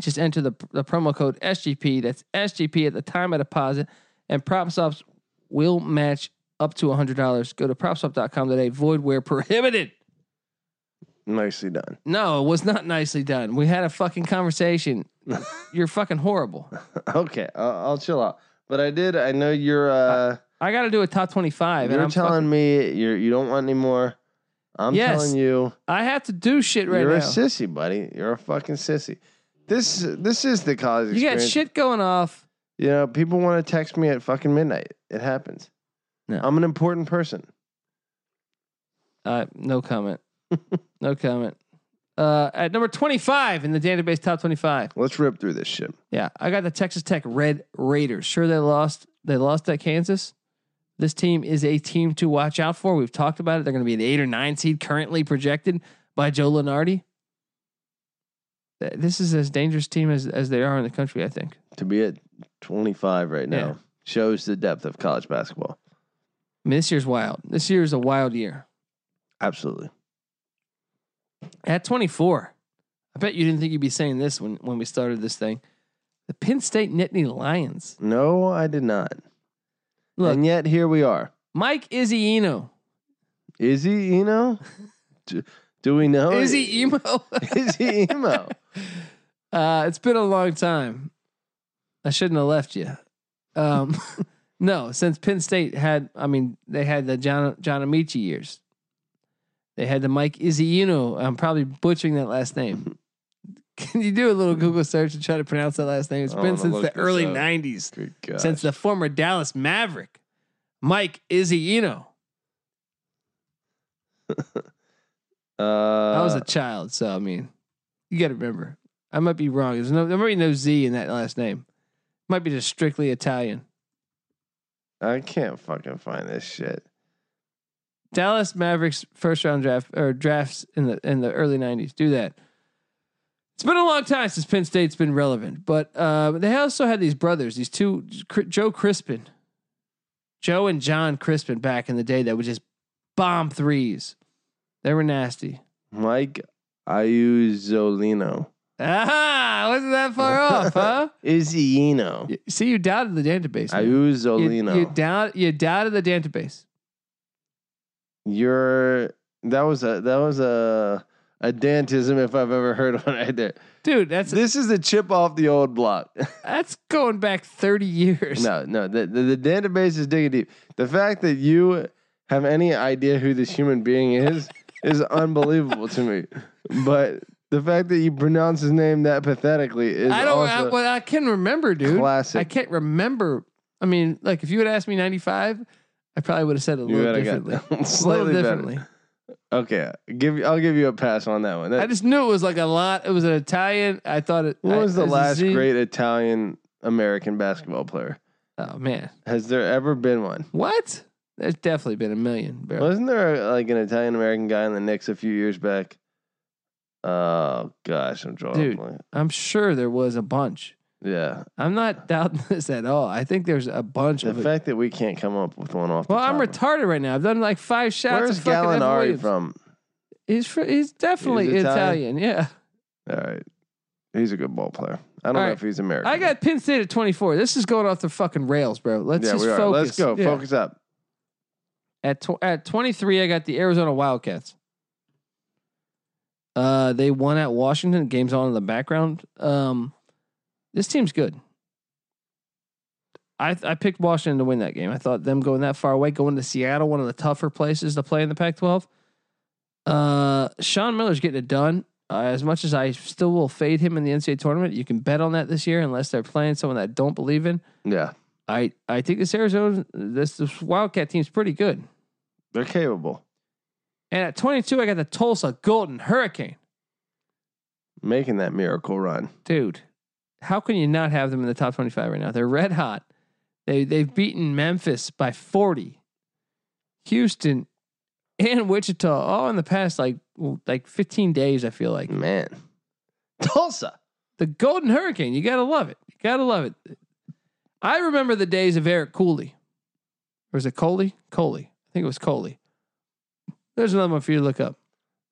S1: Just enter the, the promo code SGP. That's SGP at the time of deposit, and PropSwap will match up to $100. Go to PropSwap.com today. Void where prohibited.
S2: Nicely done.
S1: No, it was not nicely done. We had a fucking conversation. You're fucking horrible.
S2: Okay, I'll, I'll chill out. But I did. I know you're. Uh,
S1: I got to do a top 25. and
S2: you're
S1: I'm
S2: telling
S1: fucking-
S2: me you're you don't want any more. I'm
S1: Yes.
S2: telling you,
S1: I have to do shit right
S2: you're a
S1: now.
S2: sissy, buddy. You're a fucking sissy. This this is the college
S1: You got
S2: experience.
S1: shit going off.
S2: You know, people want to text me at fucking midnight. It happens.
S1: No.
S2: I'm an important person.
S1: Uh, no comment. no comment. Uh, at number 25 in the database top 25.
S2: Let's rip through this shit.
S1: Yeah, I got the Texas Tech Red Raiders. Sure, they lost. They lost at Kansas. This team is a team to watch out for. We've talked about it. They're going to be an eight or nine seed currently projected by Joe Lenardi. Th- This is as dangerous team as, as they are in the country, I think.
S2: To be at 25 right now
S1: Yeah.
S2: shows the depth of college basketball.
S1: I mean, this year's wild. This year is a wild year.
S2: Absolutely.
S1: At 24, I bet you didn't think you'd be saying this when, when we started this thing. The Penn State Nittany Lions.
S2: No, I did not.
S1: Look.
S2: and yet here we are.
S1: Mike Izzyino.
S2: Is he emo? do, do we know?
S1: Is he emo?
S2: Is he emo?
S1: uh, it's been a long time. I shouldn't have left you. Um, no, since Penn State had, I mean, they had the John John Amici years. They had the Mike Izziuno. I'm probably butchering that last name. Can you do a little Google search and try to pronounce that last name? It's
S2: I
S1: been
S2: wanna
S1: since
S2: look
S1: the
S2: this
S1: early
S2: up.
S1: 90s,
S2: Good God.
S1: since the former Dallas Maverick, Mike Izziuno.
S2: uh,
S1: I was a child, so I mean, you got to remember. I might be wrong. There's no, there might be no Z in that last name. Might be just strictly Italian.
S2: I can't fucking find this shit.
S1: Dallas Mavericks first round draft or drafts in the in the early '90s. Do that. It's been a long time since Penn State's been relevant, but uh, they also had these brothers, these two, Cr- Joe Crispin, Joe and John Crispin, back in the day that would just bomb threes. They were nasty.
S2: Mike Iuzzolino.
S1: Ah, wasn't that far off, huh?
S2: Izziino.
S1: You- See, you doubted the database. man. You, you
S2: Iuzzolino.
S1: doubt you doubted the database.
S2: You're that was a that was a a dantism if I've ever heard one right there.
S1: Dude, that's
S2: This is the chip off the old block.
S1: that's going back 30 years.
S2: No, no. The, the, the database is digging deep. The fact that you have any idea who this human being is is unbelievable to me. But the fact that you pronounce his name that pathetically is
S1: I don't I,
S2: also
S1: well, I can remember, dude.
S2: classic.
S1: I can't remember. I mean, like if you had asked me 95, I probably would have said it a
S2: You
S1: little
S2: would've got
S1: differently.
S2: that one
S1: A little
S2: slightly better.
S1: differently.
S2: Okay, give you- I'll give you a pass on that one. That,
S1: I just knew it was like a lot. It was an Italian. I thought it
S2: what
S1: I-
S2: was
S1: it
S2: the
S1: a
S2: last
S1: Z.
S2: great Italian American basketball player?
S1: Oh man.
S2: Has there ever been one?
S1: What? There's definitely been a million, bro.
S2: Wasn't there a, like an Italian American guy in the Knicks a few years back? Oh gosh, I'm drawing. a
S1: Dude.
S2: blank.
S1: I'm sure there was a bunch.
S2: Yeah,
S1: I'm not doubting this at all. I think there's a bunch
S2: the
S1: of it.
S2: fact that we can't come up with one off.
S1: Well,
S2: the top
S1: I'm
S2: of-
S1: retarded right now. I've done like five shots.
S2: Where's
S1: of fucking F.
S2: Gallinari
S1: Williams.
S2: from?
S1: He's fr- he's definitely
S2: He's
S1: Italian.
S2: Italian?
S1: Yeah,
S2: All right, he's a good ball player. I don't
S1: All
S2: know
S1: right.
S2: if he's American.
S1: I got Penn State at 24. This is going off the fucking rails, bro. Let's
S2: yeah,
S1: just
S2: we are.
S1: focus.
S2: Let's go.
S1: Yeah.
S2: Focus up.
S1: At tw- at 23, I got the Arizona Wildcats. Uh, they won at Washington. Games on in the background. Um, this team's good. I I picked Washington to win that game. I thought them going that far away, going to Seattle, one of the tougher places to play in the Pac-12. Uh, Sean Miller's getting it done. Uh, as much as I still will fade him in the NCAA tournament, you can bet on that this year, unless they're playing someone that I don't believe in.
S2: Yeah,
S1: I I think this Arizona this, this Wildcat team's pretty good.
S2: they're capable.
S1: And at 22, I got the Tulsa Golden Hurricane.
S2: Making that miracle run.
S1: Dude, how can you not have them in the top 25 right now? They're red hot. They they've beaten Memphis by 40. Houston and Wichita all in the past like like 15 days I feel like.
S2: Man. Tulsa.
S1: The Golden Hurricane, you got to love it. You got to love it. I remember the days of Eric Cooley. Or was it Coley? Coley. I think it was Coley. There's another one for you to look up.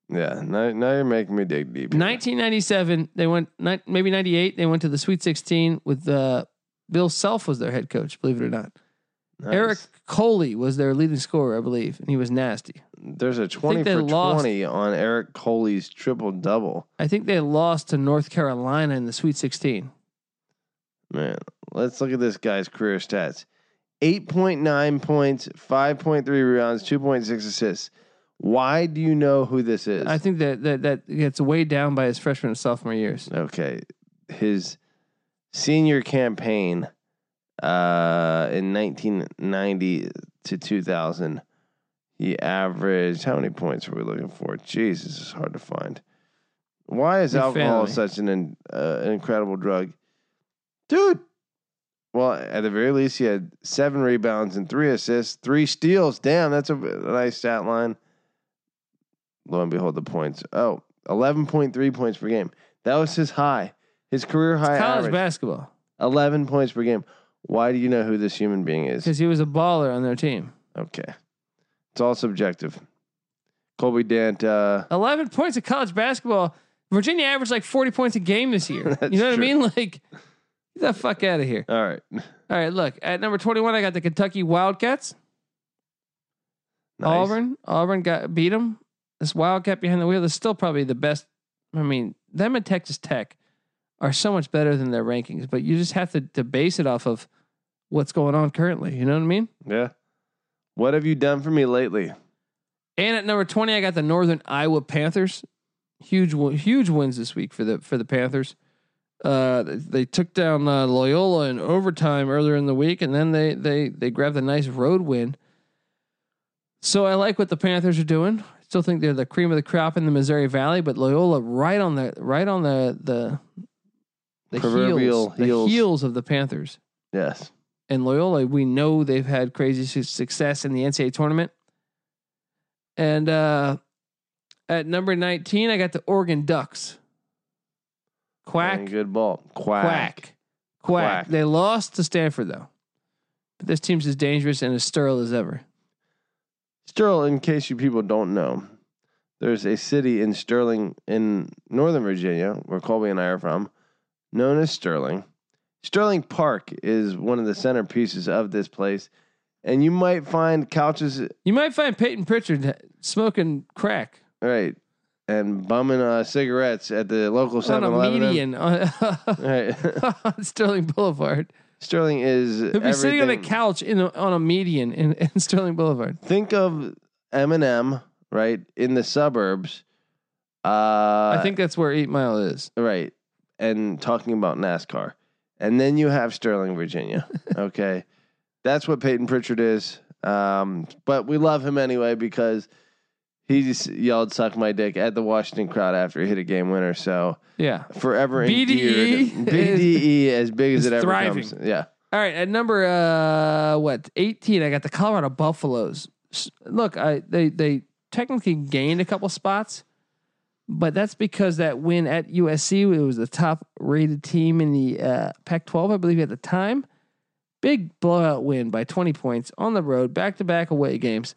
S2: Yeah. Now, now you're making me dig deep. here.
S1: 1997, they went ni- maybe 98. They went to the Sweet 16 with uh, Bill Self was their head coach. Believe it or not,
S2: Nice.
S1: Eric Coley was their leading scorer, I believe, and he was nasty.
S2: There's a 20
S1: they
S2: for
S1: lost.
S2: 20 on Eric Coley's triple double.
S1: I think they lost to North Carolina in the Sweet 16.
S2: Man, let's look at this guy's career stats 8.9 points, 5.3 rebounds, 2.6 assists. Why do you know who this is?
S1: I think that that that gets way down by his freshman and sophomore years.
S2: okay. His senior campaign uh, in 1990 to 2000, he averaged how many points were we looking for? Jesus, it's hard to find. Why is
S1: You
S2: alcohol
S1: failing.
S2: such an in- uh, an incredible drug, dude? Well, at the very least, he had seven rebounds and three assists, three steals. Damn, that's a, a nice stat line. Lo and behold, the points. Oh, 11.3 points per game. That was his high, his career high
S1: College
S2: average.
S1: basketball
S2: 11 points per game. Why do you know who this human being is?
S1: because he was a baller on their team.
S2: Okay. It's all subjective. Colby Dant, uh,
S1: 11 points of college basketball. Virginia averaged like 40 points a game this year.
S2: That's
S1: you know what I
S2: true.
S1: mean? Like, get the fuck out of here.
S2: all right.
S1: All right, look at number twenty-one. I got the Kentucky Wildcats.
S2: Nice.
S1: Auburn, Auburn got beat them. This Wildcat behind the wheel is still probably the best. I mean, them and Texas Tech are so much better than their rankings, but you just have to, to base it off of what's going on currently. You know what I mean?
S2: Yeah. What have you done for me lately?
S1: And at number 20, I got the Northern Iowa Panthers. Huge, win- huge wins this week for the for the Panthers. Uh, they, they took down uh, Loyola in overtime earlier in the week, and then they they they grabbed a nice road win. So I like what the Panthers are doing. I still think they're the cream of the crop in the Missouri Valley, but Loyola right on the right on the the the
S2: Proverbial
S1: heels, the
S2: heels.
S1: heels of the Panthers
S2: Yes.
S1: and Loyola, we know they've had crazy su- success in the NCAA tournament. And uh, at number 19, I got the Oregon Ducks. Quack,
S2: Playing
S1: quack,
S2: Good ball. Quack.
S1: quack,
S2: Quack.
S1: They lost to Stanford, though. But this team's as dangerous and as sterile as ever.
S2: Sterling, in case you people don't know, there's a city in Sterling in Northern Virginia where Colby and I are from, known as Sterling. Sterling Park is one of the centerpieces of this place, and you might find couches,
S1: You might find Peyton Pritchard smoking crack
S2: right, and bumming uh, cigarettes at the local
S1: on
S2: 7
S1: a
S2: Eleven.
S1: median on,
S2: Right.
S1: on Sterling Boulevard.
S2: Sterling is.
S1: He'll be sitting on a
S2: everything.
S1: couch in a, on a median in, in Sterling Boulevard.
S2: Think of Eminem, right, in the suburbs. Uh,
S1: I think that's where Eight Mile is.
S2: Right. And talking about NASCAR. And then you have Sterling, Virginia. Okay. That's what Peyton Pritchard is. Um, but we love him anyway because he just yelled suck my dick at the Washington crowd after he hit a game winner. So
S1: Yeah.
S2: forever
S1: BDE
S2: endeared. BDE as big as
S1: E is
S2: it ever
S1: thriving.
S2: comes. Yeah.
S1: All right, at number uh what eighteen, I got the Colorado Buffaloes. S- Look, I they they technically gained a couple spots, but that's because that win at USC it was the top rated team in the uh, Pac-12, I believe, at the time. Big blowout win by twenty points on the road, back to back away games.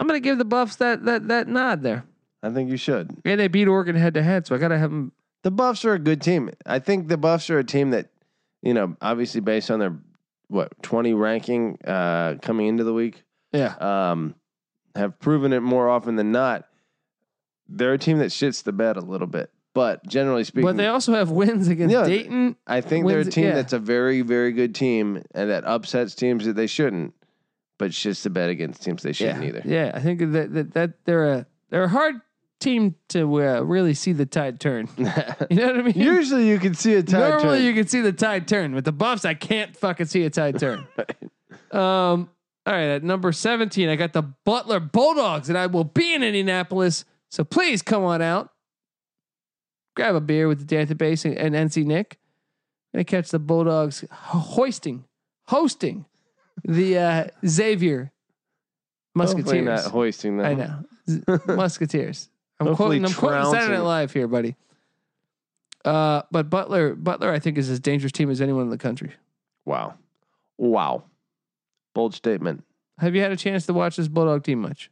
S1: I'm gonna give the Buffs that that that nod there,
S2: I think you should.
S1: and they beat Oregon head to head, so I gotta have them.
S2: The Buffs are a good team. I think the Buffs are a team that, you know, obviously based on their what, twenty ranking uh coming into the week.
S1: Yeah,
S2: um, have proven it more often than not. They're a team that shits the bed a little bit, but generally speaking,
S1: but they also have wins against
S2: Yeah.
S1: Dayton.
S2: I think they're a
S1: wins-
S2: team
S1: yeah.
S2: that's a very, very good team and that upsets teams that they shouldn't, but shits the bed against teams they shouldn't
S1: yeah.
S2: either.
S1: Yeah, I think that that, that they're a they're a hard team to uh, really see the tide turn. You know what I mean?
S2: Usually, you can see a tide
S1: Normally
S2: turn.
S1: you can see the tide turn. With the Buffs, I can't fucking see a tide turn. um, all right, at number seventeen, I got the Butler Bulldogs, and I will be in Indianapolis. So please come on out, grab a beer with the database and, and NC Nick. Gonna catch the Bulldogs ho- hoisting, hosting the uh, Xavier Musketeers.
S2: Hopefully not hoisting them.
S1: I know. Z- Musketeers. I'm
S2: Hopefully
S1: quoting I'm quoting
S2: trouncing.
S1: Saturday Night Live here, buddy. Uh, but Butler Butler I think is as dangerous team as anyone in the country.
S2: Wow, wow, bold statement.
S1: Have you had a chance to watch this Bulldog team much?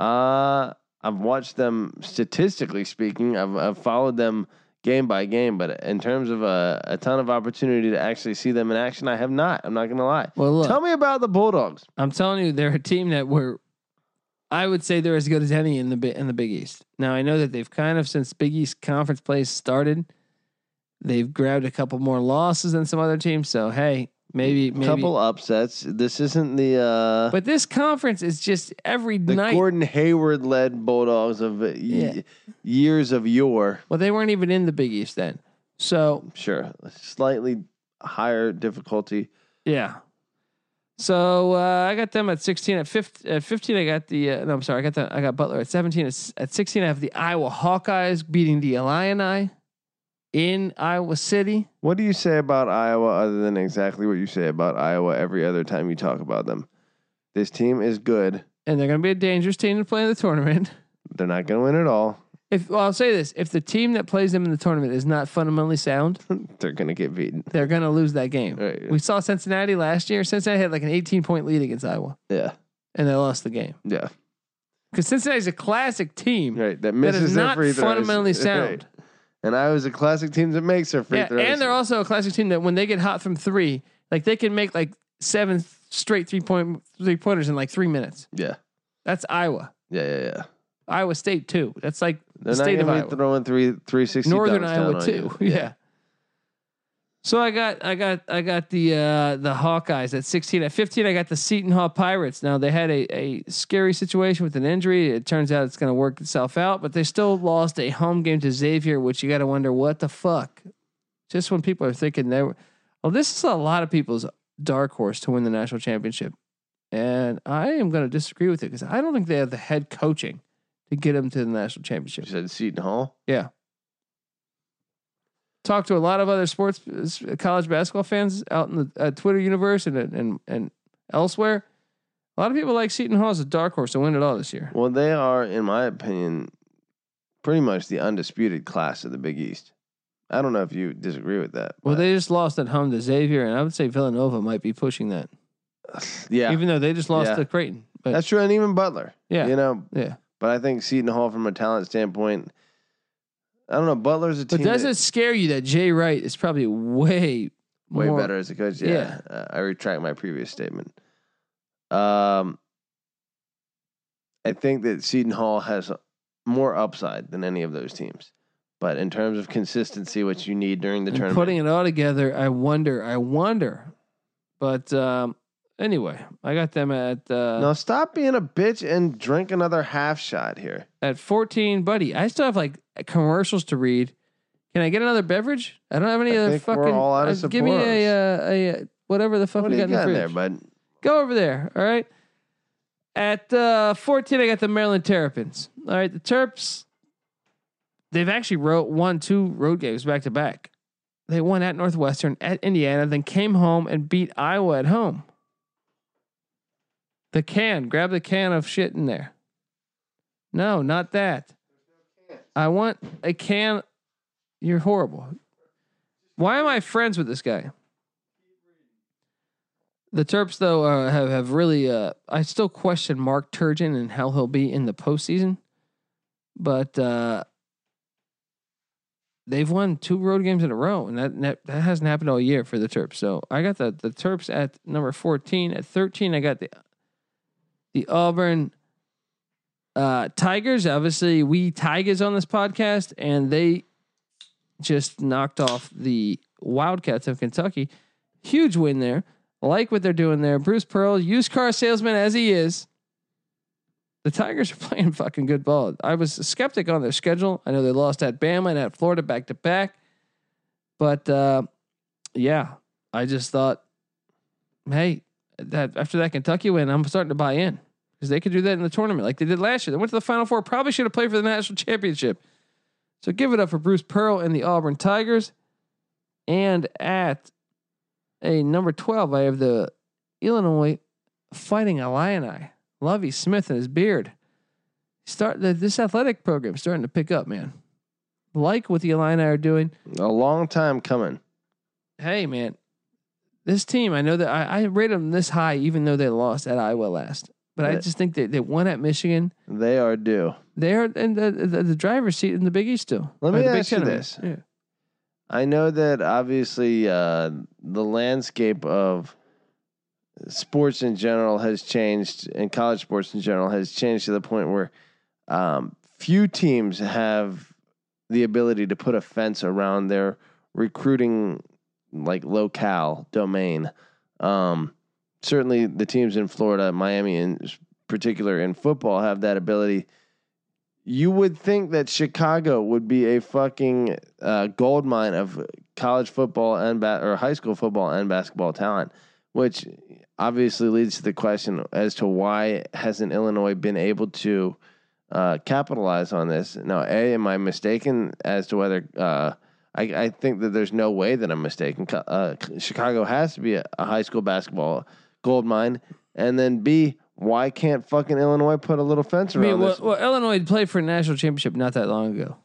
S2: Uh, I've watched them statistically speaking. I've, I've followed them game by game, but in terms of a, a ton of opportunity to actually see them in action, I have not. I'm not going to lie.
S1: Well, look,
S2: Tell me about the Bulldogs.
S1: I'm telling you, they're a team that were, I would say they're as good as any in the Bi- in the Big East. Now I know that they've kind of since Big East conference play started, they've grabbed a couple more losses than some other teams. So hey, maybe maybe.
S2: Couple upsets. This isn't the uh,
S1: but this conference is just every
S2: the
S1: night.
S2: Gordon Hayward led Bulldogs of y-
S1: Yeah.
S2: years of yore.
S1: Well, they weren't even in the Big East then. So
S2: Sure, slightly higher difficulty.
S1: yeah. So uh, I got them at sixteen. At, 15, at fifteen, I got the. Uh, no, I'm sorry. I got the. I got Butler at seventeen. At, s- at sixteen, I have the Iowa Hawkeyes beating the Illini in Iowa City.
S2: What do you say about Iowa other than exactly what you say about Iowa every other time you talk about them? This team is good.
S1: and they're going to be a dangerous team to play in the tournament.
S2: They're not going to win at all.
S1: If well, I'll say this: if the team that plays them in the tournament is not fundamentally sound,
S2: They're going to get beaten.
S1: they're going to lose that game.
S2: Right.
S1: We saw Cincinnati last year. Cincinnati had like an 18 point lead against Iowa,
S2: Yeah.
S1: and they lost the game
S2: Yeah.
S1: because Cincinnati's a classic team
S2: Right. That
S1: that
S2: misses
S1: is
S2: their
S1: not
S2: free throws.
S1: fundamentally
S2: Right.
S1: sound.
S2: And I was a classic team that makes their free
S1: Yeah,
S2: throws.
S1: and they're also a classic team that when they get hot from three, like they can make like seven straight three point three pointers in like three minutes.
S2: Yeah.
S1: That's Iowa,
S2: Yeah. Yeah. Yeah.
S1: Iowa State too. That's like
S2: They're
S1: the state
S2: not
S1: of
S2: going
S1: Iowa.
S2: to be throwing three, 360
S1: Northern
S2: dunks down
S1: Iowa
S2: on
S1: too.
S2: you.
S1: Yeah. So I got I got I got the uh, the Hawkeyes at 16. At 15, I got the Seton Hall Pirates. Now they had a, a scary situation with an injury. It turns out it's going to work itself out, but they still lost a home game to Xavier, which you got to wonder what the fuck. Just when people are thinking they were, well, this is a lot of people's dark horse to win the national championship, and I am going to disagree with it because I don't think they have the head coaching to get them to the national championship.
S2: You said Seton Hall.
S1: Yeah. Talked to a lot of other sports uh, college basketball fans out in the uh, Twitter universe and and and elsewhere. A lot of people like Seton Hall as a dark horse to win it all this year.
S2: Well, they are, in my opinion, pretty much the undisputed class of the Big East. I don't know if you disagree with that.
S1: Well,
S2: but-
S1: they just lost at home to Xavier, and I would say Villanova might be pushing that,
S2: yeah,
S1: even though they just lost
S2: Yeah.
S1: to Creighton. But
S2: that's true, and even Butler.
S1: yeah,
S2: you know,
S1: yeah.
S2: but I think Seton Hall, from a talent standpoint, I don't know. Butler's a
S1: But
S2: team
S1: does
S2: that-
S1: it scare you that Jay Wright is probably way
S2: way
S1: more-
S2: better as a coach.
S1: Yeah.
S2: Yeah, Uh, I retract my previous statement. Um, I think that Seton Hall has more upside than any of those teams, but in terms of consistency, what you need during the
S1: and
S2: tournament,
S1: putting it all together, I wonder, I wonder. But um, anyway, I got them at uh,
S2: now stop being a bitch and drink another half shot here.
S1: at 14, buddy. I still have like commercials to read. Can I get another beverage? I don't have any
S2: I
S1: other
S2: think we're
S1: fucking.
S2: all out of
S1: uh, give me
S2: Sapporos.
S1: a, uh, a uh, whatever the fuck
S2: What
S1: we
S2: do
S1: got in
S2: you
S1: the
S2: got in
S1: fridge.
S2: there, bud?
S1: Go over there. All right. At uh, 14, I got the Maryland Terrapins. All right, the Terps. They've actually wrote won two road games back to back. They won at Northwestern, at Indiana, then came home and beat Iowa at home. The can, grab the can of shit in there. No, not that. I want a can. You're horrible. Why am I friends with this guy? The Terps, though, uh, have have really. Uh, I still question Mark Turgeon and how he'll be in the postseason, but uh, they've won two road games in a row, and that, that that hasn't happened all year for the Terps. So I got the the Terps at number fourteen. At thirteen, I got the the Auburn uh, Tigers. Obviously, we Tigers on this podcast, and they just knocked off the Wildcats of Kentucky. Huge win there like what they're doing there. Bruce Pearl, used car salesman as he is. The Tigers are playing fucking good ball. I was a skeptic on their schedule. I know they lost at Bama and at Florida back to back. But uh, yeah, I just thought, hey, that after that Kentucky win, I'm starting to buy in because they could do that in the tournament like they did last year. They went to the Final Four, probably should have played for the national championship. So give it up for Bruce Pearl and the Auburn Tigers. And at a number 12, I have the Illinois Fighting Illini. Lovey Smith and his beard. Start the, this athletic program starting to pick up, man. Like what the Illini are doing.
S2: A long time coming.
S1: Hey, man, this team. I know that I, I rated them this high, even though they lost at Iowa last. But I
S2: Yeah.
S1: just think that they won at Michigan.
S2: They are due.
S1: They are in the, the, the driver's seat in the Big East still.
S2: Let
S1: Or
S2: me
S1: the Big
S2: ask you
S1: Ten, I mean.
S2: this.
S1: Yeah.
S2: I know that obviously uh, the landscape of sports in general has changed, and college sports in general has changed to the point where um, few teams have the ability to put a fence around their recruiting like locale domain. Um, certainly, the teams in Florida, Miami in s- particular, in football, have that ability. You would think that Chicago would be a fucking uh, gold mine of college football and ba- or high school football and basketball talent, which obviously leads to the question as to why hasn't Illinois been able to uh, capitalize on this? Now, a am I mistaken as to whether uh, I, I think that there's no way that I'm mistaken. Co- Uh, Chicago has to be a, a high school basketball gold mine, and then b why can't fucking Illinois put a little fence
S1: I
S2: around
S1: mean, well,
S2: this?
S1: well, Illinois played for a national championship not that long ago.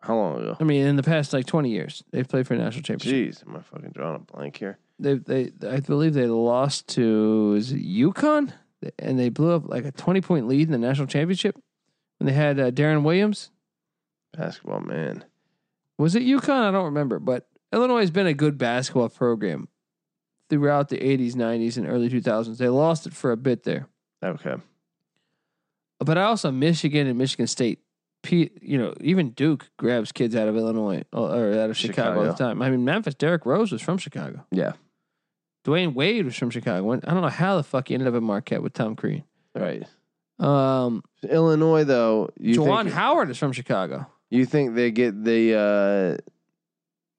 S2: How long ago?
S1: I mean, in the past like 20 years, they've played for a national championship.
S2: Jeez, am I fucking drawing a blank here?
S1: they they I believe they lost to is it UConn and they blew up like a twenty point lead in the national championship when they had uh, Darren Williams.
S2: Basketball man.
S1: Was it UConn? I don't remember, but Illinois has been a good basketball program throughout the eighties, nineties, and early two thousands. They lost it for a bit there,
S2: Okay.
S1: but I also Michigan and Michigan State P, you know, even Duke grabs kids out of Illinois or or out of Chicago, all the
S2: Chicago.
S1: time. I mean, Memphis. Derrick Rose was from Chicago.
S2: Yeah.
S1: Dwayne Wade was from Chicago. When- I don't know how the fuck he ended up at Marquette with Tom Crean.
S2: Right.
S1: Um,
S2: Illinois though, you
S1: Jawan
S2: think,
S1: Howard is from Chicago.
S2: you think they get the uh,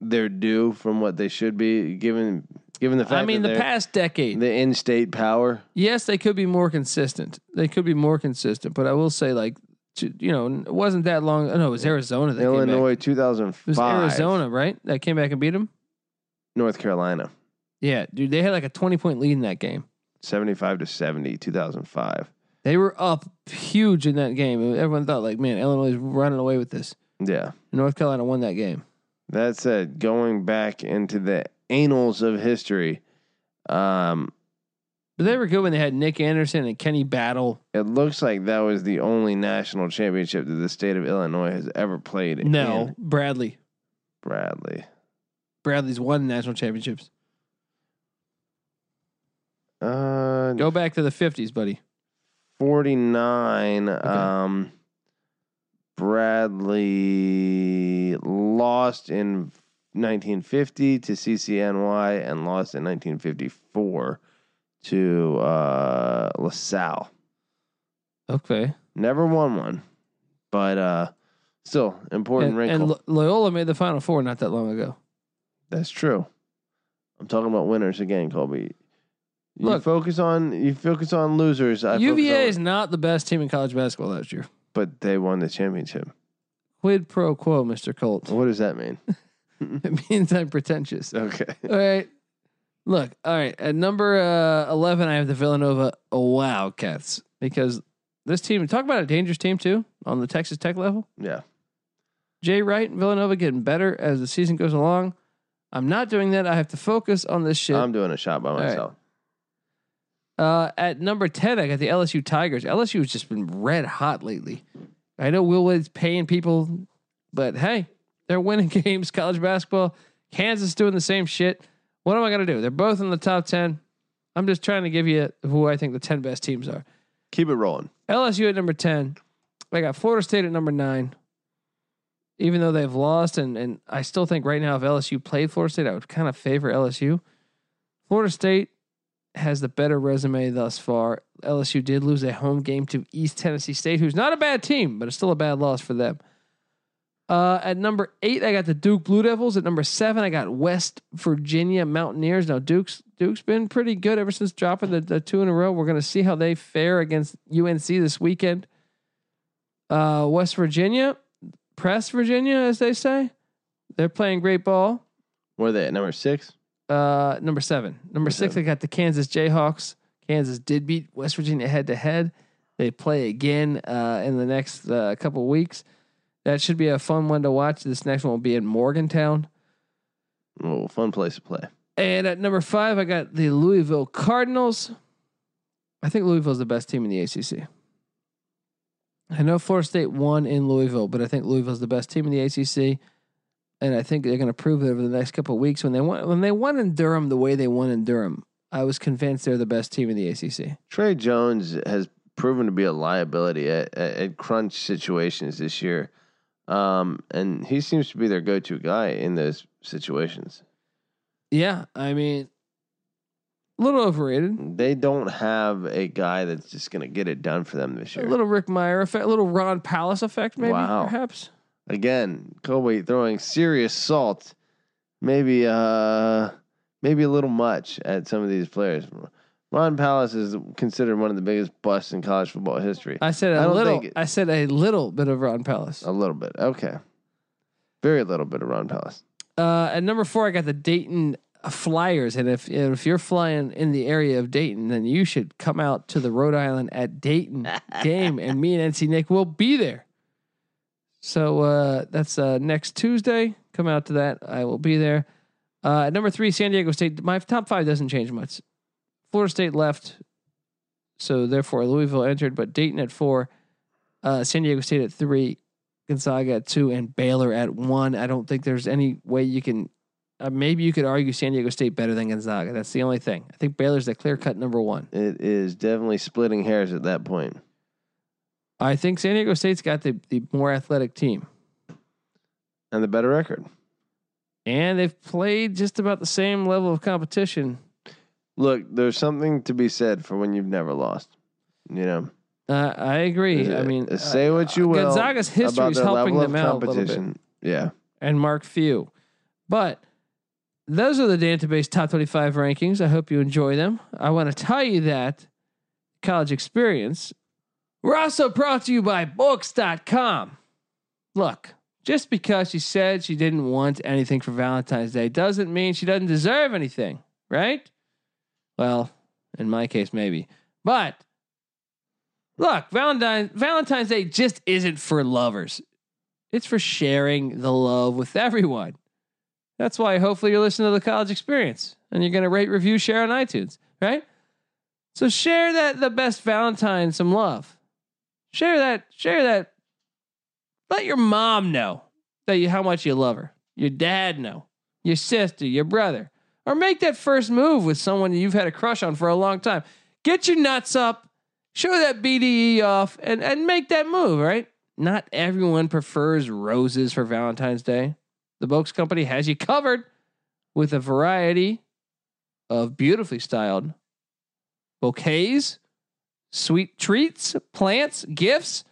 S2: their due from what they should be given given the fact
S1: I mean,
S2: that
S1: the
S2: they're
S1: past decade.
S2: the in-state power.
S1: yes, they could be more consistent. They could be more consistent, but I will say, like, to, you know, it wasn't that long. No, it was Arizona that came back.
S2: Illinois
S1: It was
S2: 2005.
S1: Arizona, right? That came back and beat them.
S2: North Carolina.
S1: Yeah, dude, they had like a twenty point lead in that game.
S2: 75 to 70 2005.
S1: They were up huge in that game. Everyone thought, like, man, Illinois is running away with this.
S2: Yeah.
S1: North Carolina won that game.
S2: That said, going back into the annals of history, um,
S1: But they were good when they had Nick Anderson and Kenny Battle.
S2: it looks like that was the only national championship that the state of Illinois has ever played
S1: No,
S2: in
S1: Bradley.
S2: Bradley.
S1: Bradley's won national championships.
S2: Uh,
S1: Go back to the fifties, buddy.
S2: 49. Um, Bradley lost in 1950 to CCNY and lost in 1954 to uh, LaSalle.
S1: Okay.
S2: Never won one, but uh, still important
S1: And,
S2: wrinkle.
S1: and Lo- Loyola made the Final Four not that long ago.
S2: That's true. I'm talking about winners again, Colby. You
S1: Look.
S2: focus on you focus on losers. I focus
S1: UVA
S2: on-
S1: is not the best team in college basketball last year.
S2: but they won the championship.
S1: Quid pro quo, Mister Colt.
S2: What does that mean?
S1: It means I'm pretentious.
S2: Okay.
S1: All right. Look, all right. At number uh, 11, I have the Villanova Wildcats because this team, talk about a dangerous team too on the Texas Tech level.
S2: Yeah.
S1: Jay Wright and Villanova getting better as the season goes along. I'm not doing that. I have to focus on this shit.
S2: I'm doing a shot by
S1: right.
S2: myself.
S1: Uh, at number 10, I got the LSU Tigers. LSU has just been red hot lately. I know Will Wade's paying people, but hey, they're winning games, college basketball. Kansas doing the same shit. What am I going to do? They're both in the top 10. I'm just trying to give you who I think the 10 best teams are.
S2: Keep it rolling.
S1: LSU at number 10. I got Florida State at number 9. Even though they've lost, and, and I still think right now, if LSU played Florida State, I would kind of favor LSU. Florida State has the better resume thus far. LSU did lose a home game to East Tennessee State, who's not a bad team, but it's still a bad loss for them. Uh, at number eight, I got the Duke Blue Devils. At number seven, I got West Virginia Mountaineers. Now Duke's Duke's been pretty good ever since dropping the, the two in a row. We're gonna see how they fare against UNC this weekend. Uh, West Virginia, press Virginia, as they say, they're playing great ball.
S2: What are they at? Number six?
S1: Uh, number seven. Number six, I got the Kansas Jayhawks. Kansas did beat West Virginia head to head. They play again uh, in the next uh, couple weeks. That should be a fun one to watch. This next one will be in Morgantown.
S2: Oh, fun place to play.
S1: And at number five, I got the Louisville Cardinals. I think Louisville's the best team in the ACC. I know Florida State won in Louisville, but I think Louisville's the best team in the ACC, and I think they're going to prove it over the next couple of weeks. When they won, when they won in Durham, the way they won in Durham, I was convinced they're the best team in the ACC.
S2: Trey Jones has proven to be a liability at, at, at crunch situations this year. Um, and he seems to be their go to guy in those situations.
S1: Yeah, I mean, a little overrated,
S2: They don't have a guy that's just going to get it done for them this
S1: a
S2: year.
S1: little Rick Meyer effect, a little Ron Palace effect, maybe
S2: Wow.
S1: perhaps.
S2: Again, Kobe throwing serious salt. Maybe uh maybe a little much at some of these players. Ron Palace is considered one of the biggest busts in college football history.
S1: I said
S2: I
S1: a
S2: don't
S1: little.
S2: think it-
S1: I said a little bit of Ron Palace.
S2: A little bit. Okay. Very little bit of Ron Palace.
S1: Uh, at number four, I got the Dayton Flyers, and if and if you're flying in the area of Dayton, then you should come out to the Rhode Island at Dayton game, and me and NC Nick will be there. So uh, that's uh, next Tuesday. Come out to that. I will be there. Uh, at number three, San Diego State. My top five doesn't change much. Florida State left, so therefore Louisville entered, but Dayton at four, uh, San Diego State at three, Gonzaga at two, and Baylor at one. I don't think there's any way you can. Uh, maybe you could argue San Diego State better than Gonzaga. That's the only thing. I think Baylor's the clear cut number one.
S2: It is definitely splitting hairs at that point.
S1: I think San Diego State's got the, the more athletic team.
S2: and the better record.
S1: And they've played just about the same level of competition.
S2: Look, there's something to be said for when you've never lost. You know,
S1: Uh, I agree. I mean,
S2: say
S1: uh,
S2: what you will
S1: Gonzaga's history
S2: about
S1: is
S2: their
S1: helping
S2: level of
S1: them out a little bit.
S2: competition. Yeah,
S1: and Mark Few. But those are the database top 25 rankings. I hope you enjoy them. I want to tell you that college experience. We're also brought to you by books.com. Look, just because she said she didn't want anything for Valentine's Day doesn't mean she doesn't deserve anything, right? Well, in my case, maybe. But look, Valentine, Valentine's Day just isn't for lovers. It's for sharing the love with everyone. That's why hopefully you're listening to the college experience and you're going to rate, review, share on iTunes, right? So share that the best Valentine some love. Share that, share that. Let your mom know that you how much you love her. Your dad know. Your sister, your brother. Or make that first move with someone you've had a crush on for a long time. Get your nuts up, show that BDE off, and, and make that move, right? not everyone prefers roses for Valentine's Day. The Boaks Company has you covered with a variety of beautifully styled bouquets, sweet treats, plants, gifts,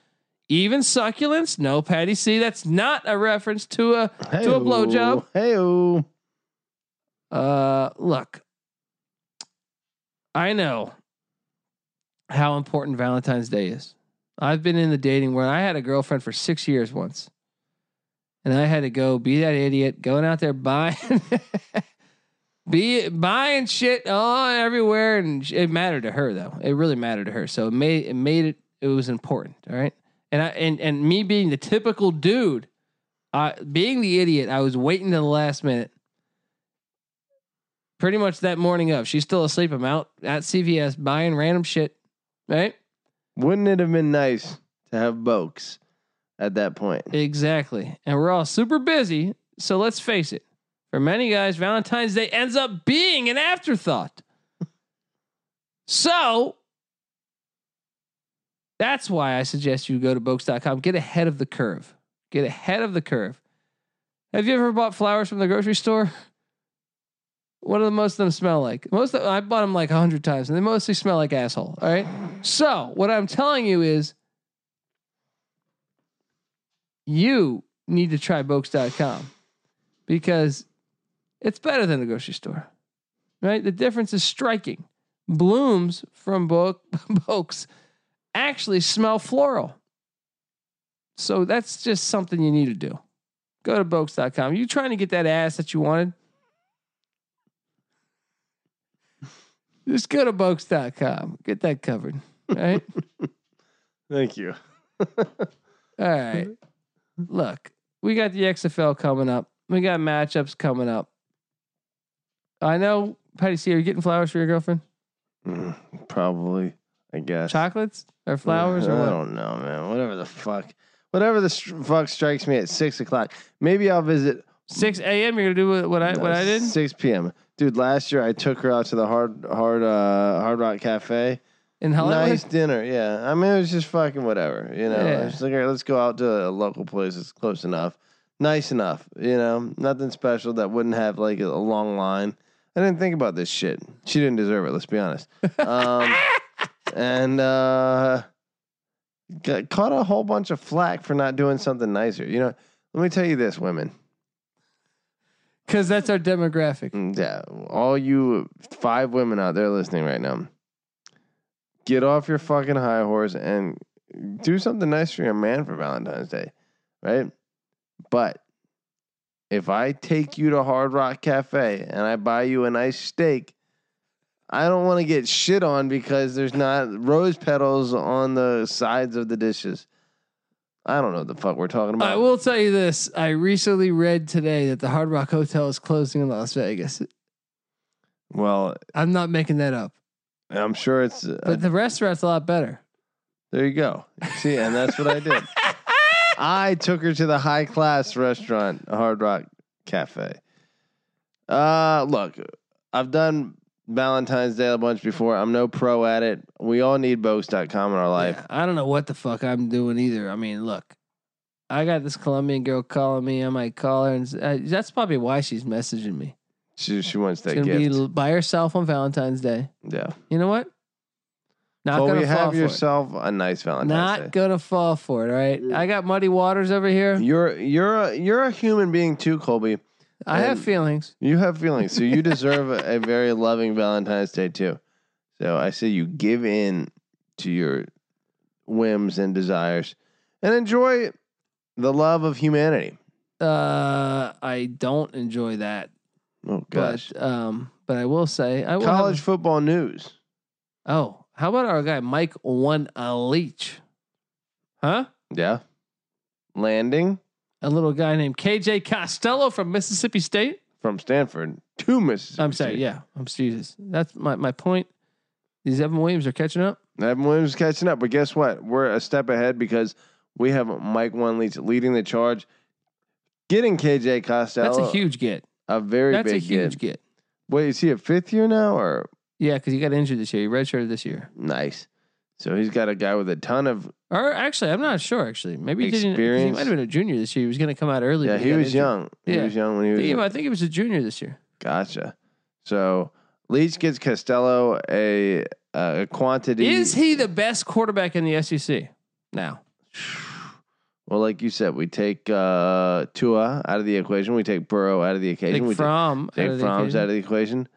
S1: even succulents. No, Patty C, that's not a reference to a to a blowjob.
S2: Hey,
S1: Uh, look, I know how important Valentine's Day is. I've been in the dating world. I had a girlfriend for six years once, and I had to go be that idiot going out there buying, be buying shit all everywhere, and sh- it mattered to her though. It really mattered to her, so it made it made it it was important. All right, and I and and me being the typical dude, I being the idiot, I was waiting to the last minute pretty much that morning of. She's still asleep. I'm out at CVS buying random shit, right?
S2: wouldn't it have been nice to have Bokes at that point?
S1: Exactly. And we're all super busy. So let's face it. For many guys, Valentine's Day ends up being an afterthought. So that's why I suggest you go to Bokes.com. Get ahead of the curve. Get ahead of the curve. Have you ever bought flowers from the grocery store? What do the most of them smell like? Most of, I bought them like a hundred times, and they mostly smell like asshole. All right. So what I'm telling you is, you need to try Bokes.com because it's better than the grocery store, right? The difference is striking. Blooms from Bo- Bokes actually smell floral. So that's just something you need to do. Go to Bokes.com. You trying to get that ass that you wanted? Just go to Bokes.com. Get that covered, right?
S2: Thank you.
S1: All right. Look, we got the XFL coming up. We got matchups coming up. I know, Patty C, are you getting flowers for your girlfriend?
S2: Mm, probably, I guess.
S1: Chocolates or flowers
S2: I
S1: or what?
S2: don't know, man. Whatever the fuck. Whatever the str- fuck strikes me at six o'clock. Maybe I'll visit.
S1: 6 a.m. You're going to do what- what I, what
S2: uh,
S1: I did?
S2: Six p.m. Dude, last year I took her out to the hard, hard, uh, hard rock cafe.
S1: In Hollywood?
S2: Nice dinner, yeah. I mean, it was just fucking whatever, you know.
S1: Yeah.
S2: It's like, all right, let's go out to a local place that's close enough, nice enough, you know. Nothing special that wouldn't have like a, a long line. I didn't think about this shit. She didn't deserve it. Let's be honest. Um, and uh, got, caught a whole bunch of flack for not doing something nicer. You know, let me tell you this, women.
S1: Because that's our demographic.
S2: Mm, Yeah, all you five women out there listening right now, get off your fucking high horse and do something nice for your man for Valentine's Day, right? But if I take you to Hard Rock Cafe and I buy you a nice steak, I don't want to get shit on because there's not rose petals on the sides of the dishes. I don't know what the fuck we're talking about.
S1: I will tell you this. I recently read today that the Hard Rock Hotel is closing in Las Vegas.
S2: well,
S1: I'm not making that up.
S2: I'm sure it's. uh,
S1: But the restaurant's a lot better.
S2: There you go. See, and that's what I did. I took her to the high class restaurant, Hard Rock Cafe. Uh, look, I've done Valentine's Day a bunch before. I'm no pro at it. We all need boast.com in our life.
S1: Yeah, I don't know what the fuck I'm doing either. I mean, look, I got this Colombian girl calling me. I might call her, and s- uh, that's probably why she's messaging me.
S2: She she wants
S1: She's
S2: that
S1: gonna
S2: gift.
S1: be l- by herself on Valentine's Day.
S2: yeah.
S1: You know what? Not
S2: Well,
S1: gonna
S2: we
S1: fall
S2: have
S1: for
S2: yourself a nice
S1: it.
S2: Valentine's
S1: Not
S2: Day.
S1: gonna fall for it. All right. I got muddy waters over here.
S2: You're you're a, you're a human being too, Colby.
S1: I have
S2: Um,
S1: feelings.
S2: You have feelings, so you deserve a, a very loving Valentine's Day too. So I say you give in to your whims and desires, and enjoy the love of humanity.
S1: Uh, I don't enjoy that.
S2: Oh gosh,
S1: But um, but I will say I will have-
S2: college football news.
S1: oh, how about our guy Mike One Leach? Huh?
S2: Yeah, landing
S1: A little guy named KJ Costello from Mississippi State.
S2: from Stanford to Mississippi.
S1: I'm sorry.
S2: State.
S1: Yeah, I'm Jesus. That's my, my point. These Evan Williams are catching up.
S2: Evan Williams is catching up, but guess what? We're a step ahead because we have Mike One leading the charge, getting KJ
S1: That's
S2: Costello.
S1: a huge get.
S2: a very
S1: That's a
S2: big
S1: huge
S2: get.
S1: get.
S2: Wait, is he a fifth year now or
S1: Yeah, because he got injured this year. He redshirted this year.
S2: nice? So he's got a guy with a ton of
S1: Or actually, I'm not sure. Actually, maybe he didn't. 'cause He
S2: Experience.
S1: might have been a junior this year. He was going to come out early.
S2: yeah.
S1: but
S2: He
S1: got
S2: was
S1: injured.
S2: young. He
S1: Yeah.
S2: was young when he was
S1: Yeah, I think he was a junior this year.
S2: gotcha. So Leach gets Costello a a quantity.
S1: Is he the best quarterback in the SEC now?
S2: Well, like you said, we take uh, Tua out of the equation. We take Burrow out of the equation.
S1: Like
S2: we
S1: from
S2: Take Fromm's out of the equation.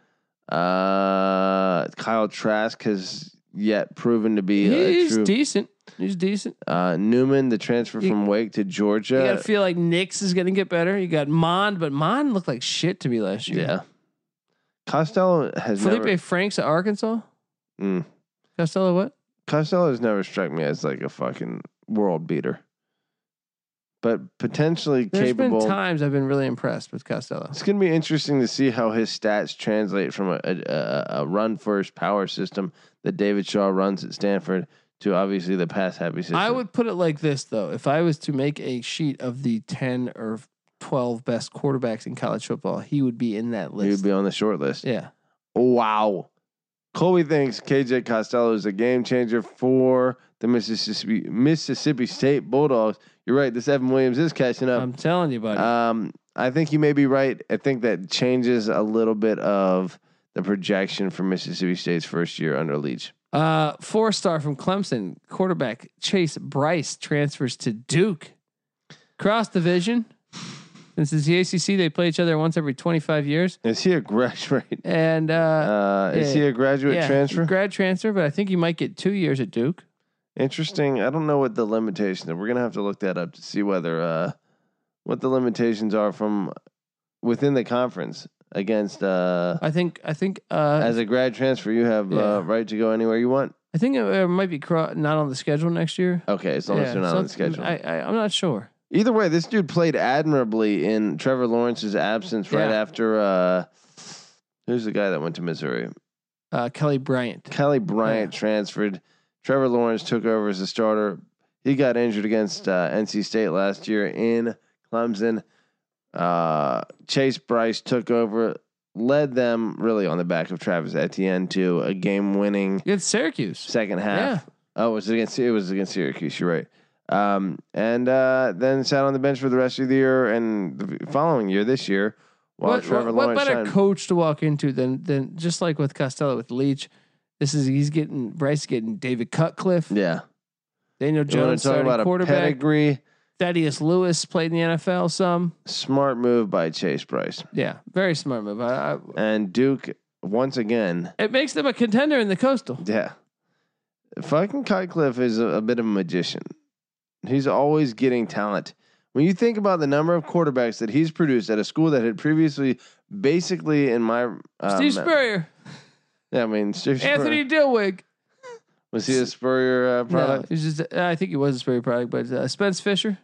S2: Uh, Kyle Trask has yet proven to be a
S1: He's
S2: uh, true.
S1: decent. He's decent.
S2: Uh, Newman, the transfer
S1: You-
S2: from Wake to
S1: You got
S2: Georgia.
S1: to feel like Nix is going to get better. You got Mond, but Mond looked like shit to me last year.
S2: yeah. Costello has
S1: Felipe
S2: never.
S1: Franks at Arkansas.
S2: Mm,
S1: Costello, what?
S2: Costello has never struck me as like a fucking world beater, but potentially
S1: There's
S2: capable.
S1: been times I've been really impressed with Costello.
S2: It's going to be interesting to see how his stats translate from a, a, a- a run first power system that David Shaw runs at Stanford to obviously the pass happy system.
S1: I would put it like this though: if I was to make a sheet of the ten or twelve best quarterbacks in college football, he would be in that
S2: he would
S1: list.
S2: be on the short list.
S1: yeah,
S2: Wow. Colby thinks KJ Costello is a game changer for the Mississippi Mississippi State Bulldogs. You're right. This Evan Williams is catching up.
S1: I'm telling you, buddy.
S2: Um, I think you may be right. I think that changes a little bit of the projection for Mississippi State's first year under Leach.
S1: Uh, four star from Clemson quarterback Chase Bryce transfers to Duke. Cross division. This is the ACC. They play each other once every 25 years,
S2: Is he a graduate?
S1: and uh,
S2: Uh, is
S1: yeah.
S2: he a graduate
S1: yeah,
S2: transfer?
S1: grad transfer. But I think you might get two years at Duke.
S2: Interesting. I don't know what the limitations are. We're gonna have to look that up to see whether uh, what the limitations are from within the conference against. Uh,
S1: I think. I think. Uh,
S2: as a grad transfer, you have uh,
S1: Yeah.
S2: right to go anywhere you want.
S1: I think it, it might be cro- not on the schedule next year.
S2: Okay, as long as
S1: Yeah,
S2: you're not on the
S1: something-
S2: schedule.
S1: I, I, I'm not sure.
S2: Either way, this dude played admirably in Trevor Lawrence's absence right
S1: Yeah.
S2: after. Uh, who's the guy that went to Missouri?
S1: Uh, Kelly Bryant.
S2: Kelly Bryant transferred. Trevor Lawrence took over as a starter. He got injured against uh, NC State last year in Clemson. Uh, Chase Bryce took over, led them really on the back of Travis Etienne to a game-winning
S1: Against Syracuse.
S2: second half.
S1: Yeah.
S2: Oh, it was against it was against Syracuse. You're right. Um, and uh, then sat on the bench for the rest of the year and the following year this year while
S1: What,
S2: Trevor
S1: what, what
S2: Lawrence
S1: better
S2: shined.
S1: coach to walk into than than just like with Costello with Leach? This is he's getting Bryce getting David Cutcliffe,
S2: yeah,
S1: Daniel
S2: you want
S1: Jones
S2: to talk
S1: starting
S2: about a
S1: quarterback,
S2: pedigree?
S1: Thaddeus Lewis played in the NFL. Some
S2: Smart move by Chase Bryce
S1: yeah, very smart move. I, I,
S2: and Duke once again.
S1: it makes them a contender in the Coastal.
S2: Yeah, fucking Cutcliffe is a, a bit of a magician. He's always getting talent. When you think about the number of quarterbacks that he's produced at a school that had previously, basically in my uh,
S1: Steve
S2: ma-
S1: Spurrier,
S2: Yeah, I mean, Steve
S1: Anthony
S2: Spurrier-
S1: Dillwig.
S2: was he a Spurrier uh,
S1: No,
S2: product?
S1: he's just, I think he was a Spurrier product, but uh, Spence Fisher.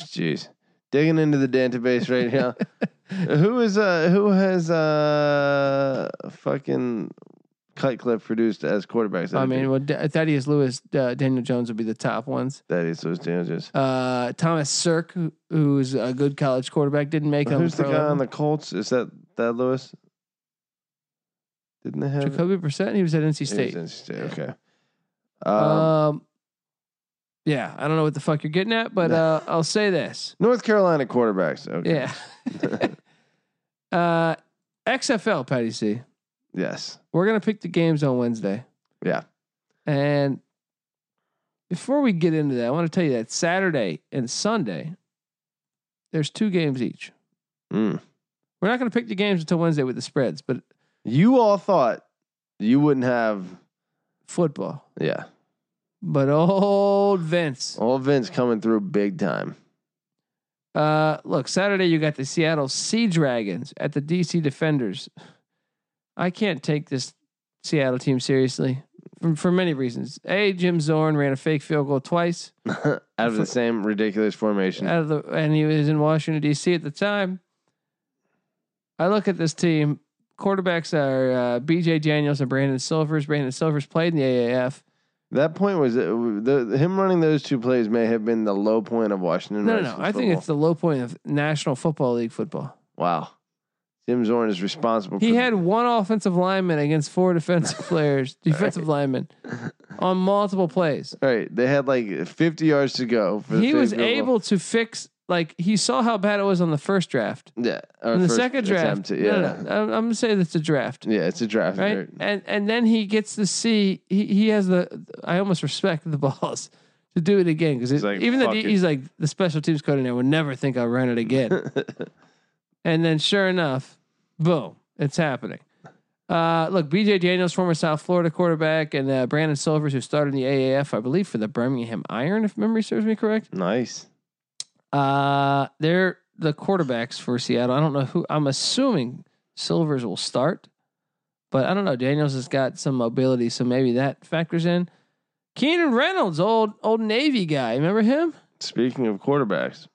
S2: Jeez, digging into the database right now. who is uh who has uh fucking Cutcliffe produced as quarterbacks?
S1: I mean, well, Da- Thaddeus Lewis, uh, Daniel Jones would be the top ones.
S2: that is those dangers.
S1: Uh, Thomas Sirk, who, who's a good college quarterback, didn't make it on
S2: Who's the
S1: pro
S2: guy on
S1: level.
S2: the Colts? Is that that Lewis? Didn't they have
S1: Jacoby Brissett. He was at NC
S2: it was
S1: State.
S2: NC State?
S1: Yeah.
S2: Okay.
S1: Um,
S2: um,
S1: yeah, I don't know what the fuck you're getting at, but uh, I'll say this.
S2: North Carolina quarterbacks. Okay.
S1: Yeah. uh, XFL, Patty C.
S2: Yes.
S1: We're gonna pick the games on Wednesday.
S2: Yeah.
S1: And before we get into that, I want to tell you that Saturday and Sunday, there's two games each.
S2: Mm.
S1: We're not gonna pick the games until Wednesday with the spreads, but
S2: You all thought you wouldn't have.
S1: football.
S2: Yeah.
S1: But old Vince.
S2: Old Vince coming through big time.
S1: Uh, look, Saturday you got the Seattle Sea Dragons at the DC Defenders. I can't take this Seattle team seriously for, for many reasons. A, Jim Zorn ran a fake field goal twice
S2: Out of the same ridiculous formation.
S1: out of the, and he was in Washington DC at the time. I look at this team. Quarterbacks are uh, BJ Daniels and Brandon Silvers. Brandon Silvers played in the AAF.
S2: That point was uh, the, him running those two plays may have been the low point of Washington.
S1: No, no, no.
S2: Redskins
S1: I think
S2: football.
S1: it's the low point of National Football League football.
S2: wow. Jim Zorn is responsible.
S1: He
S2: for
S1: had one offensive lineman against four defensive players, defensive linemen, on multiple plays.
S2: All right, they had like 50 yards to go. For the
S1: He
S2: fifth
S1: was
S2: field goal.
S1: able to fix. Like he saw how bad it was on the first draft.
S2: Yeah, or
S1: In the
S2: first
S1: second draft,
S2: attempt to-
S1: no,
S2: yeah,
S1: no, no. I'm, I'm gonna say that's a draft,
S2: yeah, it's a draft.
S1: right?
S2: right?
S1: And and then he gets to see he, he has the I almost respect the balls to do it again because
S2: like,
S1: even though
S2: fuck it.
S1: he's like the special teams coordinator would never think I'll run it again. And then sure enough, boom, it's happening. Uh, look, BJ Daniels, former South Florida quarterback, and uh, Brandon Silvers, who started in the AAF, I believe, for the Birmingham Iron, if memory serves me correct.
S2: nice.
S1: Uh, they're the quarterbacks for Seattle. I don't know who, I'm assuming Silvers will start, but I don't know. Daniels has got some mobility, so maybe that factors in. Keenan Reynolds, old old Navy guy, remember him?
S2: Speaking of quarterbacks,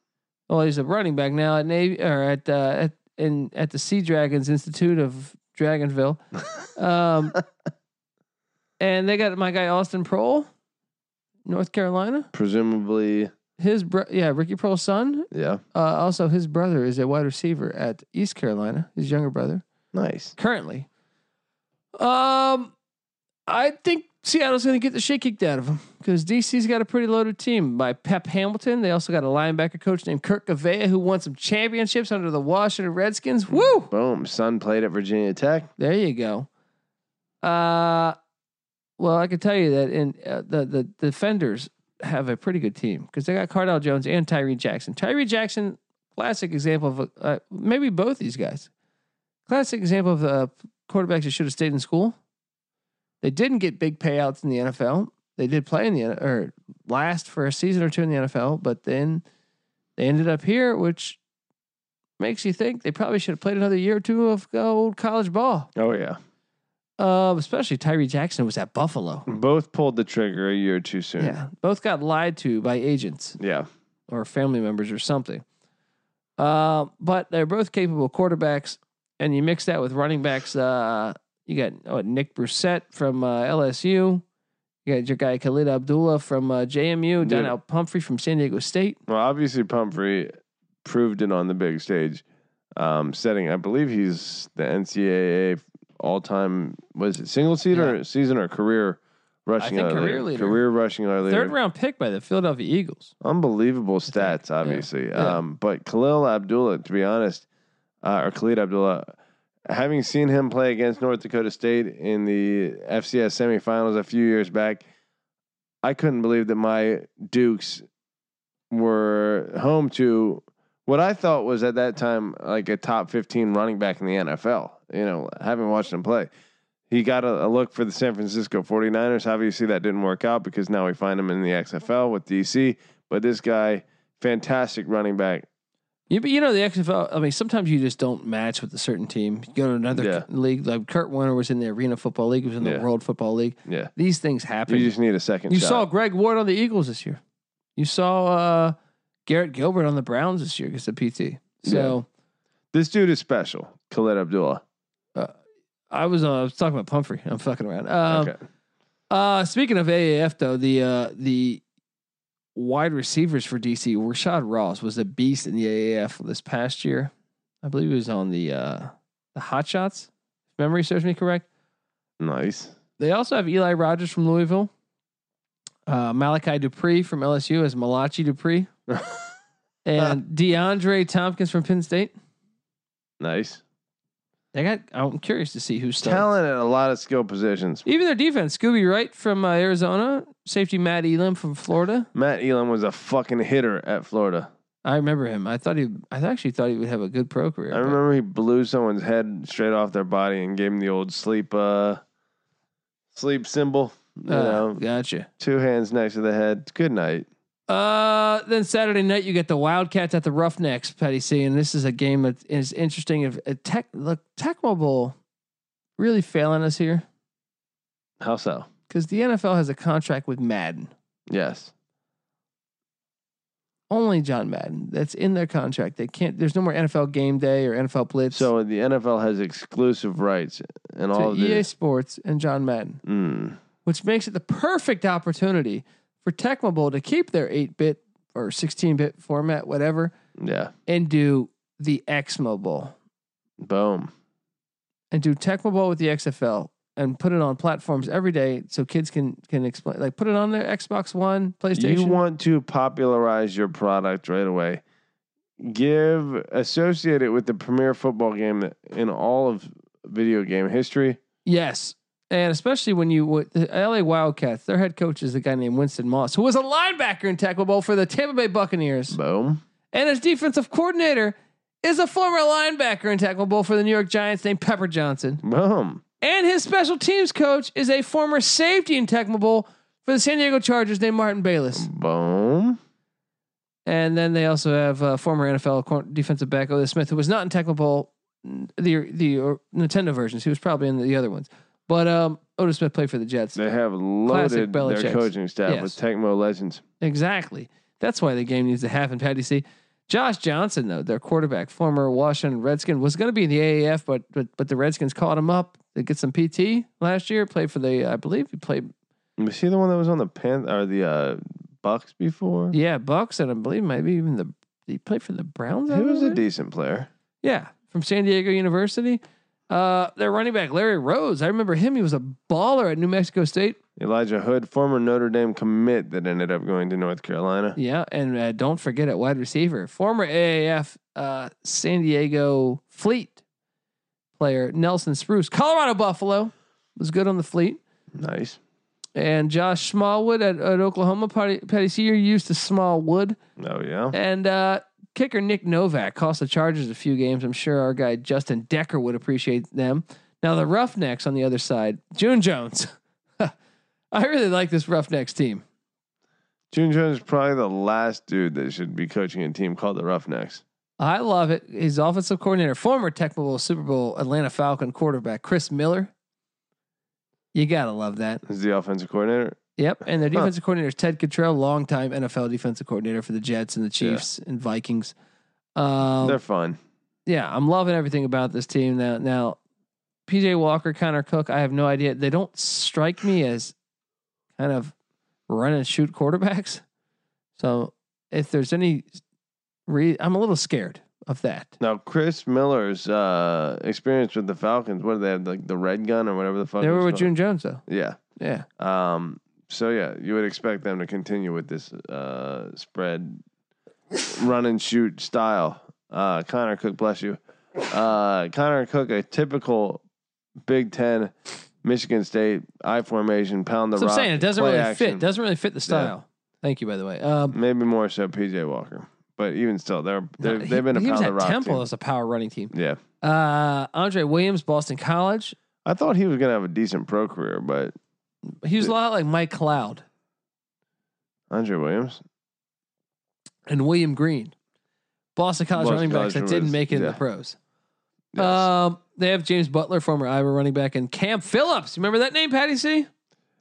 S1: Well, he's a running back now at Navy or at uh, at in at the Sea Dragons Institute of Dragonville. Um, and they got my guy Austin Prohl, North Carolina.
S2: presumably,
S1: His bro- yeah, Ricky Prohl's son.
S2: yeah,
S1: Uh, also, his brother is a wide receiver at East Carolina. His younger brother
S2: nice.
S1: currently. Um, I think Seattle's going to get the shit kicked out of them because DC's got a pretty loaded team by Pep Hamilton. They also got a linebacker coach named Kirk Gavea who won some championships under the Washington Redskins. Woo!
S2: Boom. Son played at Virginia Tech.
S1: There you go. Uh, well, I can tell you that in uh, the the defenders have a pretty good team because they got Cardell Jones and Tyree Jackson. Tyree Jackson, classic example of a- uh, maybe both these guys, classic example of uh, quarterbacks that should have stayed in school. They didn't get big payouts in the NFL. They did play in the N- or last for a season or two in the NFL, but then they ended up here, which makes you think they probably should have played another year or two of uh, old college ball.
S2: Oh yeah,
S1: Um, especially Tyree Jackson was at Buffalo.
S2: both pulled the trigger a year too soon.
S1: Yeah, both got lied to by agents
S2: yeah.
S1: or family members or something. Uh, but they're both capable quarterbacks, and you mix that with running backs. Uh, you got oh, Nick Brissett from uh, LSU. You got your guy Khalid Abdullah from uh, JMU.
S2: Yeah.
S1: Donnell Pumphrey from San Diego State.
S2: Well, obviously Pumphrey proved it on the big stage, um, setting. I believe he's the NCAA all-time was it single season or season or career rushing
S1: think
S2: our
S1: career leader.
S2: career rushing our leader.
S1: Third round pick by the Philadelphia Eagles.
S2: Unbelievable
S1: think.
S2: stats, obviously.
S1: Yeah.
S2: Um, but Khalil Abdullah, to be honest, uh, or Khalid Abdullah, having seen him play against North Dakota State in the FCS semifinals a few years back, I couldn't believe that my Dukes were home to what I thought was at that time like a top 15 running back in the NFL. You know, having watched him play, he got a, a look for the San Francisco 49ers. Obviously, that didn't work out because now we find him in the XFL with DC. But this guy, fantastic running back.
S1: You, but you know the XFL. I mean, sometimes you just don't match with a certain team. You go to another
S2: Yeah.
S1: league. Like Kurt Warner was in the Arena Football League. He was in the
S2: Yeah.
S1: World Football League.
S2: Yeah.
S1: These things happen.
S2: You
S1: You,
S2: just need a second shot.
S1: saw Greg Ward on the Eagles this year. You saw uh, Garrett Gilbert on the Browns this year because of PT. So
S2: this dude is special, Khalid Abdullah.
S1: I was uh, I was talking about Pumphrey. I'm fucking around. Um,
S2: okay.
S1: Uh, speaking of AAF though, the uh, the wide receivers for DC, Rashad Ross was a beast in the AAF this past year. I believe he was on the uh, the Hot Shots. If memory serves me correct.
S2: Nice.
S1: They also have Eli Rogers from Louisville, uh, Malachi Dupree from LSU as Malachi Dupree, and DeAndre Tompkins from Penn State.
S2: Nice.
S1: They got. I'm curious to see who's starts.
S2: Talent at a lot of skill positions.
S1: Even their defense: Scooby Wright from uh, Arizona, safety Matt Elam from Florida.
S2: Matt Elam was a fucking hitter at Florida.
S1: I remember him. I thought he. I actually thought he would have a good pro career.
S2: I
S1: but-
S2: remember he blew someone's head straight off their body and gave him the old sleep uh sleep symbol. You
S1: Uh,
S2: know,
S1: gotcha.
S2: two hands next to the head. Good night.
S1: Uh, then Saturday night you get the Wildcats at the Roughnecks, Petty C, and this is a game that is interesting. If a Tech, look, Tecmo Bowl really failing us here
S2: How so?
S1: because the NFL has a contract with Madden,
S2: Yes.
S1: only John Madden. That's in their contract. They can't. There's no more NFL Game Day or NFL Blitz.
S2: So the NFL has exclusive rights and all
S1: to E
S2: of
S1: EA
S2: this.
S1: Sports and John Madden,
S2: Mm.
S1: which makes it the perfect opportunity for Tecmo Bowl to keep their eight bit or sixteen bit format, whatever,
S2: Yeah.
S1: and do the Exmo Bowl.
S2: Boom.
S1: and do Tecmo Bowl with the XFL and put it on platforms every day so kids can can explain like put it on their Xbox One, PlayStation.
S2: You want to popularize your product right away. Give associate it with the premier football game that- in all of video game history.
S1: yes. And especially when you would the LA Wildcats, their head coach is a guy named Winston Moss, who was a linebacker in Tecmo Bowl for the Tampa Bay Buccaneers.
S2: Boom.
S1: And his defensive coordinator is a former linebacker in Tecmo Bowl for the New York Giants named Pepper Johnson.
S2: Boom.
S1: And his special teams coach is a former safety in Tecmo Bowl for the San Diego Chargers named Martin Bayless.
S2: Boom.
S1: And then they also have uh, former NFL cor- defensive back Otis Smith, who was not in Tecmo Bowl, n- the the uh, Nintendo versions. He was probably in the other ones. But um, Otis Smith played for the Jets.
S2: They have loaded
S1: Belichick's.
S2: their coaching staff
S1: Yes.
S2: with Tecmo legends.
S1: Exactly. That's why the game needs to happen, Patty C. Josh Johnson, though, their quarterback, former Washington Redskin, was going to be in the AAF, but but but the Redskins called him up to get some PT last year. Played for the, I believe he played,
S2: Was he the one that was on the Pan or the uh, Bucks before?
S1: yeah, Bucks, and I believe maybe even the he played for the Browns. I
S2: He was a
S1: believe?
S2: decent player.
S1: Yeah, from San Diego University. Uh, their running back Larry Rose. I remember him. He was a baller at New Mexico State.
S2: Elijah Hood, former Notre Dame commit that ended up going to North Carolina.
S1: Yeah, and uh, don't forget at wide receiver, former AAF uh, San Diego Fleet player Nelson Spruce, Colorado Buffalo was good on the Fleet,
S2: Nice.
S1: and Josh Smallwood at, at Oklahoma. Patty, Patty C, you're used to Smallwood.
S2: Oh yeah.
S1: And uh, kicker Nick Novak cost the Chargers a few games. I'm sure our guy Justin Decker would appreciate them. Now the Roughnecks on the other side, June Jones. I really like this Roughnecks team.
S2: June Jones is probably the last dude that should be coaching a team called the Roughnecks.
S1: I love it. His offensive coordinator, former Tech Bowl Super Bowl Atlanta Falcon quarterback Chris Miller. You gotta love that.
S2: Is the offensive coordinator?
S1: Yep. And their
S2: Huh.
S1: defensive coordinator is Ted Cottrell, longtime NFL defensive coordinator for the Jets and the Chiefs and Vikings. Um,
S2: They're fun.
S1: yeah, I'm loving everything about this team now. Now, PJ Walker, Connor Cook, I have no idea. They don't strike me as kind of run and shoot quarterbacks. So if there's any, re- I'm a little scared of that.
S2: Now Chris Miller's uh, experience with the Falcons. What do they have? Like the red gun or whatever the fuck.
S1: They
S2: it's
S1: were with
S2: called?
S1: June Jones though.
S2: Yeah.
S1: Yeah,
S2: Um. So yeah, you would expect them to continue with this uh, spread, run and shoot style. Uh, Connor Cook, bless you. Uh, Connor Cook, a typical Big Ten, Michigan State I formation, pound the
S1: that's what I'm
S2: rock.
S1: saying. It doesn't
S2: play
S1: really
S2: action. Mm.
S1: fit. Doesn't really fit the style. Thank you, by the way. Um,
S2: Maybe more so PJ Walker, but even still, they're, they're
S1: he-
S2: they've been a
S1: he was
S2: pound the
S1: at
S2: rock.
S1: Temple
S2: team.
S1: as a power running team.
S2: Yeah,
S1: Uh, Andre Williams, Boston College.
S2: I thought he was gonna have a decent pro career, but
S1: He was a lot like Mike Cloud
S2: Andre Williams,
S1: and William Green, Boston College
S2: Boston
S1: running backs
S2: College
S1: that didn't
S2: was-
S1: make it in
S2: yeah.
S1: the pros.
S2: yes.
S1: Um, they have James Butler, former Iowa running back, and Cam Phillips. Remember that name, Patty C? Did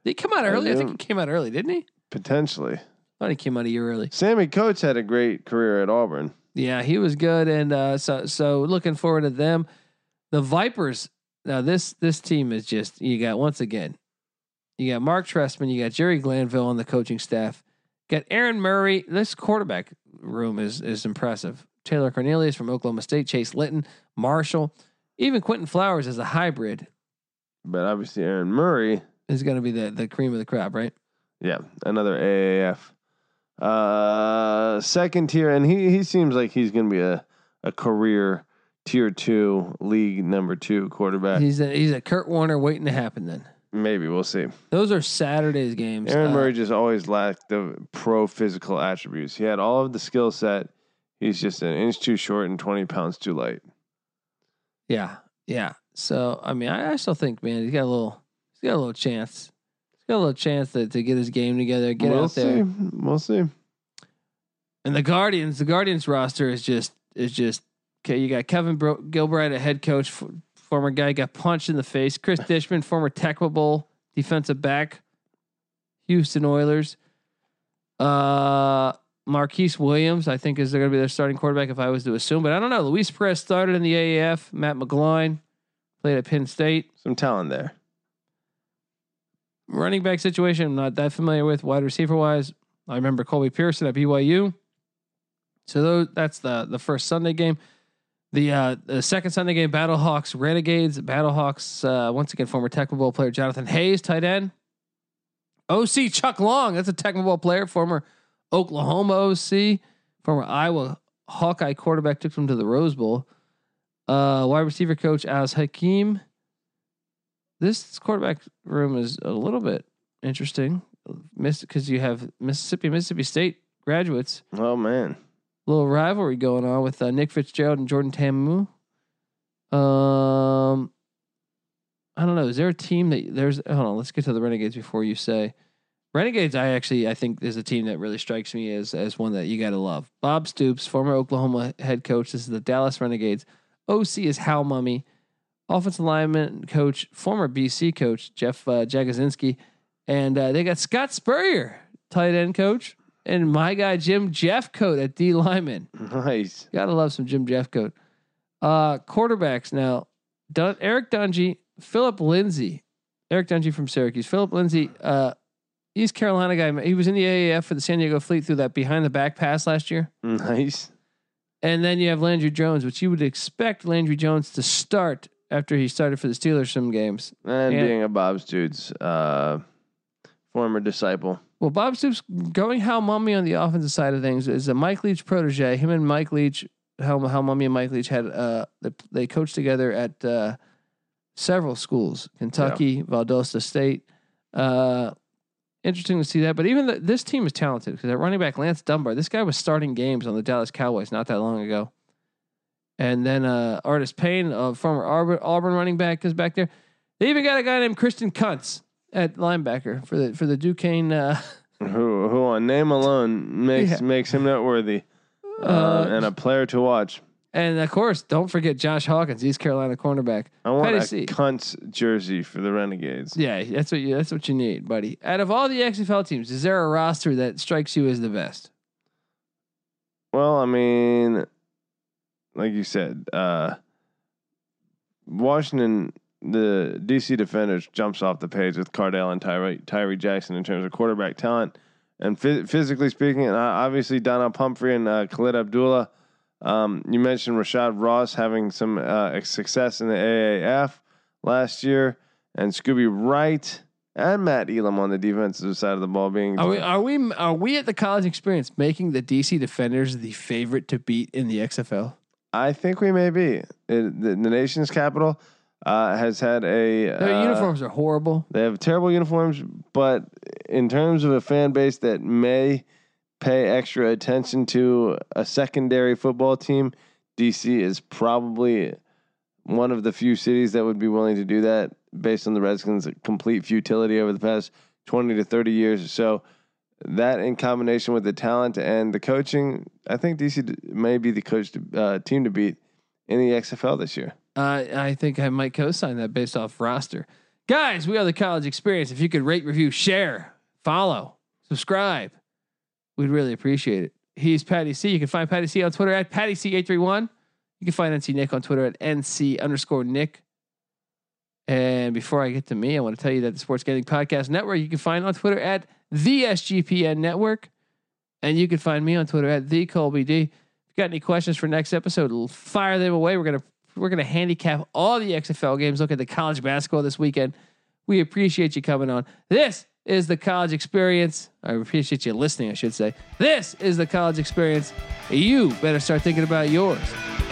S1: he come out
S2: I
S1: early? I, think
S2: do.
S1: he came out early, didn't he?
S2: potentially.
S1: thought he came out a year early.
S2: Sammy Coates had a great career at Auburn.
S1: Yeah, he was good, and uh, so so looking forward to them. The Vipers. Now this this team is just you got once again, you got Mark Trestman, you got Jerry Glanville on the coaching staff, got Aaron Murray. This quarterback room is is impressive. Taylor Cornelius from Oklahoma State, Chase Litton, Marshall, even Quentin Flowers is a hybrid.
S2: But obviously, Aaron Murray,
S1: is going to be the, the cream of the crop, right?
S2: yeah, another AAF. Uh, second tier, and he, he seems like he's going to be a, a career tier two, league number two quarterback.
S1: He's a, he's a Kurt Warner waiting to happen. Then
S2: Maybe we'll see.
S1: those are Saturday's games.
S2: Aaron
S1: Uh,
S2: Murray just always lacked the pro physical attributes. He had all of the skill set. He's just an inch too short and 20 pounds too light.
S1: Yeah, yeah. So I mean, I, I still think, man, he's got a little, he's got a little chance. He's got a little chance to, to get his game together, get
S2: we'll
S1: out there.
S2: see. We'll see.
S1: And the Guardians, the Guardians roster is just is just okay. You got Kevin Bro- Gilbride, a head coach, f- former guy, got punched in the face. Chris Dishman, former Tecmo Bowl defensive back, Houston Oilers. Uh, Marquise Williams, I think, is going to be their starting quarterback if I was to assume. But I don't know. Luis Perez started in the AAF. Matt McGloin played at Penn State.
S2: Some talent there.
S1: Running back situation, I'm not that familiar with. Wide receiver wise, I remember Colby Pearson at BYU. So those, that's the the first Sunday game. The uh, the second Sunday game, Battlehawks Renegades. Battlehawks uh, once again former Tecmo Bowl player Jonathan Hayes, tight end. OC Chuck Long, that's a Tecmo Bowl player, former Oklahoma OC, former Iowa Hawkeye quarterback, took him to the Rose Bowl. Uh, wide receiver coach As Hakeem. This quarterback room is a little bit interesting, because you have Mississippi, Mississippi State graduates
S2: Oh, man.
S1: little rivalry going on with uh, Nick Fitzgerald and Jordan Tamu. Um, I don't know. Is there a team that there's? Hold on. Let's get to the Renegades before you say. Renegades, I actually I think is a team that really strikes me as as one that you got to love. Bob Stoops, former Oklahoma head coach, this is the Dallas Renegades. OC is Hal Mummy, offensive lineman coach, former BC coach Jeff uh, Jagosinski, and uh, they got Scott Spurrier, tight end coach, and my guy Jim Jeffcoat at D lineman.
S2: Nice.
S1: Gotta love some Jim Jeffcoat. Uh, quarterbacks now. Dun- Eric Dungy, Philip Lindsay, Eric Dungy from Syracuse. Philip Lindsay, uh, East Carolina guy. He was in the AAF for the San Diego Fleet through that behind the back pass last year.
S2: Nice.
S1: And then you have Landry Jones, which you would expect Landry Jones to start after he started for the Steelers some games.
S2: And
S1: Yeah.
S2: being a Bob's Dudes uh, former disciple.
S1: Well, Bob Stoops going Hal Mummy on the offensive side of things is a Mike Leach protege. Him and Mike Leach, Hal, Hal Mummy and Mike Leach had uh they, they coached together at uh, several schools, Kentucky, Valdosta State. Uh, interesting to see that. But even the, this team is talented because at running back Lance Dunbar, this guy was starting games on the Dallas Cowboys not that long ago. And then uh, Artist Payne, uh, former Auburn, Auburn running back, is back there. They even got a guy named Christian Kuntz at linebacker for the for the Duquesne. Uh,
S2: Who, who on name alone makes
S1: Yeah.
S2: makes him noteworthy uh,
S1: Uh,
S2: and a player to watch.
S1: And of course, don't forget Josh Hawkins, East Carolina cornerback.
S2: I want a
S1: Pettis-
S2: cunt's jersey for the Renegades.
S1: Yeah, that's what you that's what you need, buddy. Out of all the XFL teams, is there a roster that strikes you as the best?
S2: Well, I mean, like you said, uh, Washington, the DC defenders jumps off the page with Cardell and Tyree, Tyree Jackson in terms of quarterback talent. And phys- physically speaking, and uh, obviously Donald Pumphrey and uh, Khalid Abdullah. Um, you mentioned Rashad Ross having some uh, success in the AAF last year, and Scooby Wright and Matt Elam on the defensive side of the ball being
S1: Are we are we are we at the college experience making the DC Defenders the favorite to beat in the XFL?
S2: I think we may be. It, the, the nation's capital uh, has had a.
S1: Their
S2: uh,
S1: uniforms are horrible.
S2: They have terrible uniforms, but in terms of a fan base that may pay extra attention to a secondary football team, DC is probably one of the few cities that would be willing to do that based on the Redskins' complete futility over the past 20 to 30 years or so. That in combination with the talent and the coaching, I think DC d- may be the coach to, uh, team to beat in the XFL this year.
S1: Uh, I think I might co-sign that based off roster. Guys, we are the college experience. If you could rate, review, share, follow, subscribe, we'd really appreciate it. He's Patty C. You can find Patty C on Twitter at Patty C831. You can find NC Nick on Twitter at NC underscore Nick. And before I get to me, I want to tell you that the Sports Gambling Podcast Network you can find on Twitter at the SGPN Network. And you can find me on Twitter at the Colby D. If you got any questions for next episode, l- fire them away. We're going to We're going to handicap all the XFL games, look at the college basketball this weekend. We appreciate you coming on. This is the college experience. I appreciate you listening, I should say. This is the college experience. You better start thinking about yours.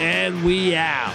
S1: And we out.